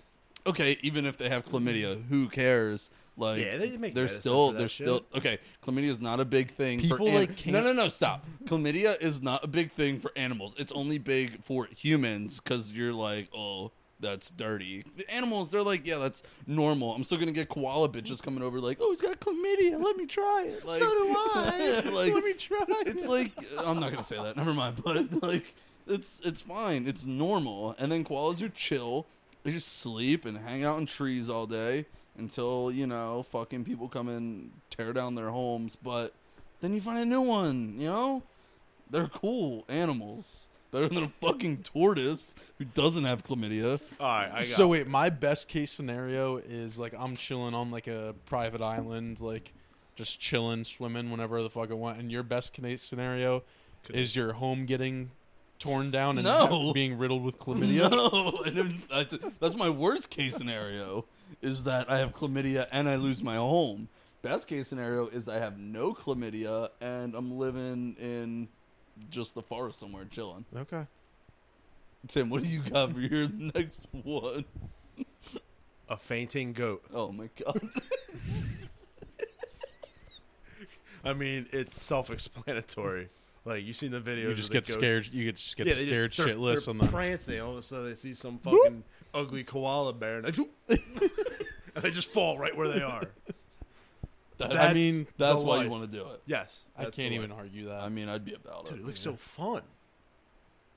[SPEAKER 1] okay, even if they have chlamydia, who cares? Like,
[SPEAKER 3] Yeah, they make
[SPEAKER 1] they're
[SPEAKER 3] medicine
[SPEAKER 1] still,
[SPEAKER 3] for that
[SPEAKER 1] they're
[SPEAKER 3] shit.
[SPEAKER 1] still okay. Chlamydia is not a big thing. for
[SPEAKER 2] People,
[SPEAKER 1] an-
[SPEAKER 2] like, can't-
[SPEAKER 1] no, no, no, stop. chlamydia is not a big thing for animals. It's only big for humans because you're like, oh, that's dirty. The animals, they're like, yeah, that's normal. I'm still gonna get koala bitches coming over, like, oh, he's got chlamydia. Let me try it. Like,
[SPEAKER 2] So do I.
[SPEAKER 1] like,
[SPEAKER 2] Let me try
[SPEAKER 1] It's like I'm not gonna say that. Never mind. But like, it's it's fine. It's normal. And then koalas are chill. They just sleep and hang out in trees all day until you know fucking people come and tear down their homes. But then you find a new one. You know, they're cool animals. Better than a fucking tortoise who doesn't have chlamydia.
[SPEAKER 3] All right, I got.
[SPEAKER 2] So wait, my best case scenario is like I'm chilling on like a private island, like just chilling, swimming whenever the fuck I want. And your best case scenario is your home getting torn down and
[SPEAKER 1] No.
[SPEAKER 2] ha- being riddled with chlamydia.
[SPEAKER 1] No, I didn't- I said- that's my worst case scenario is that I have chlamydia and I lose my home. Best case scenario is I have no chlamydia and I'm living in just the forest somewhere chilling.
[SPEAKER 2] Okay.
[SPEAKER 1] Tim, what do you got for your next one?
[SPEAKER 3] a fainting goat.
[SPEAKER 1] Oh my god.
[SPEAKER 3] I mean, it's self-explanatory. Like you seen the videos.
[SPEAKER 2] You
[SPEAKER 3] of
[SPEAKER 2] just
[SPEAKER 3] the
[SPEAKER 2] get
[SPEAKER 3] goats.
[SPEAKER 2] scared. You just get
[SPEAKER 3] Yeah, they just-
[SPEAKER 2] scared
[SPEAKER 3] they're-
[SPEAKER 2] shitless
[SPEAKER 3] they're
[SPEAKER 2] on the.
[SPEAKER 3] prancing. All of a sudden, they see some fucking ugly koala bear, and they, and they just fall right where they are.
[SPEAKER 1] That-
[SPEAKER 2] I
[SPEAKER 3] That's
[SPEAKER 2] mean,
[SPEAKER 1] that's
[SPEAKER 3] the
[SPEAKER 1] why
[SPEAKER 3] life.
[SPEAKER 1] you want to do it.
[SPEAKER 3] Yes,
[SPEAKER 2] I
[SPEAKER 3] that's the
[SPEAKER 2] can't
[SPEAKER 3] way.
[SPEAKER 2] even argue that.
[SPEAKER 1] I mean, I'd be about
[SPEAKER 3] Dude, it
[SPEAKER 1] it.
[SPEAKER 3] looks so fun.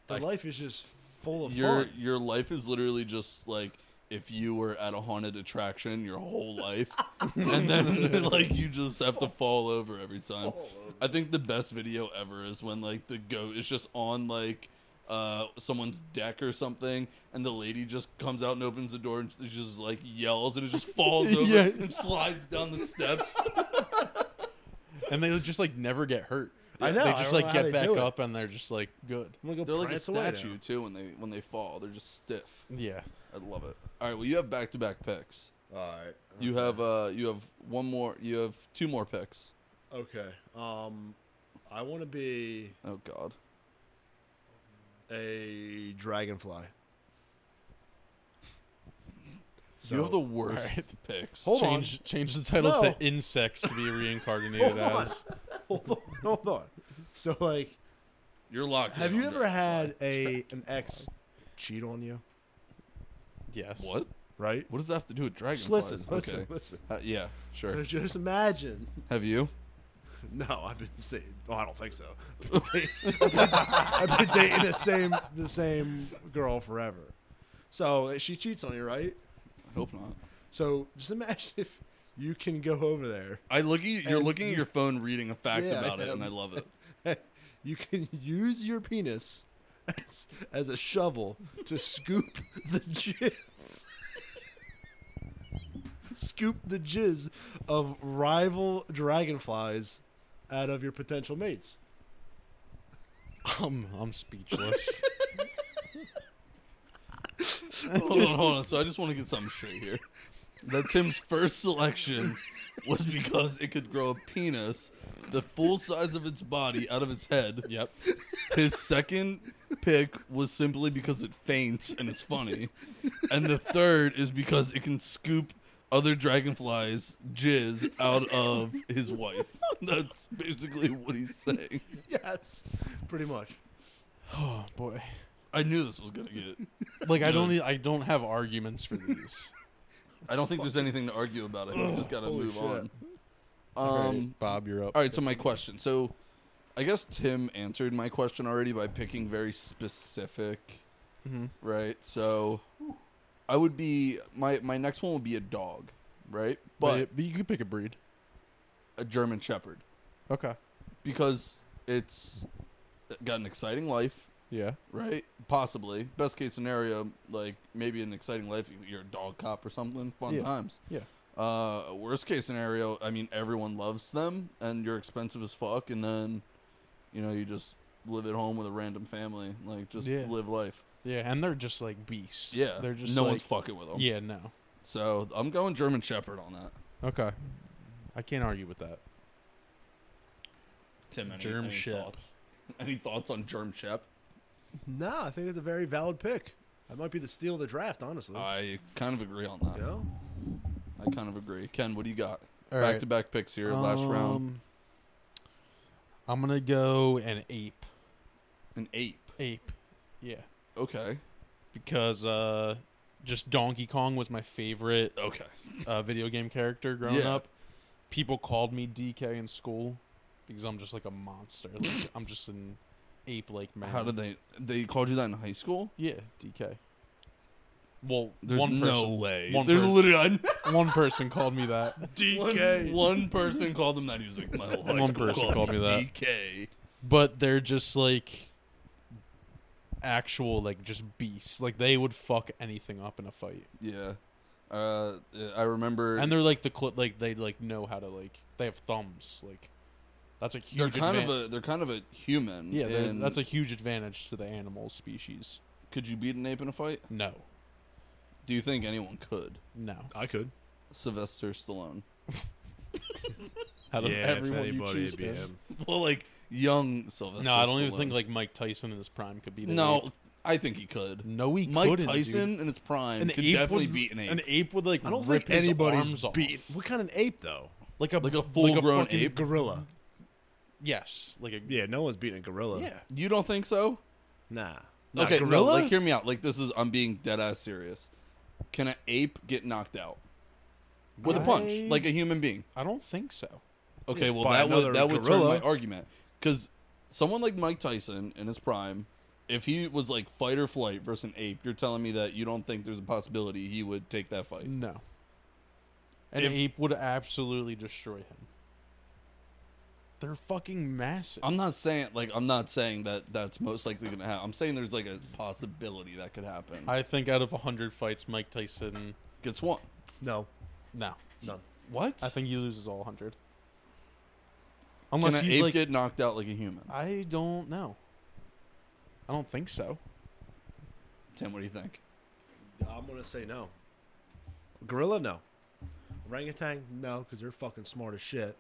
[SPEAKER 3] The
[SPEAKER 1] Like-
[SPEAKER 3] life is just full of
[SPEAKER 1] Your
[SPEAKER 3] fun.
[SPEAKER 1] your life is literally just like if you were at a haunted attraction your whole life, and then like you just have to fall over every time.
[SPEAKER 3] Fall over.
[SPEAKER 1] I think the best video ever is when like the goat is just on like uh someone's deck or something, and the lady just comes out and opens the door and she just like yells and it just falls over
[SPEAKER 2] Yeah.
[SPEAKER 1] and slides down the steps.
[SPEAKER 2] and they just like never get hurt.
[SPEAKER 3] I know,
[SPEAKER 2] They
[SPEAKER 3] I
[SPEAKER 2] just
[SPEAKER 3] don't know
[SPEAKER 2] like
[SPEAKER 3] how
[SPEAKER 2] get
[SPEAKER 3] they
[SPEAKER 2] back
[SPEAKER 3] do it.
[SPEAKER 2] up and they're just like good.
[SPEAKER 3] I'm gonna go
[SPEAKER 1] They're like a
[SPEAKER 3] prance away now.
[SPEAKER 1] statue too when they when they fall. They're just stiff.
[SPEAKER 2] Yeah.
[SPEAKER 1] I love it. All right, well you have back to back picks.
[SPEAKER 3] All right.
[SPEAKER 1] You have uh you have one more you have two more picks.
[SPEAKER 3] Okay. Um, I want to be
[SPEAKER 1] Oh god.
[SPEAKER 3] a dragonfly. So,
[SPEAKER 1] you have the worst picks.
[SPEAKER 3] Hold on.
[SPEAKER 2] change change the title
[SPEAKER 3] No.
[SPEAKER 2] to insects to be reincarnated
[SPEAKER 3] Hold on.
[SPEAKER 2] as.
[SPEAKER 3] hold on, hold on. So like,
[SPEAKER 1] You're locked.
[SPEAKER 3] have
[SPEAKER 1] in
[SPEAKER 3] you
[SPEAKER 1] on
[SPEAKER 3] ever
[SPEAKER 1] Dragonfly.
[SPEAKER 3] had a an ex cheat on you?
[SPEAKER 2] Yes.
[SPEAKER 1] what?
[SPEAKER 3] Right.
[SPEAKER 1] What does that have to do with dragonflies?
[SPEAKER 3] Just listen,
[SPEAKER 1] Okay.
[SPEAKER 3] listen, listen.
[SPEAKER 1] Uh, yeah,
[SPEAKER 3] So
[SPEAKER 1] sure.
[SPEAKER 3] just imagine.
[SPEAKER 1] Have you?
[SPEAKER 3] No, I've been saying. Oh, I don't think so. I've been dating- I've been dating the same the same girl forever. So she cheats on you, right?
[SPEAKER 1] I hope not.
[SPEAKER 3] So just imagine if you can go over there
[SPEAKER 1] I look. At you, you're
[SPEAKER 3] And
[SPEAKER 1] looking at
[SPEAKER 3] you-
[SPEAKER 1] your phone, reading a fact
[SPEAKER 3] Yeah, I
[SPEAKER 1] about it, and I
[SPEAKER 3] am.
[SPEAKER 1] love it.
[SPEAKER 3] you can use your penis as, as a shovel to scoop the jizz. scoop the jizz of rival dragonflies out of your potential mates.
[SPEAKER 2] Um, I'm speechless.
[SPEAKER 1] hold on, hold on. So I just want to get something straight here. That Tim's first selection was because it could grow a penis the full size of its body out of its head.
[SPEAKER 2] yep.
[SPEAKER 1] His second pick was simply because it faints and it's funny, and the third is because it can scoop other dragonflies jizz out of his wife. That's basically what he's saying.
[SPEAKER 3] yes, pretty much.
[SPEAKER 2] Oh boy.
[SPEAKER 1] I knew this was gonna get.
[SPEAKER 2] Like I don't e- I don't have arguments for
[SPEAKER 1] Um,
[SPEAKER 2] these.
[SPEAKER 1] I don't think there's anything to argue about. I think we just gotta
[SPEAKER 3] Holy
[SPEAKER 1] move
[SPEAKER 3] shit.
[SPEAKER 1] on. Um,
[SPEAKER 2] Bob, you're up.
[SPEAKER 1] All right, so my question. So I guess Tim answered my question already by picking very specific,
[SPEAKER 2] Mhm.
[SPEAKER 1] right? So I would be my my next one would be a dog, right? But
[SPEAKER 2] But, but you could pick a breed.
[SPEAKER 1] a German shepherd
[SPEAKER 2] Okay.
[SPEAKER 1] because it's got an exciting life,
[SPEAKER 2] Yeah.
[SPEAKER 1] right? Possibly. Best case scenario, like maybe an exciting life you're a dog cop or something, fun
[SPEAKER 2] Yeah.
[SPEAKER 1] times.
[SPEAKER 2] Yeah.
[SPEAKER 1] Uh, worst case scenario, I mean, everyone loves them, and you're expensive as fuck, and then, you know, you just live at home with a random family, like just
[SPEAKER 2] Yeah.
[SPEAKER 1] live life.
[SPEAKER 2] Yeah, and they're just like beasts.
[SPEAKER 1] Yeah,
[SPEAKER 2] They're just
[SPEAKER 1] no
[SPEAKER 2] like,
[SPEAKER 1] one's fucking with them.
[SPEAKER 2] Yeah, no.
[SPEAKER 1] So I'm going German Shepherd on that.
[SPEAKER 2] Okay. I can't argue with that.
[SPEAKER 1] Tim,
[SPEAKER 2] any- Germ any Shep.
[SPEAKER 1] thoughts? Any thoughts on Germ Shep?
[SPEAKER 3] Nah, I think it's a very valid pick. That might be the steal of the draft, honestly.
[SPEAKER 1] I kind of agree on that.
[SPEAKER 3] you know,
[SPEAKER 1] I kind of agree. Ken, what do you got? back
[SPEAKER 2] All right.
[SPEAKER 1] to back picks here, last round.
[SPEAKER 2] Um, I'm gonna go an ape.
[SPEAKER 1] An ape.
[SPEAKER 2] Ape. Yeah.
[SPEAKER 1] Okay.
[SPEAKER 2] Because uh just Donkey Kong was my favorite
[SPEAKER 1] Okay.
[SPEAKER 2] uh, video game character growing
[SPEAKER 1] Yeah.
[SPEAKER 2] up. People called me DK in school because I'm just like a monster. Like I'm just an ape like man.
[SPEAKER 1] How did they? They called you that in high school?
[SPEAKER 2] Yeah, DK. Well,
[SPEAKER 1] There's
[SPEAKER 2] one
[SPEAKER 1] no
[SPEAKER 2] person,
[SPEAKER 1] way.
[SPEAKER 2] one
[SPEAKER 1] There's
[SPEAKER 2] person.
[SPEAKER 1] literally
[SPEAKER 2] one person called me that.
[SPEAKER 1] DK. One, one person called him that. He was like, my whole high
[SPEAKER 2] One
[SPEAKER 1] school
[SPEAKER 2] person
[SPEAKER 1] called,
[SPEAKER 2] called
[SPEAKER 1] me
[SPEAKER 2] me that.
[SPEAKER 1] DK.
[SPEAKER 2] but they're just like actual like just beasts like they would fuck anything up in a fight
[SPEAKER 1] Yeah. Uh, I remember.
[SPEAKER 2] and they're like the cl- like they like know how to like they have thumbs like that's a
[SPEAKER 1] they're
[SPEAKER 2] huge
[SPEAKER 1] kind
[SPEAKER 2] advan-
[SPEAKER 1] of a they're kind of a human.
[SPEAKER 2] yeah they're-
[SPEAKER 1] and
[SPEAKER 2] that's a huge advantage to the animal species
[SPEAKER 1] Could you beat an ape in a fight?
[SPEAKER 2] no
[SPEAKER 1] Do you think anyone could?
[SPEAKER 2] no
[SPEAKER 3] I could.
[SPEAKER 1] Sylvester Stallone.
[SPEAKER 2] out of
[SPEAKER 3] yeah,
[SPEAKER 2] everyone
[SPEAKER 3] if
[SPEAKER 2] you
[SPEAKER 3] anybody,
[SPEAKER 2] choose
[SPEAKER 3] it'd be
[SPEAKER 2] man.
[SPEAKER 3] him.
[SPEAKER 1] Well, like young Sylvester.
[SPEAKER 2] no i don't even
[SPEAKER 1] Stallone.
[SPEAKER 2] think like mike tyson in his prime could beat an
[SPEAKER 1] No,
[SPEAKER 2] ape.
[SPEAKER 1] I think he could.
[SPEAKER 2] no he
[SPEAKER 1] Mike
[SPEAKER 2] couldn't, dude.
[SPEAKER 1] Tyson in his prime
[SPEAKER 2] an
[SPEAKER 1] could
[SPEAKER 2] ape
[SPEAKER 1] definitely
[SPEAKER 2] would,
[SPEAKER 1] beat an ape.
[SPEAKER 2] an ape would like
[SPEAKER 3] I don't
[SPEAKER 2] rip
[SPEAKER 3] think anybody's
[SPEAKER 2] his arms off.
[SPEAKER 3] beat. What kind of ape though?
[SPEAKER 2] like a
[SPEAKER 1] Like a full-grown
[SPEAKER 2] fucking-
[SPEAKER 1] ape?
[SPEAKER 3] Gorilla.
[SPEAKER 2] yes like a
[SPEAKER 3] Yeah, no one's beating a gorilla.
[SPEAKER 2] yeah
[SPEAKER 1] You don't think so?
[SPEAKER 3] nah. Nah,
[SPEAKER 1] Okay, no.
[SPEAKER 3] gorilla?
[SPEAKER 1] Like, hear me out. Like, this is I'm being dead ass serious. Can an ape get knocked out with a punch,
[SPEAKER 2] I-
[SPEAKER 1] like a human being?
[SPEAKER 2] I don't think so.
[SPEAKER 1] Okay, well
[SPEAKER 3] By
[SPEAKER 1] that
[SPEAKER 3] another
[SPEAKER 1] would that would
[SPEAKER 3] gorilla.
[SPEAKER 1] turn my argument because someone like Mike Tyson in his prime, if he was like fight or flight versus an ape, you're telling me that you don't think there's a possibility he would take that fight?
[SPEAKER 2] No. An
[SPEAKER 1] If-
[SPEAKER 2] ape would absolutely destroy him. They're fucking massive.
[SPEAKER 1] I'm not saying like I'm not saying that that's most likely going to happen. I'm saying there's like a possibility that could happen.
[SPEAKER 2] I think out of 100 fights, Mike Tyson.
[SPEAKER 1] Gets one.
[SPEAKER 3] No,
[SPEAKER 2] No.
[SPEAKER 3] none.
[SPEAKER 1] What?
[SPEAKER 2] I think he loses all
[SPEAKER 1] Can
[SPEAKER 2] 100. Unless
[SPEAKER 1] an
[SPEAKER 2] he's
[SPEAKER 1] ape
[SPEAKER 2] like.
[SPEAKER 1] get knocked out like a human?
[SPEAKER 2] I don't know. I don't think so.
[SPEAKER 1] Tim, what do you think?
[SPEAKER 3] I'm gonna say no. Gorilla, no. Orangutan, no, because they're fucking smart as shit.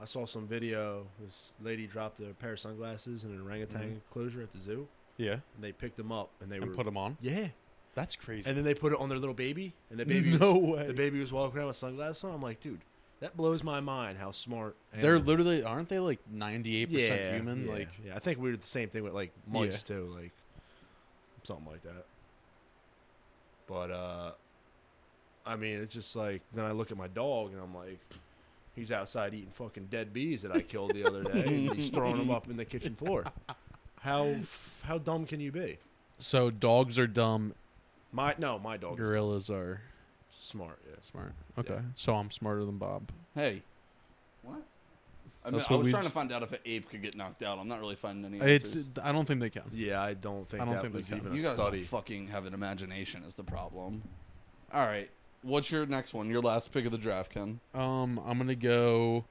[SPEAKER 3] I saw some video. This lady dropped a pair of sunglasses in an orangutan
[SPEAKER 2] Mm-hmm.
[SPEAKER 3] enclosure at the zoo,
[SPEAKER 2] Yeah.
[SPEAKER 3] and they picked them up and they
[SPEAKER 2] And
[SPEAKER 3] were
[SPEAKER 2] put him on.
[SPEAKER 3] yeah,
[SPEAKER 2] That's crazy.
[SPEAKER 3] and then they put it on their little baby, and the baby
[SPEAKER 2] no
[SPEAKER 3] the
[SPEAKER 2] way.
[SPEAKER 3] baby was walking around with sunglasses on. I'm like, dude, that blows my mind how smart.
[SPEAKER 2] They're
[SPEAKER 3] animals-
[SPEAKER 2] literally. Aren't they like 98% human?
[SPEAKER 3] yeah,
[SPEAKER 2] Like.
[SPEAKER 3] yeah. I think we did the same thing with like mice
[SPEAKER 2] Yeah.
[SPEAKER 3] too, like something like that. But uh I mean, it's just like then I look at my dog and I'm like, he's outside eating fucking dead bees that I killed the other day, and he's throwing them up in the kitchen floor. How f- how dumb can you be?
[SPEAKER 2] So dogs are dumb.
[SPEAKER 3] My no, my dog is
[SPEAKER 2] Gorillas are
[SPEAKER 3] smart. Yes,
[SPEAKER 2] smart. Okay. So I'm smarter than Bob.
[SPEAKER 1] Hey, what? I mean,
[SPEAKER 2] That's
[SPEAKER 1] I
[SPEAKER 2] what
[SPEAKER 1] was
[SPEAKER 2] we
[SPEAKER 1] trying
[SPEAKER 2] just-
[SPEAKER 1] to find out if an ape could get knocked out. I'm not really finding any
[SPEAKER 2] It's.
[SPEAKER 1] answers.
[SPEAKER 2] I don't think they can.
[SPEAKER 3] yeah. I don't think
[SPEAKER 2] I don't
[SPEAKER 3] that
[SPEAKER 2] think we
[SPEAKER 3] was
[SPEAKER 2] can.
[SPEAKER 3] even
[SPEAKER 1] you
[SPEAKER 3] a
[SPEAKER 1] guys
[SPEAKER 3] study.
[SPEAKER 1] don't fucking have an imagination is the problem. All right, what's your next one? Your last pick of the draft, Ken.
[SPEAKER 2] Um, I'm gonna go.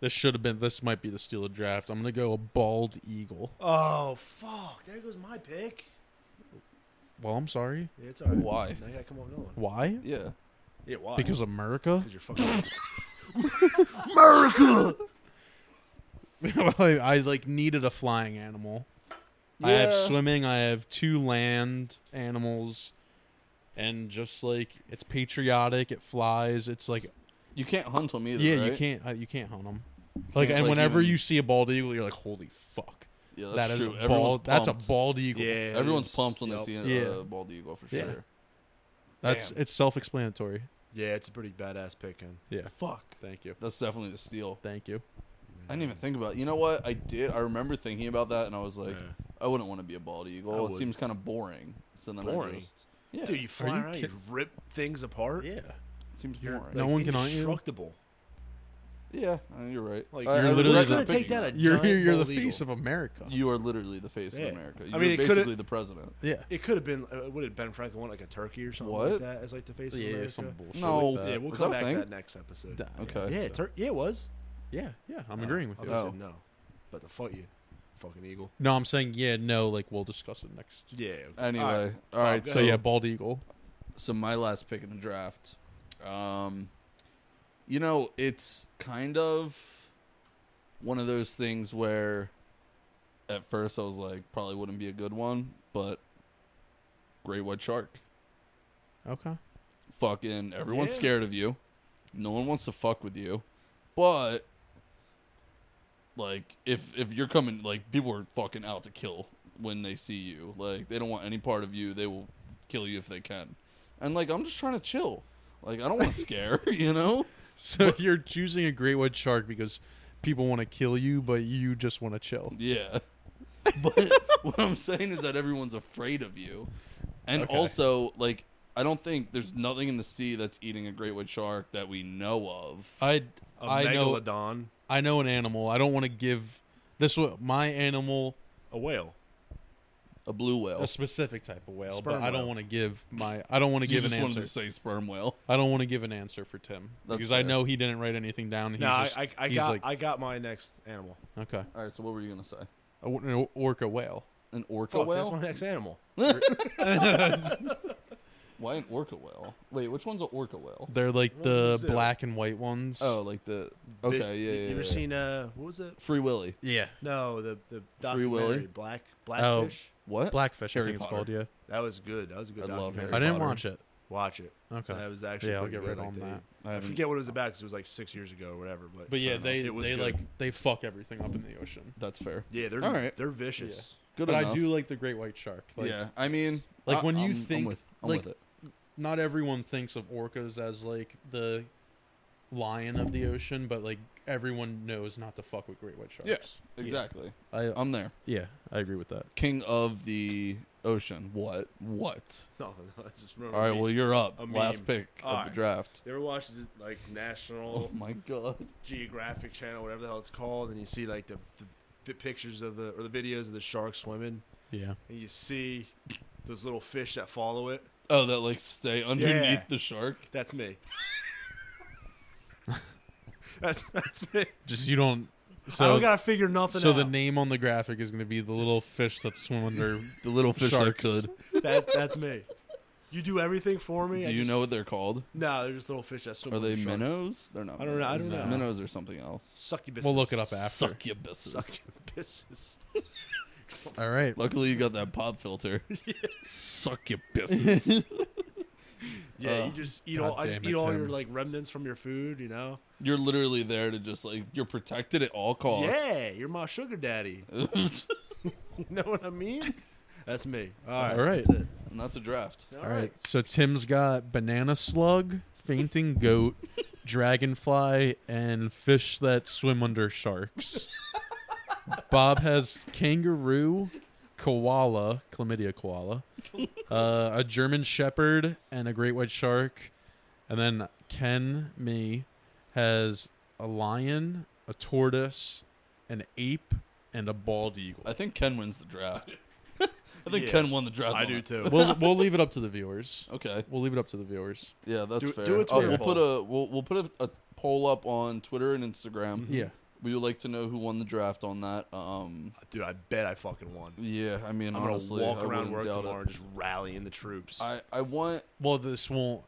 [SPEAKER 2] This should have been. This might be the steal of draft. I'm gonna go a bald eagle.
[SPEAKER 3] oh fuck! There goes my pick.
[SPEAKER 2] Well, I'm sorry.
[SPEAKER 3] Yeah, it's alright.
[SPEAKER 1] Why?
[SPEAKER 3] Now you gotta come up with another one.
[SPEAKER 2] Why?
[SPEAKER 1] Yeah.
[SPEAKER 3] Yeah, why?
[SPEAKER 2] Because America.
[SPEAKER 3] because you're fucking.
[SPEAKER 2] America. I, I like needed a flying animal. I have
[SPEAKER 1] Yeah.
[SPEAKER 2] swimming. I have two land animals, and just like it's patriotic, it flies. It's like
[SPEAKER 1] You can't hunt them either.
[SPEAKER 2] yeah, you
[SPEAKER 1] right?
[SPEAKER 2] can't uh, you can't hunt them. Like
[SPEAKER 1] can't,
[SPEAKER 2] and
[SPEAKER 1] like,
[SPEAKER 2] whenever
[SPEAKER 1] even-
[SPEAKER 2] you see a bald eagle, you're like, holy fuck,
[SPEAKER 1] Yeah,
[SPEAKER 2] that is
[SPEAKER 1] true.
[SPEAKER 2] a
[SPEAKER 1] Everyone's
[SPEAKER 2] bald. That's a
[SPEAKER 1] pumped.
[SPEAKER 2] bald eagle.
[SPEAKER 3] Yeah,
[SPEAKER 1] Everyone's
[SPEAKER 3] it is.
[SPEAKER 1] pumped when
[SPEAKER 3] Yup.
[SPEAKER 1] they see a
[SPEAKER 2] Yeah.
[SPEAKER 1] uh, bald eagle for
[SPEAKER 2] Yeah.
[SPEAKER 1] sure.
[SPEAKER 2] That's
[SPEAKER 1] Damn.
[SPEAKER 2] it's self-explanatory.
[SPEAKER 3] Yeah, it's a pretty badass picking.
[SPEAKER 2] Yeah.
[SPEAKER 1] Fuck.
[SPEAKER 2] Thank you.
[SPEAKER 1] That's definitely the steal.
[SPEAKER 2] Thank you.
[SPEAKER 1] I didn't even think about. You know what? I did. I remember thinking about that, and I was like,
[SPEAKER 3] Yeah.
[SPEAKER 1] I wouldn't want to be a bald
[SPEAKER 3] I
[SPEAKER 1] eagle. It
[SPEAKER 3] would.
[SPEAKER 1] seems kind of boring. So then I
[SPEAKER 3] Boring?
[SPEAKER 1] just yeah,
[SPEAKER 3] Dude, you fly
[SPEAKER 2] you
[SPEAKER 3] around, you
[SPEAKER 2] kid-
[SPEAKER 3] rip things apart.
[SPEAKER 2] Yeah.
[SPEAKER 1] it seems
[SPEAKER 3] You're
[SPEAKER 1] boring.
[SPEAKER 3] like,
[SPEAKER 2] No one can hunt you.
[SPEAKER 3] indestructible.
[SPEAKER 1] yeah, I mean, you're right.
[SPEAKER 3] Like,
[SPEAKER 1] I- I
[SPEAKER 2] you're
[SPEAKER 1] regret
[SPEAKER 2] literally
[SPEAKER 1] not
[SPEAKER 2] gonna
[SPEAKER 1] picking
[SPEAKER 3] take that
[SPEAKER 1] that.
[SPEAKER 3] a-
[SPEAKER 2] You're
[SPEAKER 3] Giant
[SPEAKER 2] you're the
[SPEAKER 3] bald eagle.
[SPEAKER 2] face of America.
[SPEAKER 1] You are literally the face
[SPEAKER 3] Yeah.
[SPEAKER 1] of America.
[SPEAKER 3] I
[SPEAKER 1] You're
[SPEAKER 3] mean, it coulda-
[SPEAKER 1] basically the president.
[SPEAKER 2] yeah.
[SPEAKER 3] It could have been. Uh, would have been Franklin won like a turkey or something
[SPEAKER 1] What?
[SPEAKER 3] like that as like the face
[SPEAKER 2] Yeah,
[SPEAKER 3] of America.
[SPEAKER 2] some bullshit.
[SPEAKER 1] No.
[SPEAKER 2] like that.
[SPEAKER 3] yeah, we'll
[SPEAKER 1] Was
[SPEAKER 3] come
[SPEAKER 1] that a
[SPEAKER 3] back to
[SPEAKER 1] thing?
[SPEAKER 3] that next episode.
[SPEAKER 2] Duh,
[SPEAKER 1] Okay.
[SPEAKER 3] Yeah, tur- yeah, it was.
[SPEAKER 2] Yeah, yeah, I'm agreering with
[SPEAKER 3] I
[SPEAKER 2] you.
[SPEAKER 3] thought you.
[SPEAKER 1] Oh.
[SPEAKER 3] said no, but the fuck you, fucking eagle.
[SPEAKER 2] No, I'm saying yeah, no, like we'll discuss it next.
[SPEAKER 3] Yeah. okay.
[SPEAKER 1] Anyway,
[SPEAKER 3] All right.
[SPEAKER 1] all right.
[SPEAKER 3] Go
[SPEAKER 2] So
[SPEAKER 1] So
[SPEAKER 3] ahead.
[SPEAKER 2] yeah, bald eagle.
[SPEAKER 1] so my last pick in the draft. Um, you know, it's kind of one of those things where at first I was like, probably wouldn't be a good one, but great white shark.
[SPEAKER 2] Okay.
[SPEAKER 1] Fucking everyone's
[SPEAKER 3] Yeah.
[SPEAKER 1] scared of you. No one wants to fuck with you. But like if if you're coming like people are fucking out to kill when they see you. Like they don't want any part of you. They will kill you if they can. And like I'm just trying to chill. Like I don't want to scare, you know?
[SPEAKER 2] So you're choosing a great white shark because people want to kill you, but you just want to chill.
[SPEAKER 1] Yeah. But what I'm saying is that everyone's afraid of you. And
[SPEAKER 2] Okay.
[SPEAKER 1] also like I don't think there's nothing in the sea that's eating a great white shark that we know of.
[SPEAKER 2] I
[SPEAKER 3] A
[SPEAKER 2] I know
[SPEAKER 3] megalodon,
[SPEAKER 2] I know an animal. I don't want to give this wa- my animal
[SPEAKER 3] a whale.
[SPEAKER 1] a blue whale.
[SPEAKER 2] a specific type of whale, but
[SPEAKER 3] Oh. Sperm
[SPEAKER 2] I don't
[SPEAKER 3] whale.
[SPEAKER 2] want to give my I don't want to
[SPEAKER 1] You
[SPEAKER 2] give an
[SPEAKER 1] just wanted
[SPEAKER 2] answer.
[SPEAKER 1] to say sperm whale.
[SPEAKER 2] I don't want to give an answer for Tim
[SPEAKER 1] That's
[SPEAKER 2] because I
[SPEAKER 1] fair.
[SPEAKER 2] know he didn't write anything down. He's
[SPEAKER 3] No, I,
[SPEAKER 2] just-
[SPEAKER 3] I, I
[SPEAKER 2] he's
[SPEAKER 3] got
[SPEAKER 2] like,
[SPEAKER 3] I got my next animal.
[SPEAKER 2] okay,
[SPEAKER 1] All right, so what were you gonna say?
[SPEAKER 2] A w- an orca whale.
[SPEAKER 1] An orca
[SPEAKER 3] Fuck, that's
[SPEAKER 1] whale?
[SPEAKER 3] my next animal.
[SPEAKER 1] Why an orca whale? Wait, which one's an orca whale?
[SPEAKER 2] They're like
[SPEAKER 3] What
[SPEAKER 2] the
[SPEAKER 3] was it?
[SPEAKER 2] black and white ones.
[SPEAKER 1] Oh, like the okay,
[SPEAKER 3] Did-
[SPEAKER 1] yeah, yeah.
[SPEAKER 3] You ever
[SPEAKER 1] yeah.
[SPEAKER 3] seen uh what was it?
[SPEAKER 1] Free Willy?
[SPEAKER 2] yeah,
[SPEAKER 3] No, the the
[SPEAKER 1] Free Willy?
[SPEAKER 3] documentary Black
[SPEAKER 2] Oh.
[SPEAKER 3] Blackfish.
[SPEAKER 1] What?
[SPEAKER 2] blackfish.
[SPEAKER 1] Harry
[SPEAKER 2] I think
[SPEAKER 1] Potter.
[SPEAKER 2] it's called. Yeah,
[SPEAKER 3] That was good. That was a good
[SPEAKER 1] I love
[SPEAKER 3] documentary.
[SPEAKER 1] Harry
[SPEAKER 2] I didn't
[SPEAKER 1] Potter.
[SPEAKER 2] watch it.
[SPEAKER 3] Watch it.
[SPEAKER 2] Okay.
[SPEAKER 3] That was actually
[SPEAKER 2] Yeah, I'll
[SPEAKER 3] pretty
[SPEAKER 2] get
[SPEAKER 3] good.
[SPEAKER 2] right
[SPEAKER 3] Like,
[SPEAKER 2] on
[SPEAKER 3] they-
[SPEAKER 2] that.
[SPEAKER 1] I
[SPEAKER 3] I
[SPEAKER 1] haven't-
[SPEAKER 3] forget what it was about because it was like six years ago or whatever. But,
[SPEAKER 2] But yeah,
[SPEAKER 1] enough.
[SPEAKER 2] they
[SPEAKER 3] It was
[SPEAKER 2] they
[SPEAKER 3] good.
[SPEAKER 2] like they fuck everything up in the ocean.
[SPEAKER 1] That's fair.
[SPEAKER 3] yeah, they're
[SPEAKER 1] All right.
[SPEAKER 3] they're vicious.
[SPEAKER 1] Good
[SPEAKER 2] but
[SPEAKER 1] enough.
[SPEAKER 2] I do like the great white shark. Like,
[SPEAKER 1] yeah, I mean,
[SPEAKER 2] Like,
[SPEAKER 1] I-
[SPEAKER 2] when you
[SPEAKER 1] I'm- I'm
[SPEAKER 2] think-
[SPEAKER 1] with, I'm
[SPEAKER 2] like-
[SPEAKER 1] with it.
[SPEAKER 2] not everyone thinks of orcas as like the lion of the ocean, but like everyone knows not to fuck with great white sharks.
[SPEAKER 1] Yes, exactly.
[SPEAKER 2] I
[SPEAKER 3] Um,
[SPEAKER 1] I'm there.
[SPEAKER 2] yeah, I agree with that.
[SPEAKER 1] King of the ocean. What? What?
[SPEAKER 3] No, no, it's just remember
[SPEAKER 1] All right,
[SPEAKER 3] me.
[SPEAKER 1] well you're up.
[SPEAKER 3] A
[SPEAKER 1] Last
[SPEAKER 3] meme.
[SPEAKER 1] pick
[SPEAKER 3] All
[SPEAKER 1] of the
[SPEAKER 3] right.
[SPEAKER 1] draft.
[SPEAKER 3] you ever watch the, like
[SPEAKER 1] Oh
[SPEAKER 3] National
[SPEAKER 1] my god.
[SPEAKER 3] Geographic Channel, whatever the hell it's called, and you see like the, the vi- pictures of the or the videos of the shark swimming,
[SPEAKER 2] Yeah,
[SPEAKER 3] and you see those little fish that follow it.
[SPEAKER 1] Oh, that like stay underneath
[SPEAKER 3] Yeah.
[SPEAKER 1] the shark.
[SPEAKER 3] That's me. that's that's me.
[SPEAKER 2] just you don't.
[SPEAKER 3] I
[SPEAKER 2] So
[SPEAKER 3] don't gotta figure nothing
[SPEAKER 2] so
[SPEAKER 3] out.
[SPEAKER 2] the name on the graphic is going to be the little fish that swim under.
[SPEAKER 1] The little fish
[SPEAKER 2] Sharks.
[SPEAKER 1] that could.
[SPEAKER 3] that that's me. You do everything for me.
[SPEAKER 1] Do
[SPEAKER 3] I
[SPEAKER 1] you
[SPEAKER 3] just-
[SPEAKER 1] know what they're called?
[SPEAKER 3] No, they're just little fish that swim.
[SPEAKER 1] Are
[SPEAKER 3] with
[SPEAKER 1] they
[SPEAKER 3] the sharks.
[SPEAKER 1] minnows? They're not.
[SPEAKER 3] I don't know- I
[SPEAKER 1] minnows.
[SPEAKER 2] don't know.
[SPEAKER 1] Minnows are something else.
[SPEAKER 3] Succubuses.
[SPEAKER 2] we'll look it up after.
[SPEAKER 1] Succubuses.
[SPEAKER 3] Succubuses.
[SPEAKER 2] All right.
[SPEAKER 1] Luckily, you got that pop filter. Succubuses.
[SPEAKER 3] Yeah,
[SPEAKER 1] Oh,
[SPEAKER 3] you just eat
[SPEAKER 2] God
[SPEAKER 3] all. I just
[SPEAKER 2] damn
[SPEAKER 3] eat
[SPEAKER 2] it,
[SPEAKER 3] all your
[SPEAKER 2] Tim.
[SPEAKER 3] like remnants from your food. You know.
[SPEAKER 1] you're literally there to just like you're protected at all costs.
[SPEAKER 3] Yeah, you're my sugar daddy.
[SPEAKER 1] and
[SPEAKER 3] You know what I mean? That's me. All
[SPEAKER 2] All
[SPEAKER 3] right.
[SPEAKER 2] right.
[SPEAKER 3] That's it.
[SPEAKER 1] that's a draft.
[SPEAKER 3] All
[SPEAKER 2] All right. So Tim's got banana slug, fainting goat, dragonfly, and fish that swim under sharks. Bob has kangaroo, koala, chlamydia koala, uh, a German shepherd, and a great white shark. And then Ken, me, has a lion, a tortoise, an ape, and a bald eagle.
[SPEAKER 1] I think Ken wins the draft. I think
[SPEAKER 3] Yeah.
[SPEAKER 1] Ken won the draft.
[SPEAKER 3] I
[SPEAKER 1] on
[SPEAKER 3] do
[SPEAKER 1] it.
[SPEAKER 3] too.
[SPEAKER 2] We'll, we'll leave it up to the viewers.
[SPEAKER 1] Okay.
[SPEAKER 2] We'll leave it up to the viewers.
[SPEAKER 1] Yeah, that's
[SPEAKER 3] Do-
[SPEAKER 1] fair.
[SPEAKER 3] do a
[SPEAKER 1] Uh,
[SPEAKER 3] Twitter
[SPEAKER 1] we'll
[SPEAKER 3] poll.
[SPEAKER 1] put a we'll, we'll put a, a poll up on Twitter and Instagram.
[SPEAKER 3] Mm-hmm.
[SPEAKER 2] Yeah.
[SPEAKER 1] We would like to know who won the draft on that. Um.
[SPEAKER 3] Dude, I bet I fucking won.
[SPEAKER 1] Yeah. I mean,
[SPEAKER 3] I'm
[SPEAKER 1] honestly,
[SPEAKER 3] gonna walk
[SPEAKER 1] I wouldn't
[SPEAKER 3] around work
[SPEAKER 1] doubt it.
[SPEAKER 3] tomorrow and just rallying the troops.
[SPEAKER 1] I I want
[SPEAKER 2] Well, this won't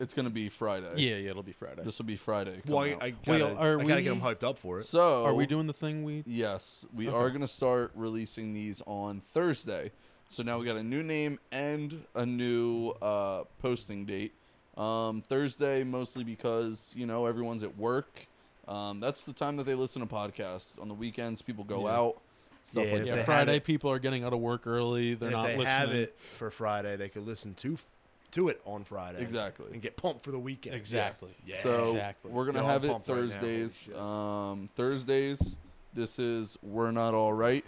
[SPEAKER 1] it's gonna be Friday.
[SPEAKER 2] Yeah, yeah, it'll be Friday.
[SPEAKER 1] this will be Friday.
[SPEAKER 3] Well,
[SPEAKER 1] coming
[SPEAKER 3] I,
[SPEAKER 1] out.
[SPEAKER 3] I
[SPEAKER 2] Wait,
[SPEAKER 3] gotta,
[SPEAKER 2] are
[SPEAKER 3] I gotta
[SPEAKER 2] we-
[SPEAKER 3] get them hyped up for it.
[SPEAKER 1] so
[SPEAKER 2] Are we doing the thing we?
[SPEAKER 1] Yes, we
[SPEAKER 2] Okay.
[SPEAKER 1] are going to start releasing these on Thursday. So now we got a new name and a new uh, posting date. Um, Thursday, mostly because you know everyone's at work. Um, that's the time that they listen to podcasts. On the weekends, people go
[SPEAKER 2] Yeah.
[SPEAKER 1] out, stuff like
[SPEAKER 3] Yeah, if
[SPEAKER 2] Yeah,
[SPEAKER 3] they
[SPEAKER 1] that.
[SPEAKER 3] have
[SPEAKER 2] Friday.
[SPEAKER 3] it-
[SPEAKER 2] People are getting out of work early. They're
[SPEAKER 3] And
[SPEAKER 2] not
[SPEAKER 3] if they
[SPEAKER 2] listening.
[SPEAKER 3] have it for Friday, they could listen to f- to it on Friday.
[SPEAKER 1] Exactly.
[SPEAKER 3] And get pumped for the weekend.
[SPEAKER 2] Exactly.
[SPEAKER 3] Yeah.
[SPEAKER 1] so
[SPEAKER 2] exactly.
[SPEAKER 1] we're gonna
[SPEAKER 3] Yo, I'm
[SPEAKER 1] have it
[SPEAKER 3] pumped right now. Holy
[SPEAKER 1] Thursdays.
[SPEAKER 3] shit.
[SPEAKER 1] um, Thursdays. This is we're not all right,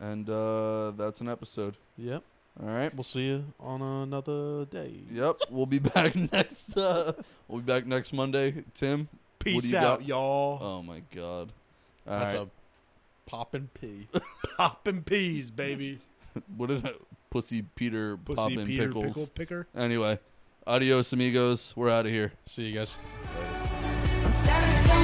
[SPEAKER 1] and uh, that's an episode.
[SPEAKER 2] Yep.
[SPEAKER 1] All right.
[SPEAKER 2] We'll see you on another day.
[SPEAKER 1] Yep, we'll be back next. Uh, we'll be back next Monday. Tim. What do
[SPEAKER 3] Peace
[SPEAKER 1] you
[SPEAKER 3] out,
[SPEAKER 1] got?
[SPEAKER 3] y'all.
[SPEAKER 1] Oh my God. All
[SPEAKER 2] That's
[SPEAKER 1] right.
[SPEAKER 2] a poppin' pee.
[SPEAKER 3] Poppin' peas, baby.
[SPEAKER 1] What did I, Pussy Peter
[SPEAKER 3] Pussy
[SPEAKER 1] poppin'
[SPEAKER 3] Peter
[SPEAKER 1] pickles?
[SPEAKER 3] Pickle Picker.
[SPEAKER 1] Anyway, adios amigos. We're out of here.
[SPEAKER 2] see you guys.
[SPEAKER 4] Saratoga.